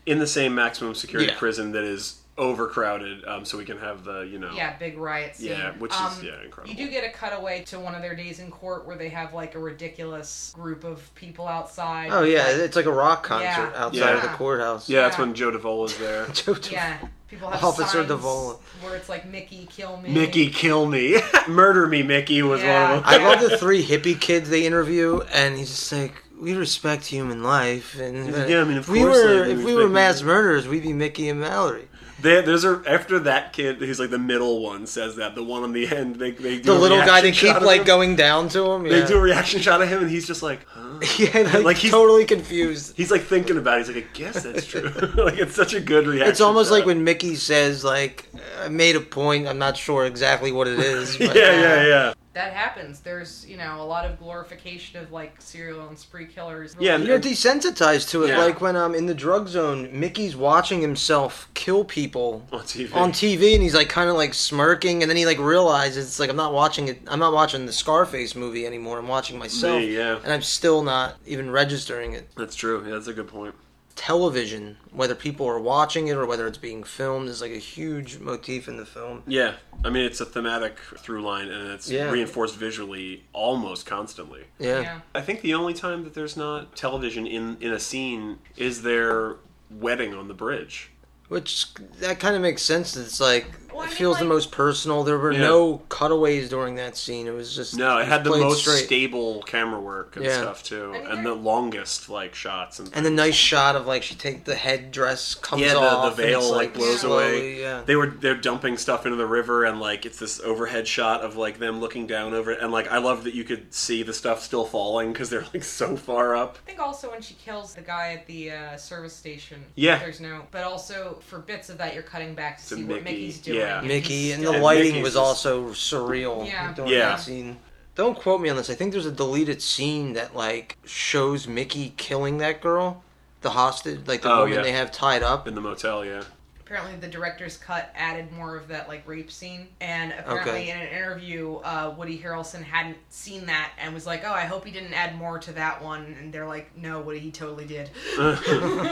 in the same maximum security Yeah. prison that is overcrowded um, so we can have the, you know. Yeah, big riot scene. Um, Yeah, which is, yeah, incredible. You do get a cutaway to one of their days in court where they have like a ridiculous group of people outside. Oh yeah, Like, it's like a rock concert Yeah. outside of the Yeah. courthouse. Yeah, that's Yeah. when Joe DeVola's there. yeah. People have Officer signs Davola. where it's like Mickey, kill me. Mickey, kill me. Murder me, Mickey was Yeah. one of them. I love the three hippie kids they interview, and he's just like, "We respect human life." And uh, Yeah, I mean, of if we course were they if we were respect mass human- murderers, we'd be Mickey and Mallory. They, there's a after that kid who's like the middle one says that the one on the end they they do the a little reaction guy they keep shot of like him. going down to him. they Yeah. do a reaction shot of him and he's just like huh? yeah, like, Like, he's- he's totally confused. he's like thinking about it. he's like I guess that's true like it's such a good reaction It's almost shot. like when Mickey says like, "I made a point. I'm not sure exactly what it is." yeah But uh, yeah yeah That happens. There's, you know, a lot of glorification of like serial and spree killers. Yeah, and- You're desensitized to it, Yeah. like when um in the drug zone, Mickey's watching himself kill people on TV on TV, and he's like kind of like smirking, and then he like realizes it's like I'm not watching it. I'm not watching the Scarface movie anymore. I'm watching myself, Me, yeah. and I'm still not even registering it. that's true yeah, that's a good point television, whether people are watching it or whether it's being filmed, is like a huge motif in the film. yeah I mean it's a thematic through line and it's Yeah. reinforced visually almost constantly Yeah. yeah. I think the only time that there's not television in in a scene is their wedding on the bridge Which that kind of makes sense. It's like Well, I it mean, feels like- the most personal. There were Yeah. no cutaways during that scene. It was just No, it was had the played most stable camera work and Yeah. stuff too, I mean, and the there- longest like shots and, and the nice shot of like she take the headdress comes yeah, the, the off. and veil it's, like blows slowly, away. Yeah. They were they're dumping stuff into the river and like it's this overhead shot of like them looking down over it, and like I love that you could see the stuff still falling because they're like so far up. I think also when she kills the guy at the uh, service station. Yeah. There's no. But also for bits of that, you're cutting back to, To see what Mickey, Mickey's doing. yeah. if Mickey, he's and the still- And lighting Mickey's was just- also surreal Yeah. during Yeah. that scene. Don't quote me on this. I think there's a deleted scene that like shows Mickey killing that girl, the hostage, like the Oh, woman yeah. they have tied up. in the motel. Yeah, apparently the director's cut added more of that like rape scene and apparently Okay. in an interview uh, woody harrelson hadn't seen that and was like oh i hope he didn't add more to that one and they're like no woody he totally did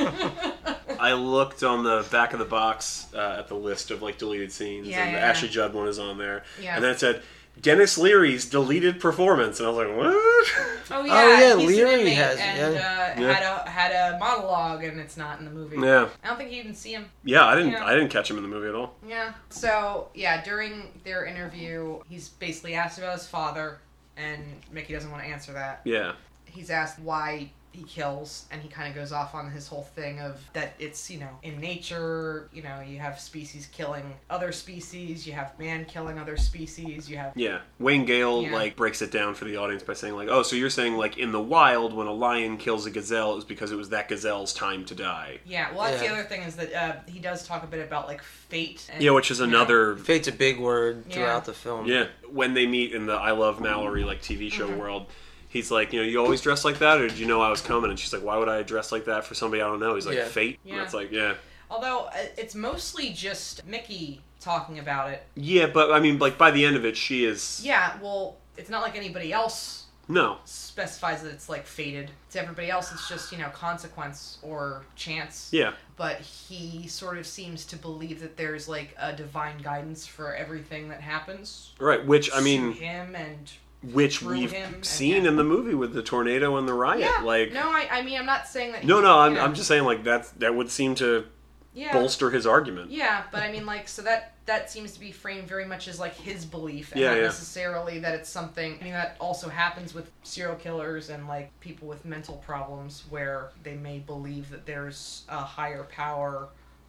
I looked on the back of the box uh, at the list of like deleted scenes, Yeah, and the yeah, Ashley yeah. Judd one is on there. Yeah. and then it said Dennis Leary's deleted performance, and I was like, what? oh yeah, yeah, he's an Leary inmate has- and uh, Yeah. had a had a monologue and it's not in the movie yeah, i don't think you even see him yeah. I didn't, Yeah. I didn't catch him in the movie at all. Yeah. So yeah, during their interview, he's basically asked about his father, and Mickey doesn't want to answer that. Yeah, He's asked why he kills, and he kind of goes off on his whole thing of that it's you know in nature, you know you have species killing other species, you have man killing other species, you have yeah. Wayne Gale Yeah. like breaks it down for the audience by saying like, oh, so you're saying like in the wild when a lion kills a gazelle, it was because it was that gazelle's time to die. yeah. Well, that's Yeah. the other thing is that uh, he does talk a bit about like fate. And, Yeah, which is you know, another Fate's a big word Yeah. throughout the film. Yeah, when they meet in the I Love Mallory like TV show Mm-hmm. world, he's like, you know, you always dress like that, or did you know I was coming? And she's like, why would I dress like that for somebody I don't know? He's like, Yeah. fate. And Yeah. it's like, yeah, Although uh, it's mostly just Mickey talking about it. yeah, but I mean, like by the end of it, she is Yeah. Well, it's not like anybody else no, specifies that it's like fated to everybody else it's just you know consequence or chance yeah, but he sort of seems to believe that there's like a divine guidance for everything that happens right. Which I mean, to him and which through we've him, seen okay. in the movie with the tornado and the riot. yeah Like, no I, I mean i'm not saying that no, he- no, I'm, yeah. I'm just saying like that's that would seem to yeah bolster his argument. yeah but i mean like so that that seems to be framed very much as like his belief and Yeah, not yeah. necessarily that it's something i mean that also happens with serial killers and like people with mental problems where they may believe that there's a higher power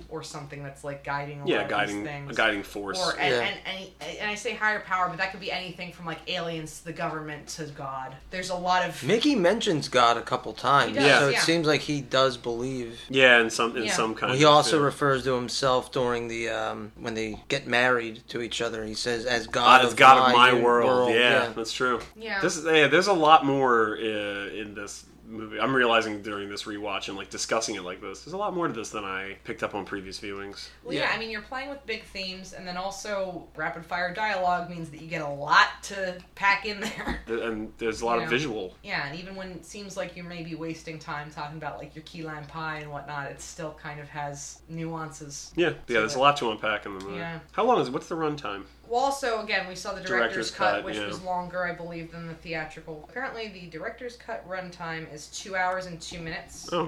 or something that's like guiding a lot Yeah, of guiding these things a guiding force. or and, Yeah. and, and, and i say higher power but that could be anything from like aliens to the government to god there's a lot of Mickey mentions God a couple times, He does, so it yeah. seems like he does believe. yeah, in some in Yeah. some kind. Well, he also yeah. refers to himself during the um, when they get married to each other. He says, "As God, God is of, God my of my world. Yeah, yeah. that's true. Yeah. This is, yeah, there's a lot more uh, in this movie. I'm realizing during this rewatch and like discussing it like this, there's a lot more to this than I picked up on previous viewings. Well, yeah. Yeah. I mean, you're playing with big themes, and then also rapid fire dialogue means that you get a lot to pack in there. Th- And there's a lot Yeah. of visual. Yeah, and even when it seems like you're maybe wasting time talking about like your key lime pie and whatnot, it still kind of has nuances. Yeah, yeah. There's a lot to unpack in the movie. Yeah. How long is? What's the runtime? Well, also again, we saw the director's, Director's cut, cut, which yeah. was longer, I believe, than the theatrical. Apparently, the director's cut runtime is two hours and two minutes. Oh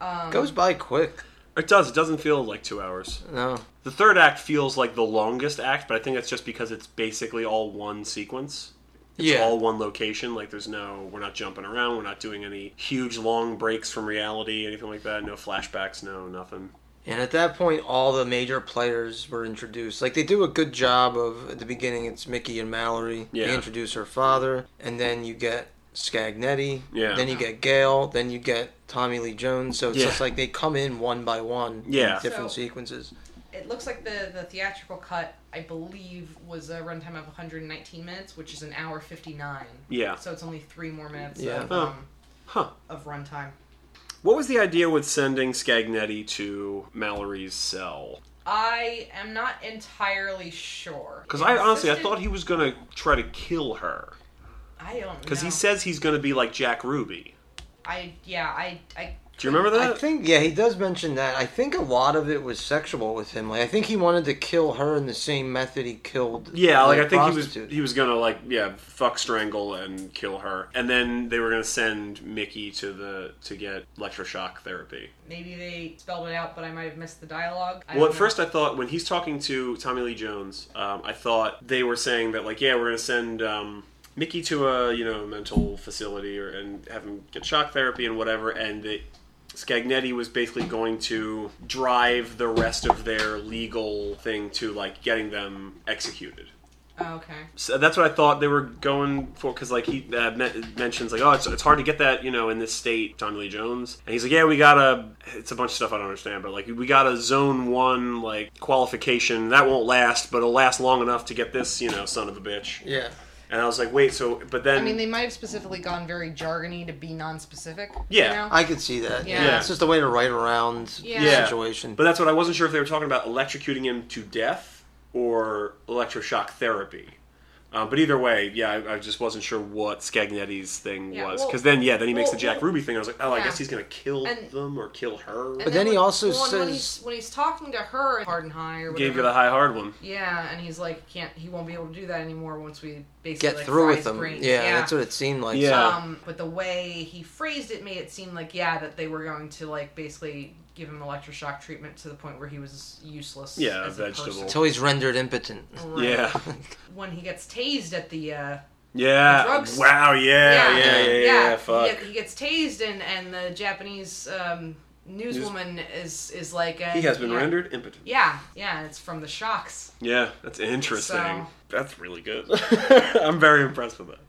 yeah, Um, goes by quick." it does. It doesn't feel like two hours. No, The third act feels like the longest act, but I think that's just because it's basically all one sequence. It's yeah, all one location. Like there's no, we're not jumping around. We're not doing any huge long breaks from reality, anything like that. No flashbacks. No nothing. and at that point, all the major players were introduced. Like they do a good job of at the beginning. It's Mickey and Mallory. Yeah. They introduce her father, and then you get Scagnetti. Yeah. Then you get Gail. Then you get Tommy Lee Jones. So it's Yeah. just like they come in one by one. in Yeah. different So- sequences. It looks like the, the theatrical cut, I believe, was a runtime of 119 minutes, which is an hour 59. Yeah. So it's only three more minutes Yeah. of, Oh. um, Huh. of runtime. What was the idea with sending Scagnetti to Mallory's cell? I am not entirely sure. Because I honestly, I thought he was gonna try to kill her. I don't know. Because he says he's gonna be like Jack Ruby. I yeah I I Do you remember I that? think yeah, he does mention that. I think a lot of it was sexual with him. Like I think he wanted to kill her in the same method he killed. yeah, like the I think he was prostitute. he was gonna like yeah fuck strangle and kill her, and then they were gonna send Mickey to the to get electroshock therapy. maybe they spelled it out, but I might have missed the dialogue. I Well, don't at know. first I thought when he's talking to Tommy Lee Jones, um, I thought they were saying that like, yeah, we're gonna send um, Mickey to a you know mental facility or and have him get shock therapy and whatever, and that Scagnetti was basically going to drive the rest of their legal thing to like getting them executed. Oh, okay. So that's what I thought they were going for because like he uh, men- mentions like oh it's, it's hard to get that you know in this state Tommy Lee Jones and he's like yeah we got a it's a bunch of stuff I don't understand but like we got a zone one like qualification that won't last but it'll last long enough to get this you know son of a bitch Yeah. and I was like wait so but then I mean, they might have specifically gone very jargony to be non-specific. Yeah. You know? I could see that. Yeah. Yeah. It's just a way to write around Yeah. the Yeah. situation. but that's what I wasn't sure if they were talking about electrocuting him to death or electroshock therapy. Uh, but either way, yeah, I, I just wasn't sure what Scagnetti's thing Yeah, was well- because then, yeah, then he makes well, the Jack well- Ruby thing. I was like, oh, I yeah. guess he's gonna kill And- them or kill her. And But then he when- also well, and when says- he's, when he's talking to her, Harden High or whatever, Gave you the high hard one. yeah, and he's like, can't he won't be able to do that anymore once we basically Get like, through fry with his them. brains. Yeah, that's what it seemed like. Yeah. Um, but the way he phrased it made it seem like yeah that they were going to like basically give him electroshock treatment to the point where he was useless. Yeah, as a vegetable. person. Until he's rendered impotent. Right. Yeah, When he gets tased at the uh, yeah. Drugs. Wow. Yeah. Yeah. Yeah. Yeah. fuck. He, get- he gets tased and and the Japanese um, newswoman is is like uh He has been yeah. rendered impotent. Yeah, yeah, it's from the shocks. Yeah, that's interesting. So- That's really good. I'm very impressed with that.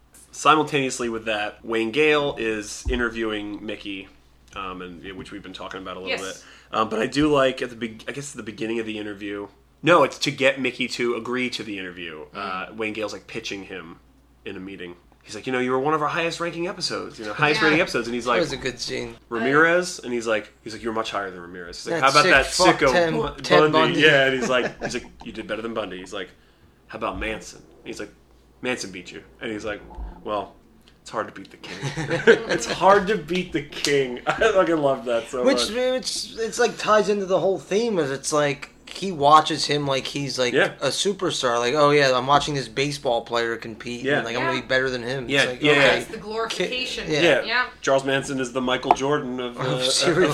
Simultaneously with that, Wayne Gale is interviewing Mickey, um, and which we've been talking about a little Yes. bit. Um, but I do like at the be- I guess at the beginning of the interview. No, it's to get Mickey to agree to the interview. Mm. Uh, Wayne Gale's like pitching him in a meeting. He's like, you know, you were one of our highest ranking episodes, you know, highest Yeah. rating episodes, and he's That like, was a good scene. Ramirez, and he's like, he's like, you're much higher than Ramirez. He's like, That how about sick that fuck sicko Ted- Bu- Ted Bundy? Bundy. Yeah, and he's like, he's like, you did better than Bundy. He's like, how about Manson? And he's like, Manson beat you, and he's like, well, it's hard to beat the king. it's hard to beat the king. I fucking love that so Which, much. which it's like ties into the whole theme of it's like he watches him like he's like Yeah. a superstar. Like, oh yeah, I'm watching this baseball player compete. Yeah. And, like I'm gonna Yeah. be better than him. Yeah, It's like, yeah. okay. It's the glorification. Yeah. yeah. yeah. Charles Manson is the Michael Jordan of, uh, Of of serial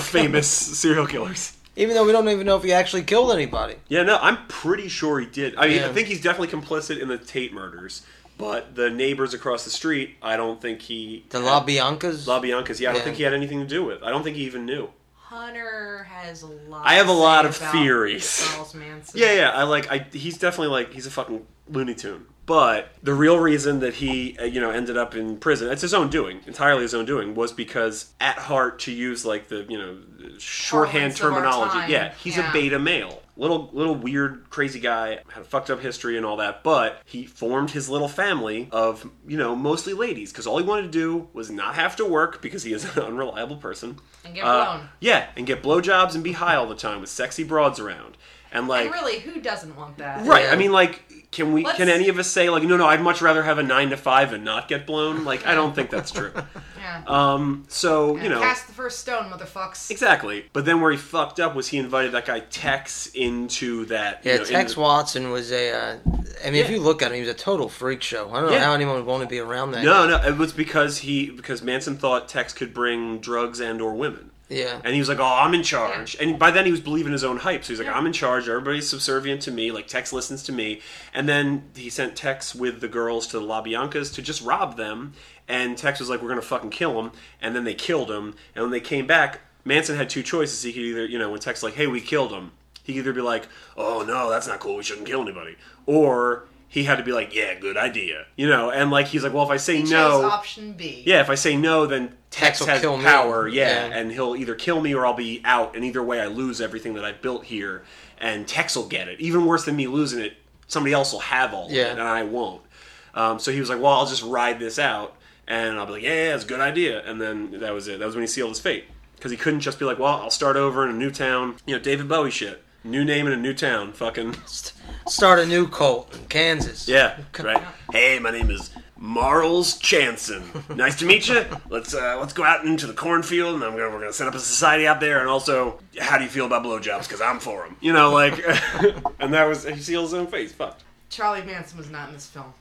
famous serial killers. Even though we don't even know if he actually killed anybody. Yeah, no, I'm pretty sure he did. I mean, Yeah. I think he's definitely complicit in the Tate murders, but the neighbors across the street, I don't think he The had- La Bianca's. La Bianca's. Yeah, I don't Yeah. think he had anything to do with. I don't think he even knew. Hunter has a lot. I have a to lot say of about theories. Charles Manson. Yeah, yeah. I like. I he's definitely like he's a fucking Looney Tune. But the real reason that he uh, you know ended up in prison, it's his own doing, entirely his own doing, was because at heart to use like the you know shorthand Parlance of our time. terminology. Yeah, he's Yeah. a beta male. Little little weird crazy guy had a fucked up history and all that, but he formed his little family of you know mostly ladies because all he wanted to do was not have to work because he is an unreliable person. And get Uh, blown. yeah, and get blowjobs and be high all the time with sexy broads around. And like, And really, who doesn't want that? right? Yeah. I mean, like, can we? Let's- Can any of us say like, no, no? I'd much rather have a nine to five and not get blown. Like, I don't think that's true. Yeah. Um, so you know, Cast the first stone, motherfucks. exactly. But then where he fucked up was he invited that guy Tex into that. you Yeah, know, Tex into- Watson was a. Uh, I mean, if Yeah. you look at him, he was a total freak show. I don't know Yeah. how anyone would want to be around that. No, no, it was because he because Manson thought Tex could bring drugs and or women. guy. Yeah. And he was like, "Oh, I'm in charge." And by then he was believing his own hype. So he's like, "I'm in charge. Everybody's subservient to me. Like Tex listens to me." And then he sent Tex with the girls to the La Biancas to just rob them. And Tex was like, "We're gonna fucking kill him." And then they killed him. And when they came back, Manson had two choices. He could either, you know, when Tex like, "Hey, we killed him," he could either be like, "Oh no, that's not cool. We shouldn't kill anybody," or he had to be like, "Yeah, good idea," you know. And like he's like, "Well, if I say He chose no, option B. yeah, if I say no, then Tex Tex, will has kill me. power. Yeah, Yeah. and he'll either kill me or I'll be out. And either way, I lose everything that I've built here, and Tex will get it. Even worse than me losing it, somebody else will have all Yeah. of it, and I won't. Um, so he was like, "Well, I'll just ride this out," and I'll be like, "Yeah, yeah, it's a good idea." And then that was it. That was when he sealed his fate because he couldn't just be like, "Well, I'll start over in a new town." You know, David Bowie shit. New name in a new town. Fucking Start a new cult in Kansas. yeah, right. Hey, my name is Marles Chanson. Nice to meet you. Let's uh, let's go out into the cornfield, and I'm gonna we're gonna set up a society out there. And also, how do you feel about blowjobs? Because I'm for them. You know, like, and that was he seals his own face. Fucked. Charlie Manson was not in this film.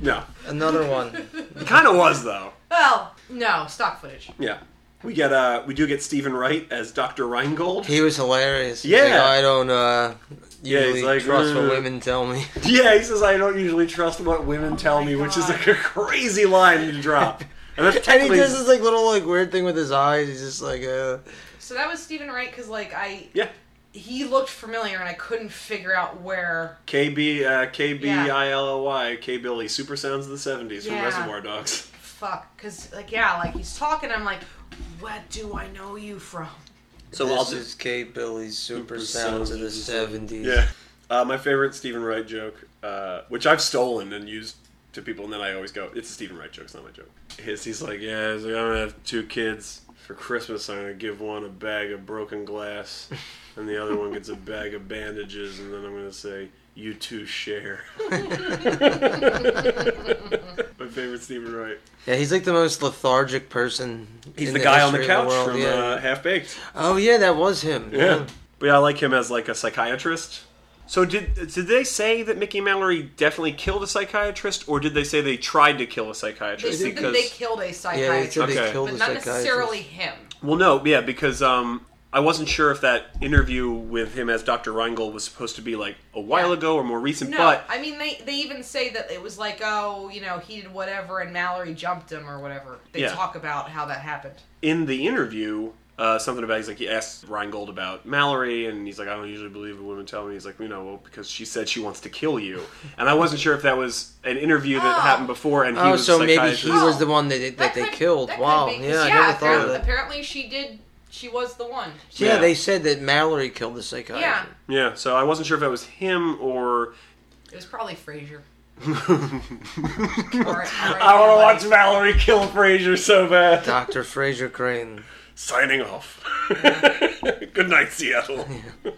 No, Another one. it kind of was though. Well, no, stock footage. Yeah, we get uh we do get Stephen Wright as Dr. Reingold. He was hilarious. He's Yeah. like, I don't uh, Yeah, he's usually like, trust what "Ugh." women tell me. Yeah, he says I don't usually trust what women tell me, which is God. like a crazy line to drop. And that's and he technically does this like little like weird thing with his eyes. He's just like, uh, So that was Stephen Wright because, like, I yeah. he looked familiar and I couldn't figure out where. KB uh, Yeah. KBILLY, K Billy, super sounds of the 70s from Yeah. Reservoir Dogs. Fuck, because like yeah, like he's talking. I'm like, what do I know you from? So I'll this do- is K. Billy's Super Super Sounds of the Sounds of the '70s. Yeah. Uh, my favorite Stephen Wright joke, uh, which I've stolen and used to people, and then I always go, "It's a Stephen Wright joke. It's not my joke." His, he's like, "Yeah, he's like, I'm gonna have two kids for Christmas. I'm gonna give one a bag of broken glass, and the other one gets a bag of bandages, and then I'm gonna say." You two share. My favorite Stephen Wright. Yeah, he's like the most lethargic person. He's in the, guy on the history of couch world, from yeah. uh, Half Baked. oh yeah, that was him. Yeah. But yeah, I like him as like a psychiatrist. So did did they say that Mickey Mallory definitely killed a psychiatrist, or did they say they tried to kill a They psychiatrist? said that they killed a yeah, they psychiatrist, said they Okay. killed but the not psychiatrist. necessarily him. well, no, yeah, because um, I wasn't sure if that interview with him as Dr. Reingold was supposed to be like a while Yeah. ago or more recent. No, But I mean they they even say that it was like oh you know he did whatever and Mallory jumped him or whatever. They Yeah. talk about how that happened. in the interview, uh, something about he's like he asked Reingold about Mallory, and he's like, I don't usually believe what women tell me. He's like, you know, well, because she said she wants to kill you, and I wasn't sure if that was an interview that Oh. happened before, and he Oh, was a so maybe psychiatrist. he was the one that that they could- killed. that could wow. be, 'cause yeah, I yeah, never thought of apparently, that. apparently she did. She was the one. Yeah, Yeah. they said that Mallory killed the psychiatrist. Yeah, Yeah, so I wasn't sure if that was him or. it was probably Frasier. I All right, all right, wanna everybody. Mallory kill Frasier so bad. Dr. Fraser Crane. Signing off. Good night, Seattle.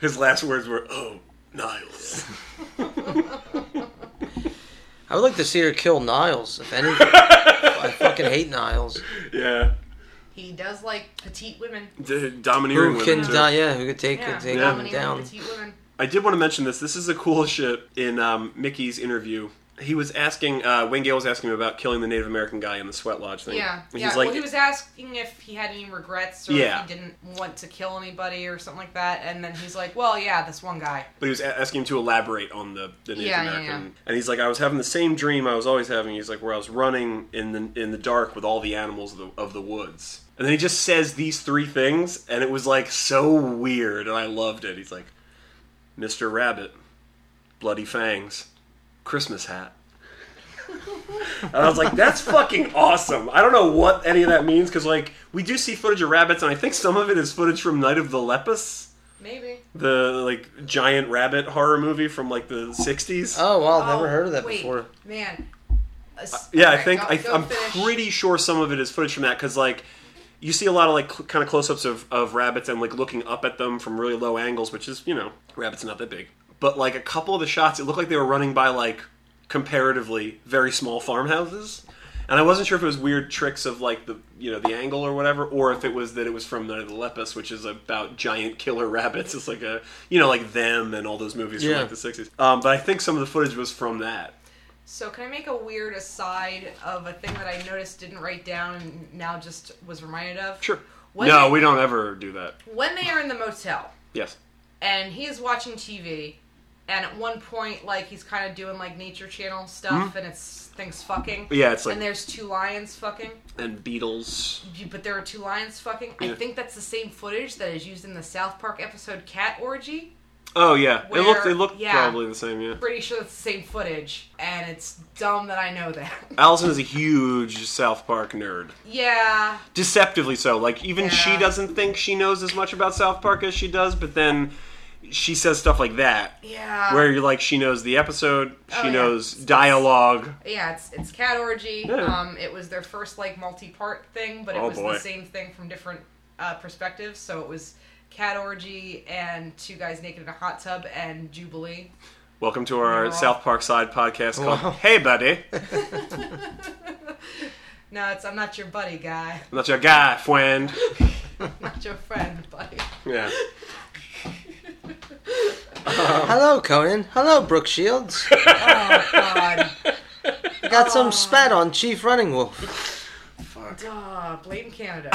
His last words were, "Oh, Niles." I would like to see her kill Niles, if anything. I fucking hate Niles. Yeah, He does like petite women. D- domineering Who women. can too. die? Yeah, who could take, Yeah, could take Yeah. him dominating down? petite women. I did want to mention this. This is the coolest shit in um, Mickey's interview. He was asking uh, Wayne Gale was asking him about killing the Native American guy in the sweat lodge thing. Yeah, And yeah. He's like, well, he was asking if he had any regrets or Yeah. if he didn't want to kill anybody or something like that, and then he's like, "Well, yeah, this one guy." But he was a- asking him to elaborate on the, the Native Yeah, yeah, American, yeah. and he's like, "I was having the same dream I was always having." He's like, "Where I was running in the in the dark with all the animals of the, of the woods," and then he just says these three things, and it was like so weird, and I loved it. He's like, "Mr. Rabbit, bloody fangs, Christmas hat," and I was like, "That's fucking awesome." I don't know what any of that means because like we do see footage of rabbits, and I think some of it is footage from Night of the Lepus Maybe. the like giant rabbit horror movie from like the 60s. Oh, wow, I've Oh, never heard of that wait, before. Man. A s- Uh, yeah, I alright, think go- I, go I'm finish. pretty sure some of it is footage from that because like you see a lot of like cl- kind of close-ups of, of rabbits and like looking up at them from really low angles, which is you know rabbits are not that big, but like a couple of the shots, it looked like they were running by like comparatively very small farmhouses. And I wasn't sure if it was weird tricks of like the you know the angle or whatever, or if it was that it was from Night of the Lepus, which is about giant killer rabbits. It's like a you know like them and all those movies Yeah. from like the sixties. Um, but I think some of the footage was from that. So can I make a weird aside of a thing that I noticed didn't write down and now just was reminded of? Sure. When no, they, we don't ever do that. when they are in the motel Yes. and he is watching TV and at one point like he's kind of doing like nature channel stuff and it's things fucking Hmm? Yeah, it's like- and there's two lions fucking And Beatles. but there are two lions fucking Yeah. i think that's the same footage that is used in the south park episode cat orgy Oh yeah, Where- it looked it looked yeah. probably the same. Yeah. pretty sure that's the same footage and it's dumb that i know that Allison is a huge South Park nerd, yeah deceptively so. Like even she Yeah. doesn't think she knows as much about South Park as she does, but then she says stuff like that, yeah where you're like, she knows the episode, she Uh, Oh, yeah. knows dialogue. Yeah, it's it's Cat Orgy. Yeah. Um, it was their first like multi-part thing, but it Oh, was boy. the same thing from different uh, perspectives. So it was Cat Orgy and two guys naked in a hot tub and Jubilee. Welcome to our Wow. South Park side podcast called Wow. "Hey Buddy." I'm No, it's I'm not your buddy, guy. not your guy, friend. not your friend, buddy. Yeah. Uh, Hello, Conan. Hello, Brooke Shields. Oh God, I got some spat on Chief Running Wolf. duh, blame Canada.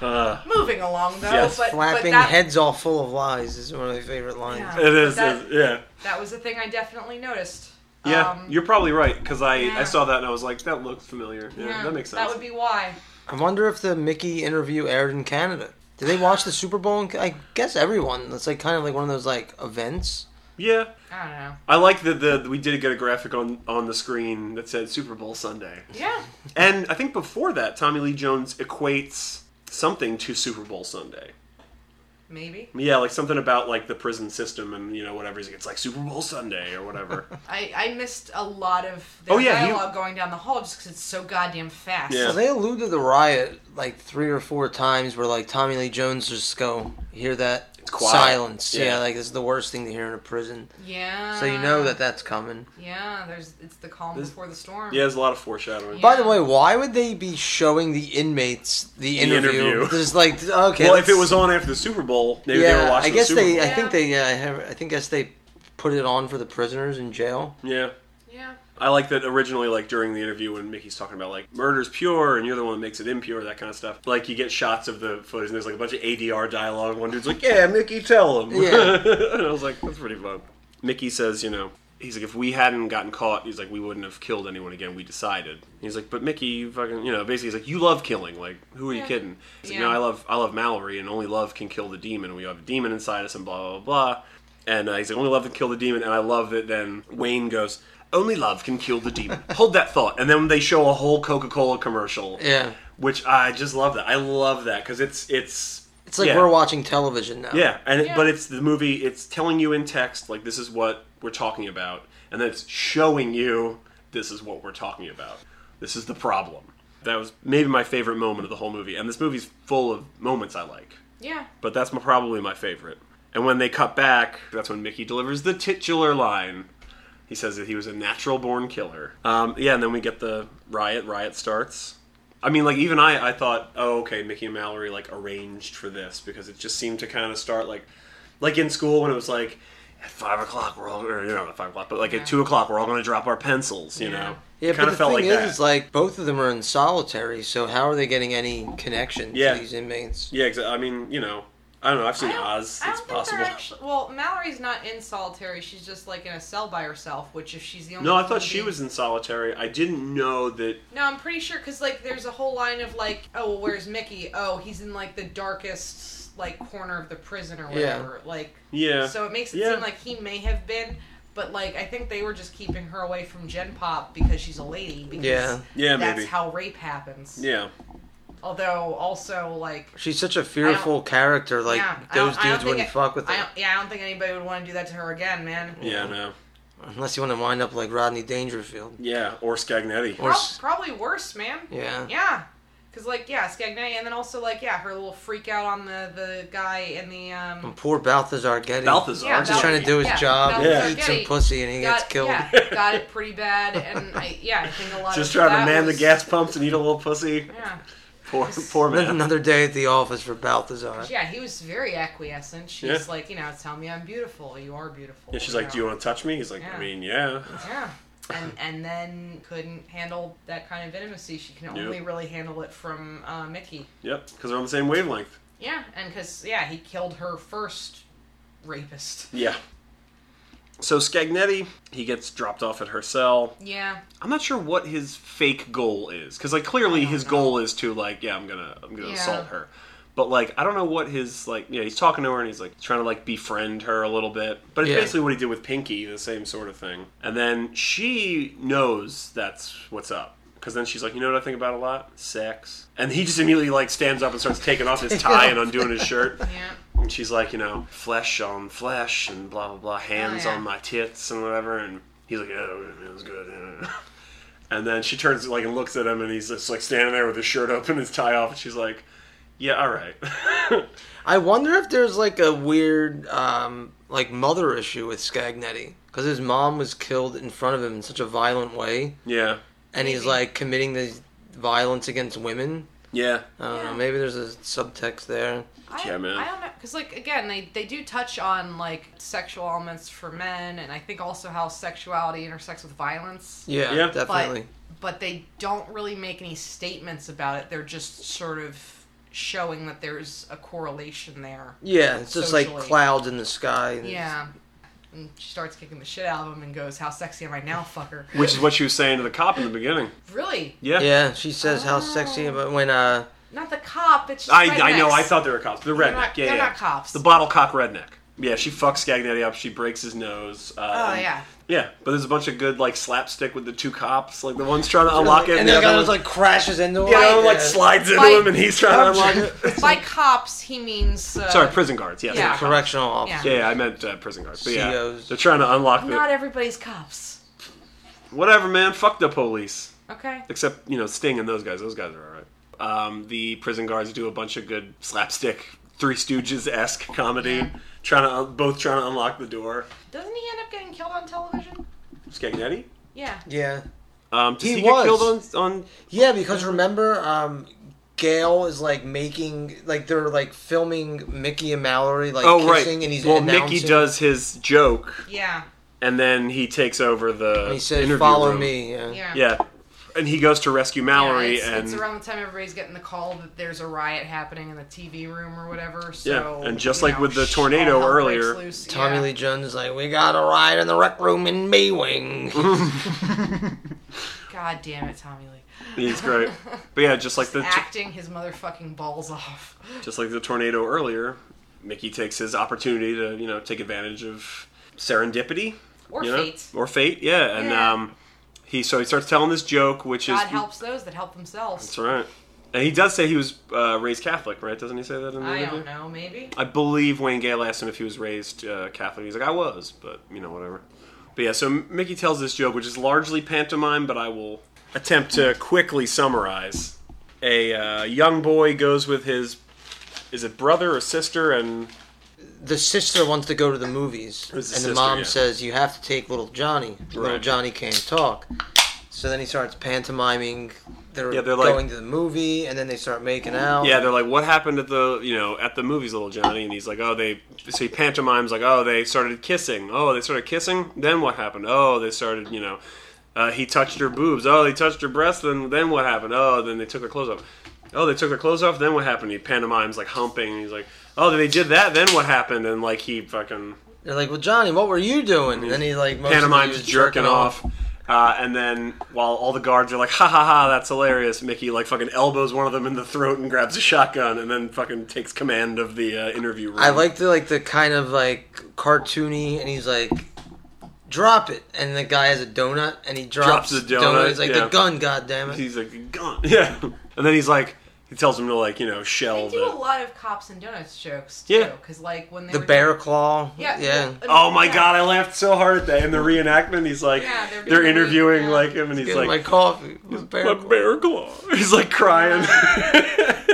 um, moving along though, Uh, Yes. but, but Flapping that, heads all full of lies is one of my favorite lines. Yeah. It is. That- it's- yeah. that was the thing I definitely noticed. Yeah, Um, you're probably right because I, I yeah. saw that and I was like, that looked familiar. Yeah, that makes sense. That would be why. I wonder if the Mickey interview aired in Canada. Did they watch the Super Bowl? In, I guess everyone. That's like kind of like one of those like events. yeah, I don't know. I like that the we did get a graphic on on the screen that said Super Bowl Sunday, Yeah. and I think before that Tommy Lee Jones equates something to Super Bowl Sunday. Maybe. Yeah, like something about like the prison system and you know whatever. It's like Super Bowl Sunday or whatever. I, I missed a lot of their Oh, yeah, you- dialogue going down the hall just because it's so goddamn fast. Yeah. So they allude to the riot like three or four times, where like Tommy Lee Jones just go hear that quiet. silence. Yeah. Yeah. like this is the worst thing to hear in a prison. Yeah. So you know Ah. that that's coming. Yeah, there's it's the calm This- before the storm. yeah, there's a lot of foreshadowing. By the way, why would they be showing the inmates the interview? interview. There's like okay. well, if it let's- was on after the Super Bowl, maybe yeah, they were watching I guess the Super they. Bowl. I think they. Yeah, I have. I think guess they put it on for the prisoners in jail. yeah. Yeah. I like that originally, like during the interview when Mickey's talking about like murder's pure and you're the one that makes it impure, that kind of stuff. Like you get shots of the footage and there's like a bunch of ADR dialogue. One dude's like, "Yeah, Mickey, tell him." Yeah. and I was like, "That's pretty fun." Mickey says, "You know." He's like, if we hadn't gotten caught, he's like, we wouldn't have killed anyone again. We decided. He's like, but Mickey, you fucking, you know, basically, he's like, you love killing. Like, who are you Yeah. kidding? He's like, Yeah. no, I love, I love Mallory, and only love can kill the demon. And we have a demon inside us, and blah blah blah. And uh, he's like, only love can kill the demon. And I love that then Wayne goes, only love can kill the demon. Hold that thought. And then they show a whole Coca Cola commercial. Yeah. Which I just love that. I love that because it's it's It's like yeah. we're watching television now. Yeah, and it, Yeah. but it's the movie. It's telling you in text like this is what we're talking about, and then it's showing you this is what we're talking about. This is the problem. That was maybe my favorite moment of the whole movie, and this movie's full of moments I like Yeah. but that's my, probably my favorite. And when they cut back, that's when Mickey delivers the titular line. He says that he was a natural born killer. Um, yeah, and then we get the riot. Riot starts. I mean, like even I, I thought, oh, okay, Mickey and Mallory like arranged for this because it just seemed to kind of start like, like in school when it was like at five o'clock we're all, or you know, at five o'clock, but like at two o'clock we're all going to drop our pencils. You Yeah. know, Yeah, kind but of the felt like thing is, that. is like both of them are in solitary, so how are they getting any connection Yeah. to these inmates? yeah, exactly. I mean, you know, I don't know. I've seen Oz. I don't it's think possible. they're actually. Well, Mallory's not in solitary. She's just like in a cell by herself. Which, if she's the only. No, I human thought she being- was in solitary. I didn't know that. No, I'm pretty sure because like there's a whole line of like, oh, well, where's Mickey? Oh, he's in like the darkest like corner of the prison or Yeah. whatever. Like, Yeah. so it makes it Yeah. seem like he may have been, but like I think they were just keeping her away from Gen Pop because she's a lady. Because Yeah. Yeah, that's maybe. how rape happens. yeah. Although also like She's such a fearful character. Like yeah, I don't- those I don't dudes think wouldn't it- fuck with I her don't, yeah, I don't think anybody would want to do that to her again, man. Yeah, no. unless you want to wind up like Rodney Dangerfield. Yeah, or Scagnetti. Or Prob- s- probably worse, man. Yeah. Yeah. Because, like, yeah, Scagnetti, and then also, like, yeah, her little freak out on the, the guy in the, um... And poor Balthazar Getty. Balthazar. Yeah, He's just trying to do his Yeah, job. Balthazar He eats some Getty pussy and he got, gets killed. Yeah, got it pretty bad, and, I, yeah, I think a lot Just of trying to that man was- the gas pumps and eat a little pussy. Yeah. Poor, poor Then man. Another day at the office for Balthazar. Yeah, he was very acquiescent. She's Yeah. like, you know, tell me I'm beautiful. You are beautiful. Yeah, she's like, "Do you want to touch me?" He's like, "I Yeah. mean, yeah." Yeah. And, and then couldn't handle that kind of intimacy. She can only really handle it from uh, Mickey. Yep, because they're on the same wavelength. Yeah, and because, yeah, he killed her first rapist. Yeah. So Scagnetti, he gets dropped off at her cell. Yeah. I'm not sure what his fake goal is because like clearly his goal is to like yeah I'm gonna I'm gonna Yeah. assault her, but like I don't know what his like yeah he's talking to her and he's like trying to like befriend her a little bit, but it's Yeah. basically what he did with Pinky the same sort of thing, and then she knows that's what's up. Cause then she's like, you know what I think about a lot? Sex. And he just immediately like stands up and starts taking off his tie and undoing his shirt. Yeah. And she's like, you know, flesh on flesh and blah blah blah, hands Oh, yeah. on my tits and whatever. And he's like, oh, it was good. And then she turns like and looks at him, and he's just like standing there with his shirt up and his tie off. And she's like, yeah, all right. I wonder if there's like a weird um, like mother issue with Scagnetti because his mom was killed in front of him in such a violent way, yeah, and he's Maybe. like committing this violence against women. yeah, I don't know. Yeah. Maybe there's a subtext there. I, Yeah, man. I don't know, because like again, they they do touch on like sexual elements for men, and I think also how sexuality intersects with violence. Yeah, Yeah. definitely. But but they don't really make any statements about it. They're just sort of showing that there's a correlation there. yeah, it's just like Socially. clouds in the sky. and it's- Yeah. and she starts kicking the shit out of him and goes, "How sexy am I now, fucker?" Which is what she was saying to the cop in the beginning. Really? Yeah. Yeah, she says how sexy, Oh. but when uh, Not the cop. It's just I, I know. rednecks. I thought they were cops. They're redneck. not- yeah, they're yeah. not cops. The bottle cock redneck. Yeah, she fucks Scagnetti up. She breaks his nose. Uh, Oh and- yeah. Yeah, but there's a bunch of good like slapstick with the two cops, like the one's trying to unlock it, and the other guy one's was like crashes into her. yeah, the other one like Yeah. slides into Like- him, and he's trying to unlock it. By cops, he means uh, Sorry, prison guards. Yes, Yeah. correct. correctional officer. Yeah, yeah, I meant uh, prison guards. But yeah, COs. they're trying to unlock the Not everybody's cops. whatever, man. Fuck the police. Okay. Except you know Sting and those guys. Those guys are all right. Um, the prison guards do a bunch of good slapstick, Three Stooges esque comedy, trying to both trying to unlock the door. Doesn't he end up getting killed on television? Scagnetti. Yeah. Yeah. Um, does he, He get was. killed on on? Yeah, because remember, um, Gail is like making like they're like filming Mickey and Mallory like oh right. kissing, and he's well, announcing, Mickey does his joke. Yeah. and then he takes over the And he says, interview "Follow room. me." Yeah. Yeah. Yeah, and he goes to rescue Mallory, it's, and it's around the time everybody's getting the call that there's a riot happening in the TV room or whatever. So Yeah, and just you like know, with the sh- tornado all hell breaks earlier, loose. Tommy Yeah. Lee Jones is like, "We got a ride in the rec room in Maywing." God damn it, Tommy Lee! he's great. But yeah, just like the Acting his motherfucking balls off. just like the tornado earlier, Mickey takes his opportunity to you know take advantage of serendipity Or you know? fate. or fate. Yeah, and Yeah. um, he so he starts telling this joke, which God is helps those that help themselves. that's right. And he does say he was uh, raised Catholic, right? Doesn't he say that in the I interview? don't know, maybe. I believe Wayne Gale asked him if he was raised uh, Catholic. He's like, I was, but you know, whatever. But yeah, so M- Mickey tells this joke, which is largely pantomime, but I will attempt to quickly summarize. A uh, young boy goes with his, is it brother or sister? And the sister wants to go to the movies, and was the the sister, mom yeah. says, "You have to take little Johnny. Little Right. Johnny can't talk." So then he starts pantomiming. They're, Yeah, they're like- going to the movie, and then they start making out. yeah, they're like, what happened at the, you know, at the movies, little Johnny? And he's like, oh, they, so he pantomimes like, oh, they started kissing. Oh, they started kissing. Then what happened? Oh, they started, you know, uh, he touched her boobs. Oh, they touched her breasts. Then then what happened? Oh, then they took her clothes off. Oh, they took her clothes off. Then what happened? He pantomimes like humping. And he's like, oh, they did that. Then what happened? And like he fucking They're like, "Well, Johnny, what were you doing?" And then he like mostly pantomimes was jerking off. Uh, and then while all the guards are like, ha ha ha, that's hilarious, Mickey like fucking elbows one of them in the throat and grabs a shotgun and then fucking takes command of the uh, interview room. I like the like the kind of like cartoony, and he's like, "Drop it!" And the guy has a donut, and he Drops drops, the donut, He's like, yeah. "The gun, goddammit!" He's like, gone. Yeah. And then he's like, he tells him to like, you know, shell They do a the. lot of cops and donuts jokes too, Yeah. because like when they The were- bear claw. Yeah. yeah. I mean, Oh my yeah. god, I laughed so hard at that. In the reenactment, he's like, Yeah, they're, they're doing the interviewing re- like him and he's Get like, my coffee. The bear my claw. bear claw. He's like crying.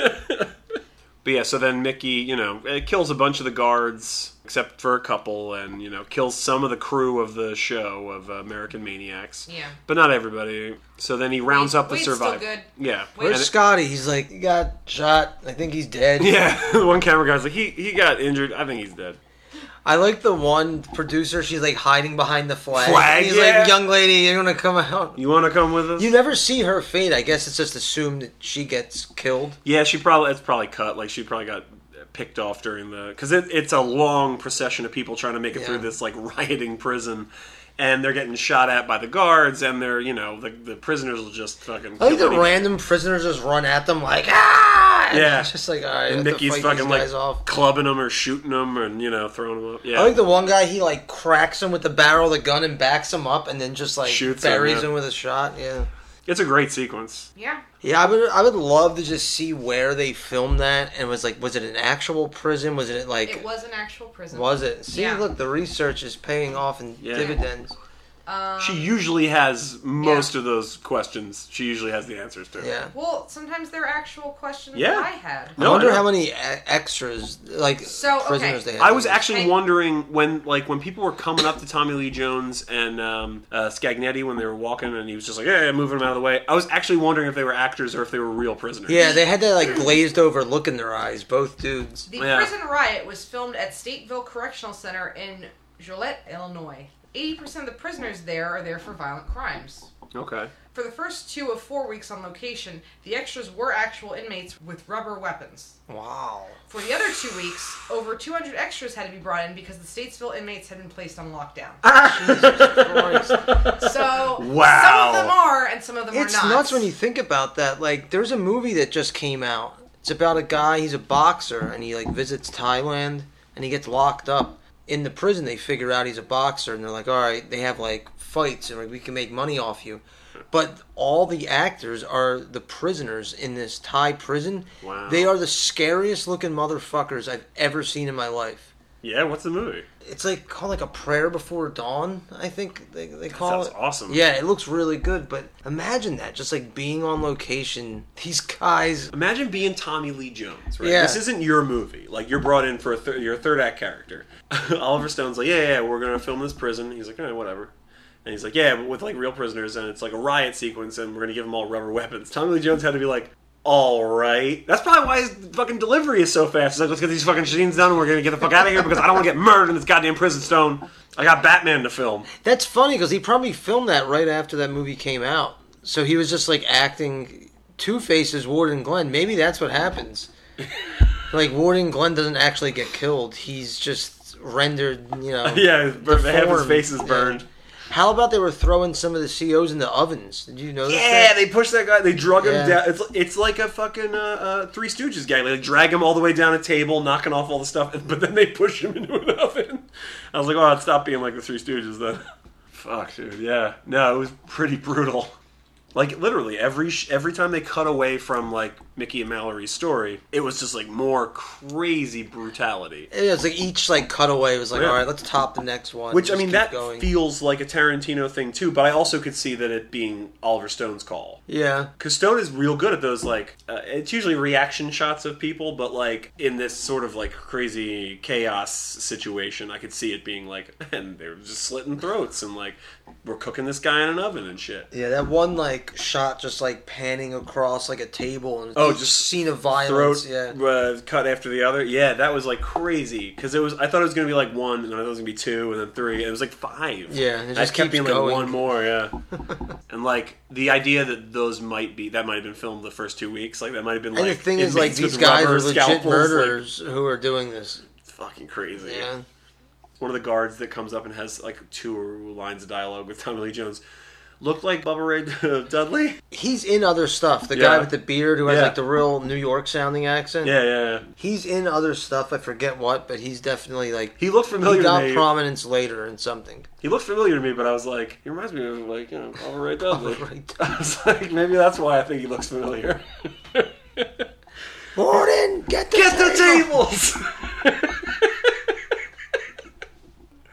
but yeah, so then Mickey, you know, uh, kills a bunch of the guards, except for a couple, and you know, kills some of the crew of the show of uh, American Maniacs. Yeah. but not everybody. So then he rounds Wade- up the Wade's still survivors. good. Yeah, Wade's And- Where's Scotty? He's like, he got shot. I think he's dead. yeah. The one camera guy's like, he he got injured. I think he's dead. I like the one producer. She's like hiding behind the flag. Flag, He's yeah. like, young lady, you're gonna come out. You want to come with us? You never see her fate. I guess it's just assumed that she gets killed. Yeah, she probably it's probably cut. Like she probably got picked off during the because it, it's a long procession of people trying to make it Yeah. through this like rioting prison, and they're getting shot at by the guards, and they're you know the, the prisoners will just fucking. I think kill the anyone. random prisoners just run at them like ah. And Yeah. it's just like all right. and I have to Mickey's fight fucking these like guys off. clubbing them or shooting them and you know throwing them up. Yeah, I like the one guy. He like cracks him with the barrel of the gun and backs him up, and then just like Shoots him, buries yeah. him with a shot. Yeah. it's a great sequence. Yeah. Yeah, I would I would love to just see where they filmed that and was like was it an actual prison? Was it like It was an actual prison. was it? See, Yeah. look, the research is paying off in Yeah. dividends. Um, She usually has most of those questions. She usually has the answers to. Yeah. well, sometimes they're actual questions Yeah. that I had. No, I wonder I know. how many e- extras like So, okay. prisoners they had. I was actually I- wondering when, like, when people were coming up to Tommy Lee Jones and um, uh, Scagnetti when they were walking, and he was just like, "Yeah, moving them out of the way." I was actually wondering if they were actors or if they were real prisoners. Yeah, they had that like glazed over look in their eyes, both dudes. The Yeah. prison riot was filmed at Stateville Correctional Center in Gillette, Illinois. 80% of the prisoners there are there for violent crimes. Okay. For the first two of four weeks on location, the extras were actual inmates with rubber weapons. Wow. For the other two weeks, over 200 extras had to be brought in because the Statesville inmates had been placed on lockdown. So some Wow. of them are, and some of them It's are not. nuts when you think about that. Like, there's a movie that just came out. It's about a guy. He's a boxer, and he like visits Thailand, and he gets locked up in the prison. They figure out he's a boxer, and they're like, "All right, they have like fights, and like we can make money off you." But all the actors are the prisoners in this Thai prison. Wow. They are the scariest looking motherfuckers I've ever seen in my life. Yeah. What's the movie? It's like called like a prayer before dawn. I think they, they call Sounds it. awesome. Yeah, it looks really good, but imagine that just like being on location. These guys, Imagine being Tommy Lee Jones, right? Yeah. This isn't your movie. Like you're brought in for a thir- your third act character. Oliver Stone's like, yeah, yeah, yeah, we're gonna film this prison. He's like, eh, whatever. And he's like, yeah, but with like real prisoners, and it's like a riot sequence, and we're gonna give them all rubber weapons. Tommy Lee Jones had to be like, all right. That's probably why his fucking delivery is so fast. He's like, let's get these fucking machines done, and we're gonna get the fuck out of here because I don't want to get murdered in this goddamn prison. Stone, I got Batman to film. that's funny because he probably filmed that right after that movie came out. So he was just like acting Two Faces Warden Glenn. Maybe that's what happens. like Warden Glenn doesn't actually get killed. He's just rendered, you know. Yeah, but half his Deformed. face is Yeah. burned. How about they were throwing some of the COs in the ovens? Did you notice Yeah, that? they push that guy. They drug him Yeah. down. It's it's like a fucking uh, uh, Three Stooges gang. They like, drag him all the way down a table, knocking off all the stuff, but then they push him into an oven. I was like, oh, I'd stop being like the Three Stooges then. Fuck, dude. Yeah, no, it was pretty brutal. Like literally every sh- every time they cut away from like Mickey and Mallory's story, it was just like more crazy brutality. It was like each like cutaway was like, Yeah. all right, let's top the next one. Which I Just mean, keep that going. feels like a Tarantino thing too. But I also could see that it being Oliver Stone's call. yeah. Because Stone is real good at those, like, uh, it's usually reaction shots of people, but, like, in this sort of, like, crazy chaos situation, I could see it being like, and they were just slitting throats, and, like, we're cooking this guy in an oven and shit. Yeah, that one like shot just like panning across like a table and Oh, it's just scene of Throat violence. yeah, uh, cut after the other. Yeah, that was, like, crazy. Because it was, I thought it was going to be, like, one, and then I thought it was going to be two, and then three, and it was, like, five. Yeah, and it That just kept keeps being, going. like, one more, yeah. and, like, the idea that those might be, that might have been filmed the first two weeks, like, that might have been, like, and the thing is like inmates these with guys rubber are legit scalpels, like, murderers who are doing this. fucking crazy. Yeah, One of the guards that comes up and has like two lines of dialogue with Tommy Lee Jones looked like Bubba Ray Dudley. he's in other stuff. The Yeah. guy with the beard who has Yeah. like the real New York sounding accent. Yeah, yeah. yeah. he's in other stuff. I forget what, but he's definitely like He looked he familiar got to me. prominence later in something. he looked familiar to me, but I was like, he reminds me of like you know Bubba Ray Dudley. Bubba Ray Dudley. I was like, maybe that's why I think he looks familiar. Warden, get the Get the table! tables.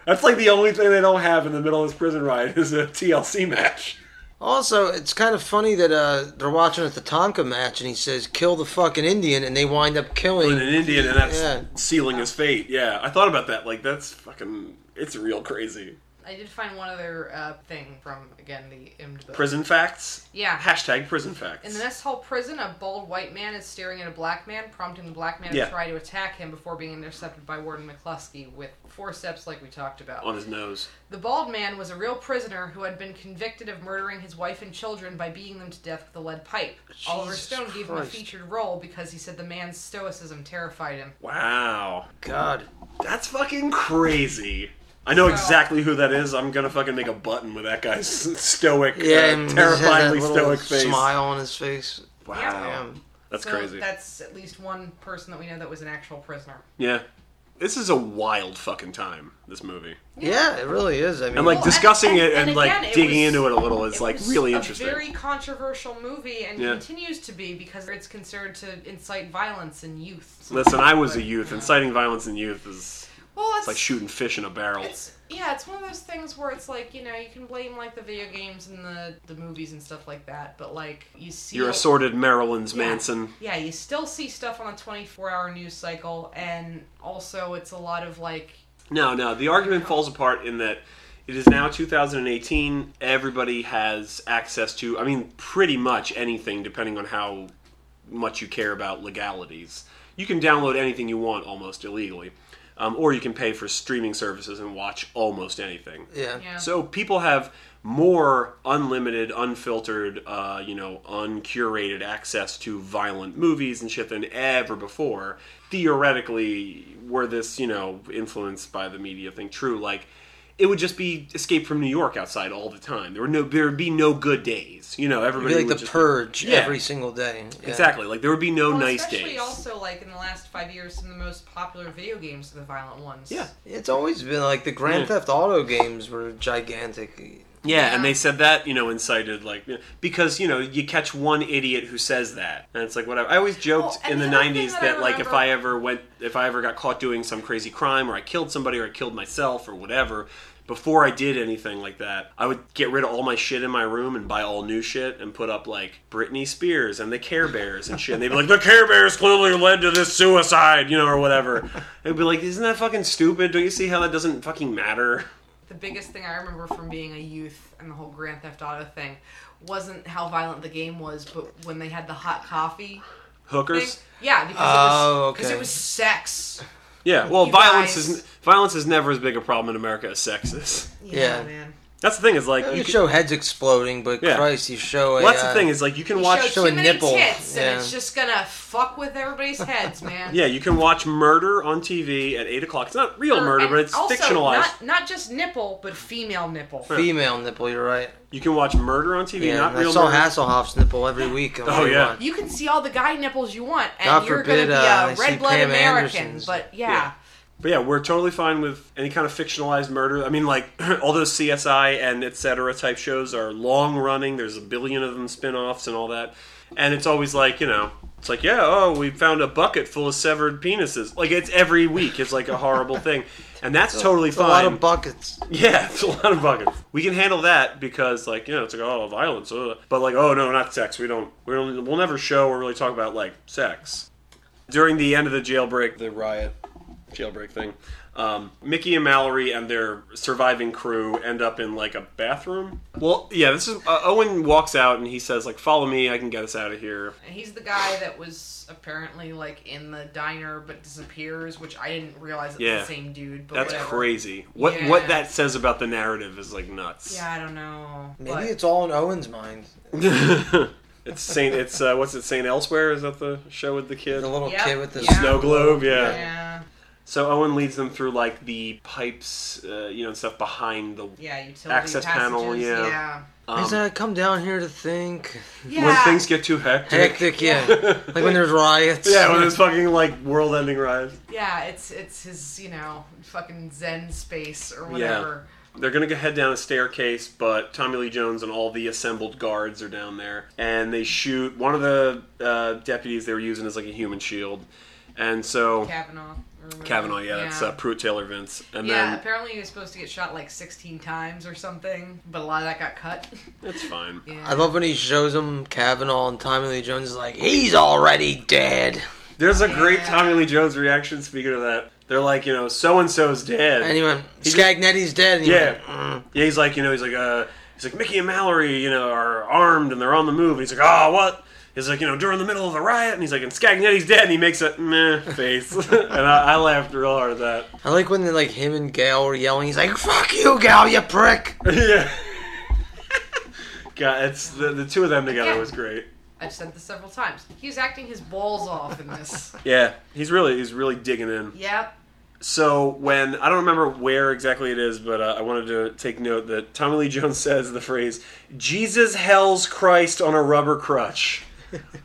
That's like the only thing they don't have in the middle of this prison riot is a TLC match. Also, it's kind of funny that uh, they're watching a Tatanka match and he says, "Kill the fucking Indian," and they wind up killing an Indian, and that's Yeah. sealing his fate. Yeah, I thought about that. Like, that's fucking. It's real crazy. I did find one other uh, thing from again the IMDb. Prison facts. Yeah. Hashtag prison facts. In the next hall prison, a bald white man is staring at a black man, prompting the black man Yeah. to try to attack him before being intercepted by Warden McCluskey with forceps, like we talked about. on his nose. The bald man was a real prisoner who had been convicted of murdering his wife and children by beating them to death with a lead pipe. Oliver Jesus Stone gave him a Christ. featured role because he said the man's stoicism terrified him. Wow, God. that's fucking crazy. I know So- exactly who that is. I'm gonna fucking make a button with that guy's stoic, Yeah, uh, and terrifyingly he just has that little stoic face. Smile on his face. Wow, Damn. that's so crazy. That's at least one person that we know that was an actual prisoner. Yeah, this is a wild fucking time. This movie. Yeah, it really is. I mean, And like Well, and- discussing and- it and, and again, like it digging was- into it a little is It like was really a interesting. Very controversial movie and Yeah. continues to be because it's considered to incite violence in youth. Listen, I was a youth. Inciting violence in youth is Well, it's, It's like shooting fish in a barrel. It's yeah, it's one of those things where it's like you know you can blame like the video games and the the movies and stuff like that, but like you see You're a- assorted Marilyn's Yeah. Manson. Yeah, you still see stuff on a 24-hour news cycle, and also it's a lot of like No, no, the argument falls apart in that it is now 2018. Everybody has access to, I mean, pretty much anything, depending on how much you care about legalities. You can download anything you want almost illegally, um, or you can pay for streaming services and watch almost anything. yeah. yeah. So people have more unlimited, unfiltered, uh, you know, uncurated access to violent movies and shit than ever before. Theoretically, were this, you know, influenced by the media thing true, like it would just be Escape from New York outside all the time. There were no, there would be no good days. You know, It'd be everybody like would the just- purge Yeah. every single day. Yeah. Exactly, like there would be no Well, nice especially days. also like in the last five years, some of the most popular video games are the violent ones. Yeah. It's always been like the Grand Yeah. Theft Auto games were gigantic. Yeah, and Yeah. they said that, you know, incited like because you know you catch one idiot who says that, and it's like whatever. I always joked Well, in and the the other thing '90s that that, I like if remember- I ever went, if I ever got caught doing some crazy crime or I killed somebody or I killed myself or whatever, before I did anything like that, I would get rid of all my shit in my room and buy all new shit and put up like Britney Spears and the Care Bears and shit. And they'd be like, the Care Bears clearly led to this suicide, you know, or whatever. It'd be like, isn't that fucking stupid? Don't you see how that doesn't fucking matter? The biggest thing I remember from being a youth and the whole Grand Theft Auto thing wasn't how violent the game was, but when they had the hot coffee thing. Hookers. Yeah, because it Oh, was because okay. it was sex. Yeah, well, You violence guys- is violence is never as big a problem in America as sex is. Yeah. man. That's the thing is like You, you can, show heads exploding, but Yeah. Christ, you show a. well, that's the uh, thing is like you can You watch show show a too many nipple. tits, Yeah. and it's just gonna fuck with everybody's heads, man. yeah you can watch murder on TV at eight o'clock. It's not real Or- murder, and but it's also, fictionalized. Not, not just nipple, but female nipple. Female nipple, you're right. You can watch murder on TV, Yeah, not and I real saw murder. Hasselhoff's nipple every week. on Oh, yeah. Rewind. You can see all the guy nipples you want, and God you're forbid, gonna be uh, I a see red blood Pam American. Anderson's. But yeah. Yeah. But yeah, we're totally fine with any kind of fictionalized murder. I mean, like all those CSI and etc. type shows are long running. There's a billion of them, spin-offs and all that. And it's always like you know, it's like yeah, oh, we found a bucket full of severed penises. Like it's every week. It's like a horrible thing, and that's totally It's fine. a lot of buckets. Yeah, it's a lot of buckets. We can handle that because, like, you know, it's like oh, violence, uh, but like, oh no, not sex. We don't, we don't, we'll never show or really talk about like sex. During the end of the jailbreak, the riot, jailbreak thing, um, Mickey and Mallory and their surviving crew end up in like a bathroom. Well, yeah, this is uh, Owen walks out and he says like, "Follow me, I can get us out of here." And he's the guy that was apparently like in the diner but disappears, which I didn't realize it was Yeah. the same dude. But That's whatever. crazy. What Yeah. what that says about the narrative is like nuts. Yeah, I don't know. Maybe But- it's all in Owen's mind. it's Saint. It's uh, what's it? Saint Elsewhere is that the show with the kid? The little Yep. kid with the Yeah. Snow globe. Yeah. yeah, So Owen leads them through like the pipes, uh, you know, and stuff behind the. yeah, utility Access panel, passages, yeah. yeah. Um, Is that I come down here to think? Yeah. When things get too hectic. Hectic, yeah. like when there's riots. yeah, when there's fucking like world-ending riots. yeah, it's it's his you know fucking Zen space or whatever. They're gonna go head down a staircase, but Tommy Lee Jones and all the assembled guards are down there, and they shoot one of the uh, deputies they were using as like a human shield, and so Kavanaugh. or whatever. Kavanaugh, yeah, that's uh, Pruitt Taylor Vince, and yeah, then apparently he was supposed to get shot like 16 times or something, but a lot of that got cut. it's fine. Yeah. I love when he shows him Kavanaugh and Tommy Lee Jones is like, he's already dead. There's a great Yeah. Tommy Lee Jones reaction. Speaking of that, they're like, you know, so and so's dead. And he went, Scagnetti's dead. And he Yeah. went, "Mm." Yeah, he's like, you know, he's like, uh, he's like, Mickey and Mallory, you know, are armed and they're on the move. And he's like, oh, what? He's like, you know, during the middle of the riot, and he's like, and Scagnetti's dead, and he makes a meh face, and I, I laughed real hard at that. I like when they, like him and Gail were yelling. He's like, fuck you, Gail, you prick. yeah, God, it's the, the two of them together was great. I've said this several times. He was acting his balls off in this. Yeah, he's really he's really digging in. yep. So when I don't remember where exactly it is, but uh, I wanted to take note that Tommy Lee Jones says the phrase "Jesus hell's Christ on a rubber crutch."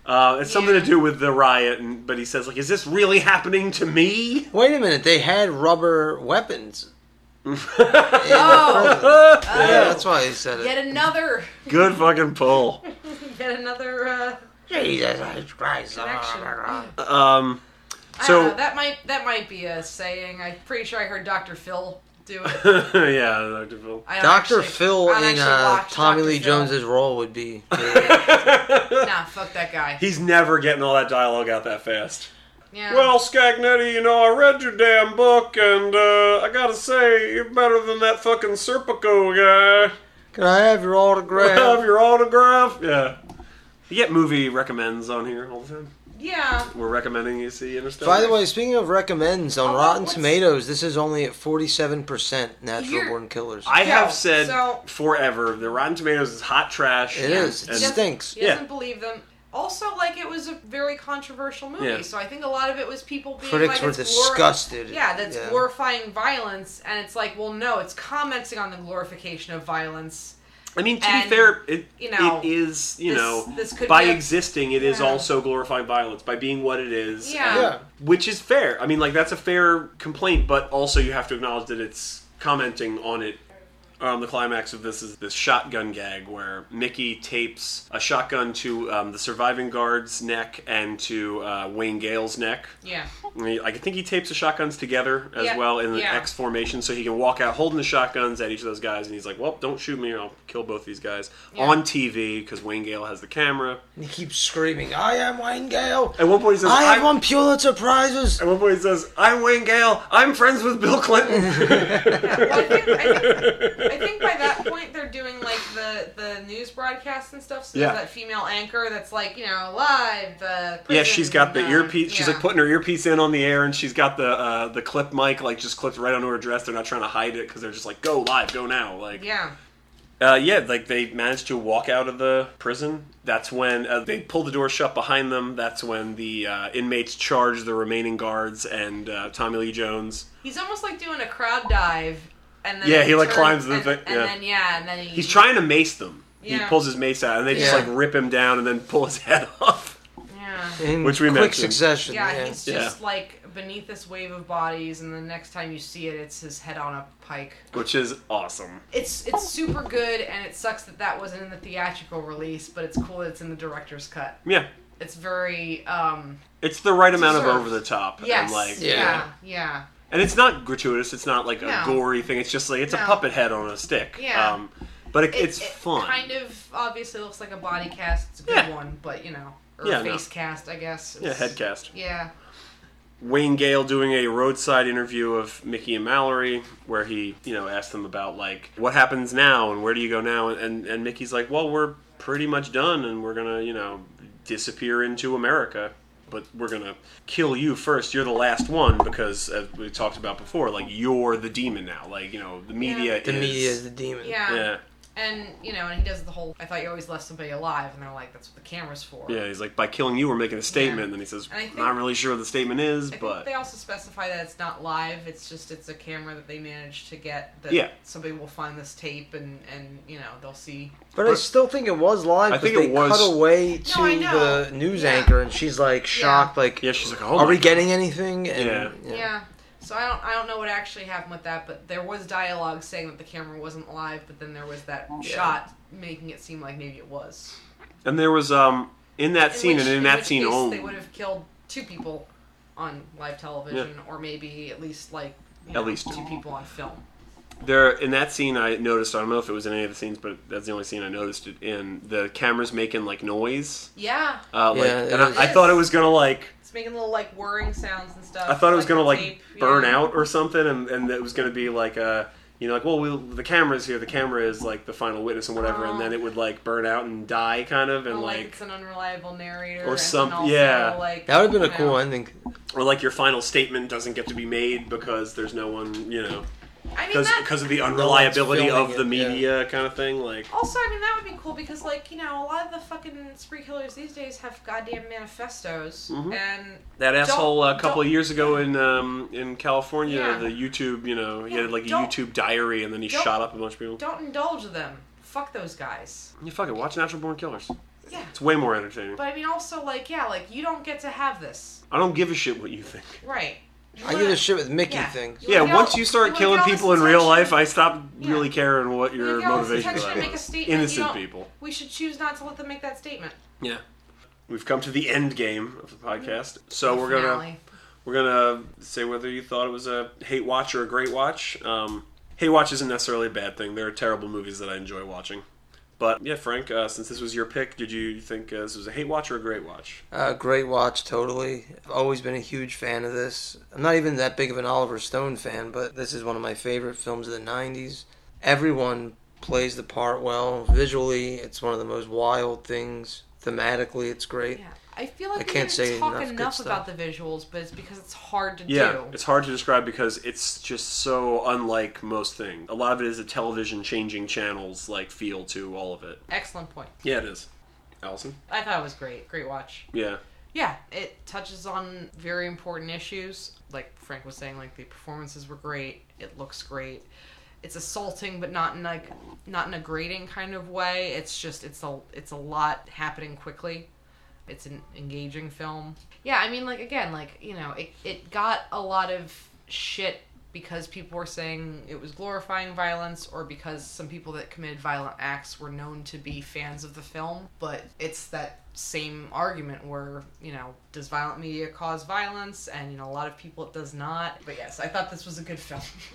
Uh, it's something to Yeah. do with the riot, and, but he says like, "Is this really happening to me?" Wait a minute, they had rubber weapons. Oh, Yeah, that's why he said it. yet another, Good fucking pull. yet another uh, Jesus Christ. connection. Um, I so don't know. That might that might be a saying. I'm pretty sure I heard Dr. Phil do it. yeah, Dr. Phil. I don't Dr. actually- Phil I don't in actually uh, watch Tommy Dr. Lee Phil. Jones's role would be. Nah, fuck that guy. He's never getting all that dialogue out that fast. Yeah. Well, Scagnetti, you know, I read your damn book, and uh, I gotta say, you're better than that fucking Serpico guy. Can I have your autograph? your autograph. Yeah. You get movie recommends on here all the time. Yeah. We're recommending you see Interstellar. By the way, speaking of recommends on Oh, Rotten what's- Tomatoes, this is only at forty-seven percent natural You're- born killers. I have No, said so- forever the Rotten Tomatoes is hot trash. It is. It And- stinks. He Yeah. doesn't believe them. Also, like it was a very controversial movie, Yeah. so I think a lot of it was people being Critics like, were it's glor- disgusted. yeah, that's Yeah. glorifying violence, and it's like, well, no, it's commenting on the glorification of violence. I mean, to And, be fair, it, you know, it is, you this- know, this could by be a- existing, it is Yeah. also glorifying violence by being what it is. Yeah. and- Yeah. Which is fair. I mean, like, that's a fair complaint, but also you have to acknowledge that it's commenting on it. Um, the climax of this is this shotgun gag where Mickey tapes a shotgun to um, the surviving guard's neck and to uh, Wayne Gale's neck. Yeah, I mean, I think he tapes the shotguns together as Yeah, well in the yeah. X formation, so he can walk out holding the shotguns at each of those guys, and he's like, "Well, don't shoot me, or I'll kill both these guys Yeah. on TV because Wayne Gale has the camera." He keeps screaming, "I am Wayne Gale. At one point, he says, I "I have won Pulitzer prizes." At one point, he says, "I'm Wayne Gale. I'm friends with Bill Clinton." well, I, think, I, think, I think by that point they're doing like the the news broadcasts and stuff. So Yeah. there's that female anchor that's like, you know, live. The yeah, she's got the prison, uh, earpiece. She's like yeah. putting her earpiece in on the air, and she's got the uh, the clip mic like just clipped right onto her dress. They're not trying to hide it because they're just like, "Go live, go now!" Like, Yeah. Uh, yeah, like they managed to walk out of the prison. That's when uh, they pull the door shut behind them. That's when the uh, inmates charge the remaining guards and uh, Tommy Lee Jones. He's almost like doing a crowd dive, and then Yeah, he, like, turns climbs the and, thing- and yeah. then yeah, and then he, He's trying to mace them. He Yeah. pulls his mace out and they just Yeah. like rip him down and then pull his head off. Yeah. In Which we quick mentioned. succession. Yeah, Yeah, he's Yeah. just like beneath this wave of bodies, and the next time you see it, it's his head on a pike. Which is awesome. It's it's super good, and it sucks that that wasn't in the theatrical release, but it's cool that it's in the director's cut. Yeah. It's very um It's the right amount of Deserved. over the top. yes, And like Yeah. yeah, yeah, and it's not gratuitous, it's not like a No. gory thing, it's just like it's a No. puppet head on a stick. Yeah. Um but it, It- it's it fun. Kind of obviously looks like a body cast. It's a good Yeah. one, but you know, or Yeah, no. face cast, I guess. yeah, It's- head cast. Yeah, Wayne Gale doing a roadside interview of Mickey and Mallory, where he, you know, asked them about like what happens now and where do you go now, and and Mickey's like, well, we're pretty much done, and we're gonna, you know, disappear into America, but we're gonna kill you first. You're the last one because, as we talked about before, like you're the demon now. Like you know, the media the is media is the demon. yeah, yeah. and you know, and he does the whole. I thought you always left somebody alive, and they're like, that's what the camera's for. Yeah, he's like, by killing you, we're making a statement. Yeah. And then he says, And I think- not really sure what the statement is, I but think they also specify that it's not live. It's just it's a camera that they managed to get. That Yeah. Somebody will find this tape and and you know they'll see. But I still think it was live. I 'cause think it they was- cut away to I know. the news Yeah. anchor, and she's like shocked, like, yeah, she's like, oh, "Are my we God. getting anything?" And, Yeah. Yeah. So I don't I don't know what actually happened with that, but there was dialogue saying that the camera wasn't live, but then there was that shot making it seem like maybe it was. And there was um in that In scene which- and in, in that which scene case, only. they would have killed two people on live television, or maybe at least like you At know, least. two people on film. There in that scene, I noticed. I don't know if it was in any of the scenes, but that's the only scene I noticed it in. The cameras making like noise, Yeah, uh, like, Yeah, it and is. I, I thought it was gonna like. it's making little like whirring sounds and stuff. I thought it was gonna the like tape, yeah. burn out or something, and, and it was gonna be like uh you know like well we'll, the camera's here, the camera is like the final witness and whatever, Oh. and then it would like burn out and die kind of, and Or, like, like it's an unreliable narrator Or and then some- also, yeah. like that would have been a you know, cool ending. or like your final statement doesn't get to be made because there's no one you know I mean because that because of the unreliability filming of the it, yeah. media kind of thing like also I mean that would be cool because like you know a lot of the fucking spree killers these days have goddamn manifestos Mm-hmm. Mhm. and That asshole a Don't- couple don't- of years ago in um, in California, Yeah. the YouTube, you know, he Yeah, had like a don't- YouTube diary, and then he don't- shot up a bunch of people. don't indulge them. Fuck those guys. You fucking watch Natural Born Killers. Yeah. It's way more entertaining. But I mean also like yeah like you don't get to have this I don't give a shit what you think. right. You I wanna- give a shit with Mickey yeah. things. You yeah, wanna get once all- you start wanna killing get all this people in real life, attention. I stop Yeah. really caring what You your get all this motivation attention for and that make a was. statement, you Innocent don't- people. we should choose not to let them make that statement. Yeah. We've come to the end game of the podcast, so The we're gonna finale. We're gonna say whether you thought it was a hate watch or a great watch. Um, hate watch isn't necessarily a bad thing. There are terrible movies that I enjoy watching. But yeah, Frank, uh, since this was your pick, did you think uh, this was a hate watch or a great watch? Uh, great watch, totally. I've always been a huge fan of this. I'm not even that big of an Oliver Stone fan, but this is one of my favorite films of the 90s. Everyone plays the part well. Visually, it's one of the most wild things. Thematically, it's great. Yeah. I feel like I we can't didn't say talk enough enough, good about stuff. the visuals, but it's because it's hard to Yeah, do. it's hard to describe because it's just so unlike most things. A lot of it is a television changing channels like feel to all of it. Excellent point. Yeah, it is. Allison? I thought it was great. Great watch. Yeah. Yeah, it touches on very important issues. Like Frank was saying, like the performances were great. It looks great. It's assaulting, but not in like not in a grating kind of way. It's just it's a it's a lot happening quickly. It's an engaging film. Yeah, I mean, like again, like you know, it it got a lot of shit because people were saying it was glorifying violence or because some people that committed violent acts were known to be fans of the film but it's that same argument where you know does violent media cause violence and you know a lot of people it does not but yes i thought this was a good film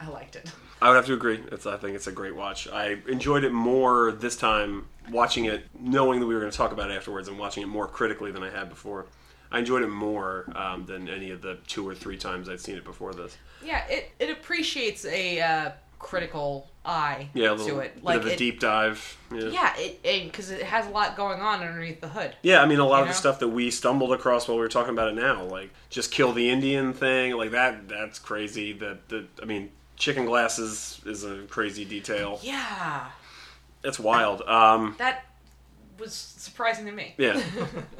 i liked it I would have to agree. It's, I think it's a great watch. I enjoyed it more this time watching it, knowing that we were going to talk about it afterwards, and watching it more critically than I had before. I enjoyed it more um, than any of the two or three times I'd seen it before this. yeah it it appreciates a uh, critical eye Yeah, a little to it bit like of a it, deep dive. Yeah. yeah it because it has a lot going on underneath the hood Yeah, I mean, a lot of You the know? stuff that we stumbled across while we were talking about it now, like just kill the Indian thing, like that. That's crazy. That the, I mean, chicken glasses is a crazy detail. yeah It's wild. Um, that was surprising to me yeah,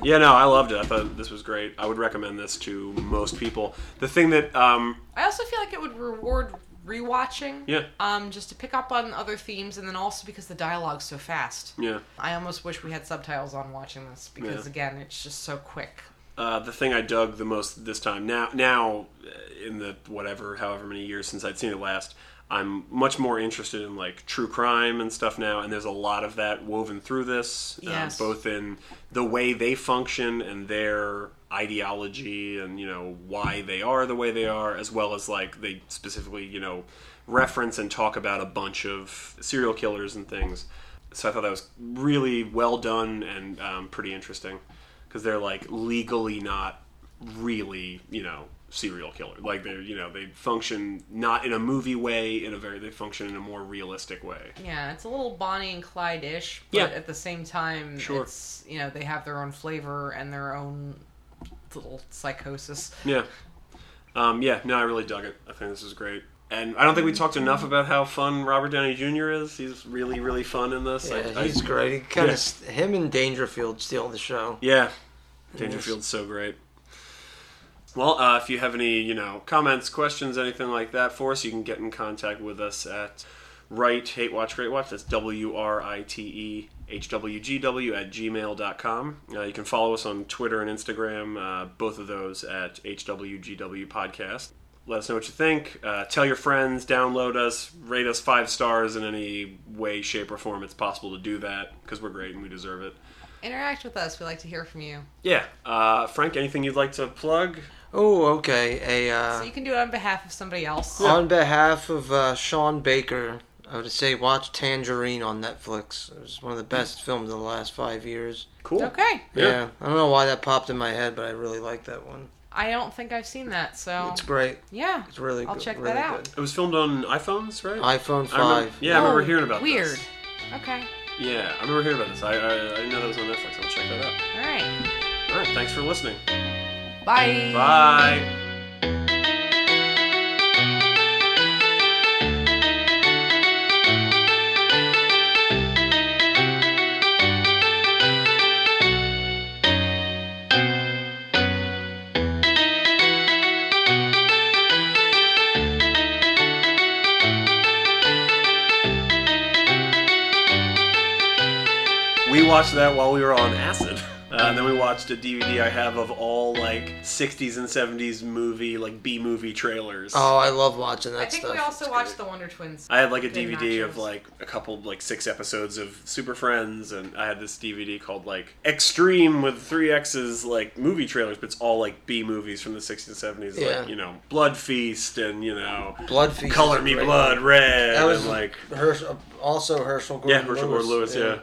yeah. No, I loved it. I thought this was great. I would recommend this to most people. The thing that, um, I also feel like it would reward rewatching. Yeah. Um, just to pick up on other themes, and then also because the dialogue's so fast. yeah. I almost wish we had subtitles on watching this because Yeah. again, it's just so quick. uh, the thing I dug the most this time now now uh, in the whatever however many years since I'd seen it last I'm much more interested in like true crime and stuff now and there's a lot of that woven through this um, Yes. both in the way they function and their ideology and you know why they are the way they are as well as like they specifically you know reference and talk about a bunch of serial killers and things so I thought that was really well done and um, pretty interesting because they're like legally not really you know serial killer like they're you know they function not in a movie way in a very they function in a more realistic way Yeah, it's a little Bonnie and Clyde ish, but Yeah. at the same time, Sure. it's you know they have their own flavor and their own little psychosis. yeah um, yeah no i really dug it i think this is great and i don't think we talked enough about how fun robert downey jr is he's really really fun in this I- Yeah, I- he's great. He kind Yeah. of him and Dangerfield steal the show. Yeah, Dangerfield's so great. Well, uh, if you have any, you know, comments, questions, anything like that for us, you can get in contact with us at Right Hate Watch Great Watch. That's W R I T E H W G W at gmail.com. Uh, you can follow us on Twitter and Instagram, uh, both of those at HWGW Podcast. Let us know what you think. Uh, tell your friends, download us, rate us five stars in any way, shape, or form it's possible to do that because we're great and we deserve it. Interact with us. We like to hear from you. Yeah. Uh, Frank, anything you'd like to plug? Oh, okay. A uh, So you can do it on behalf of somebody else. on behalf of uh, Sean Baker, I would say watch Tangerine on Netflix. It was one of the best films of the last five years. Cool. Okay. Yeah. yeah, I don't know why that popped in my head, but I really like that one. I don't think I've seen that, so It's great. yeah. It's really I'll good. check that really out. Good. It was filmed on iPhones, right? iPhone I remember- five. yeah, I remember Oh, hearing about weird. this. Okay. Yeah, I remember hearing about this. I, I, I didn't know that was on Netflix. I'll check that out. All right. All right, thanks for listening. Bye. Bye. We watched that while we were on acid. Uh, and then we watched a DVD I have of all like 60s and 70s movie, like B movie trailers. Oh, I love watching that I think stuff. we also watched the Wonder Twins. I had like a Good DVD of nachos. like a couple like six episodes of Super Friends, and I had this DVD called like Extreme with three X's like movie trailers, but it's all like B movies from the 60s and 70s, Yeah. like you know Blood Feast and you know Blood Feast. Color is Me great. Blood Red, That was and like Herschel, also Herschel yeah Gordon. Herschel Gordon Lewis, yeah.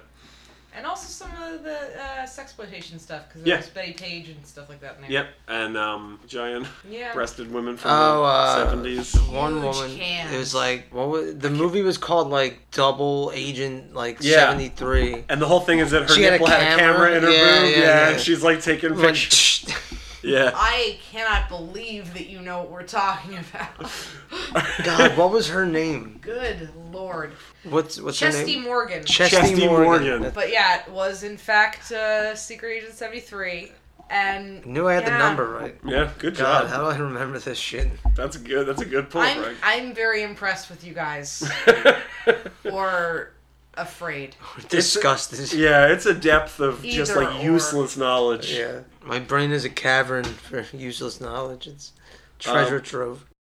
and also some of the uh, sexploitation stuff because Yeah. there's Betty Page and stuff like that in there. Yep, and um, giant Yeah. breasted women from Oh, the uh, seventies. one Huge woman. cans. It was like what was the movie was called like Double Agent like Yeah. seventy three. and the whole thing is that her She had a nipple had a, camera? camera in her Yeah, boob. yeah, Yeah, yeah. and she's like taking Like, pictures. Yeah. I cannot believe that you know what we're talking about. God, what was her name? Good lord. What's what's her Chesty name? Morgan. Chesty, Chesty Morgan. That- but yeah, it was in fact uh, Secret Agent 73. And knew I had yeah. the number right. Yeah, good God, job. how do I remember this shit? That's good. That's a good pull, I'm Frank. I'm very impressed with you guys Or afraid. Disgusted. yeah, it's a depth of just Either like or. useless knowledge. Yeah, my brain is a cavern for useless knowledge. It's treasure Um, trove.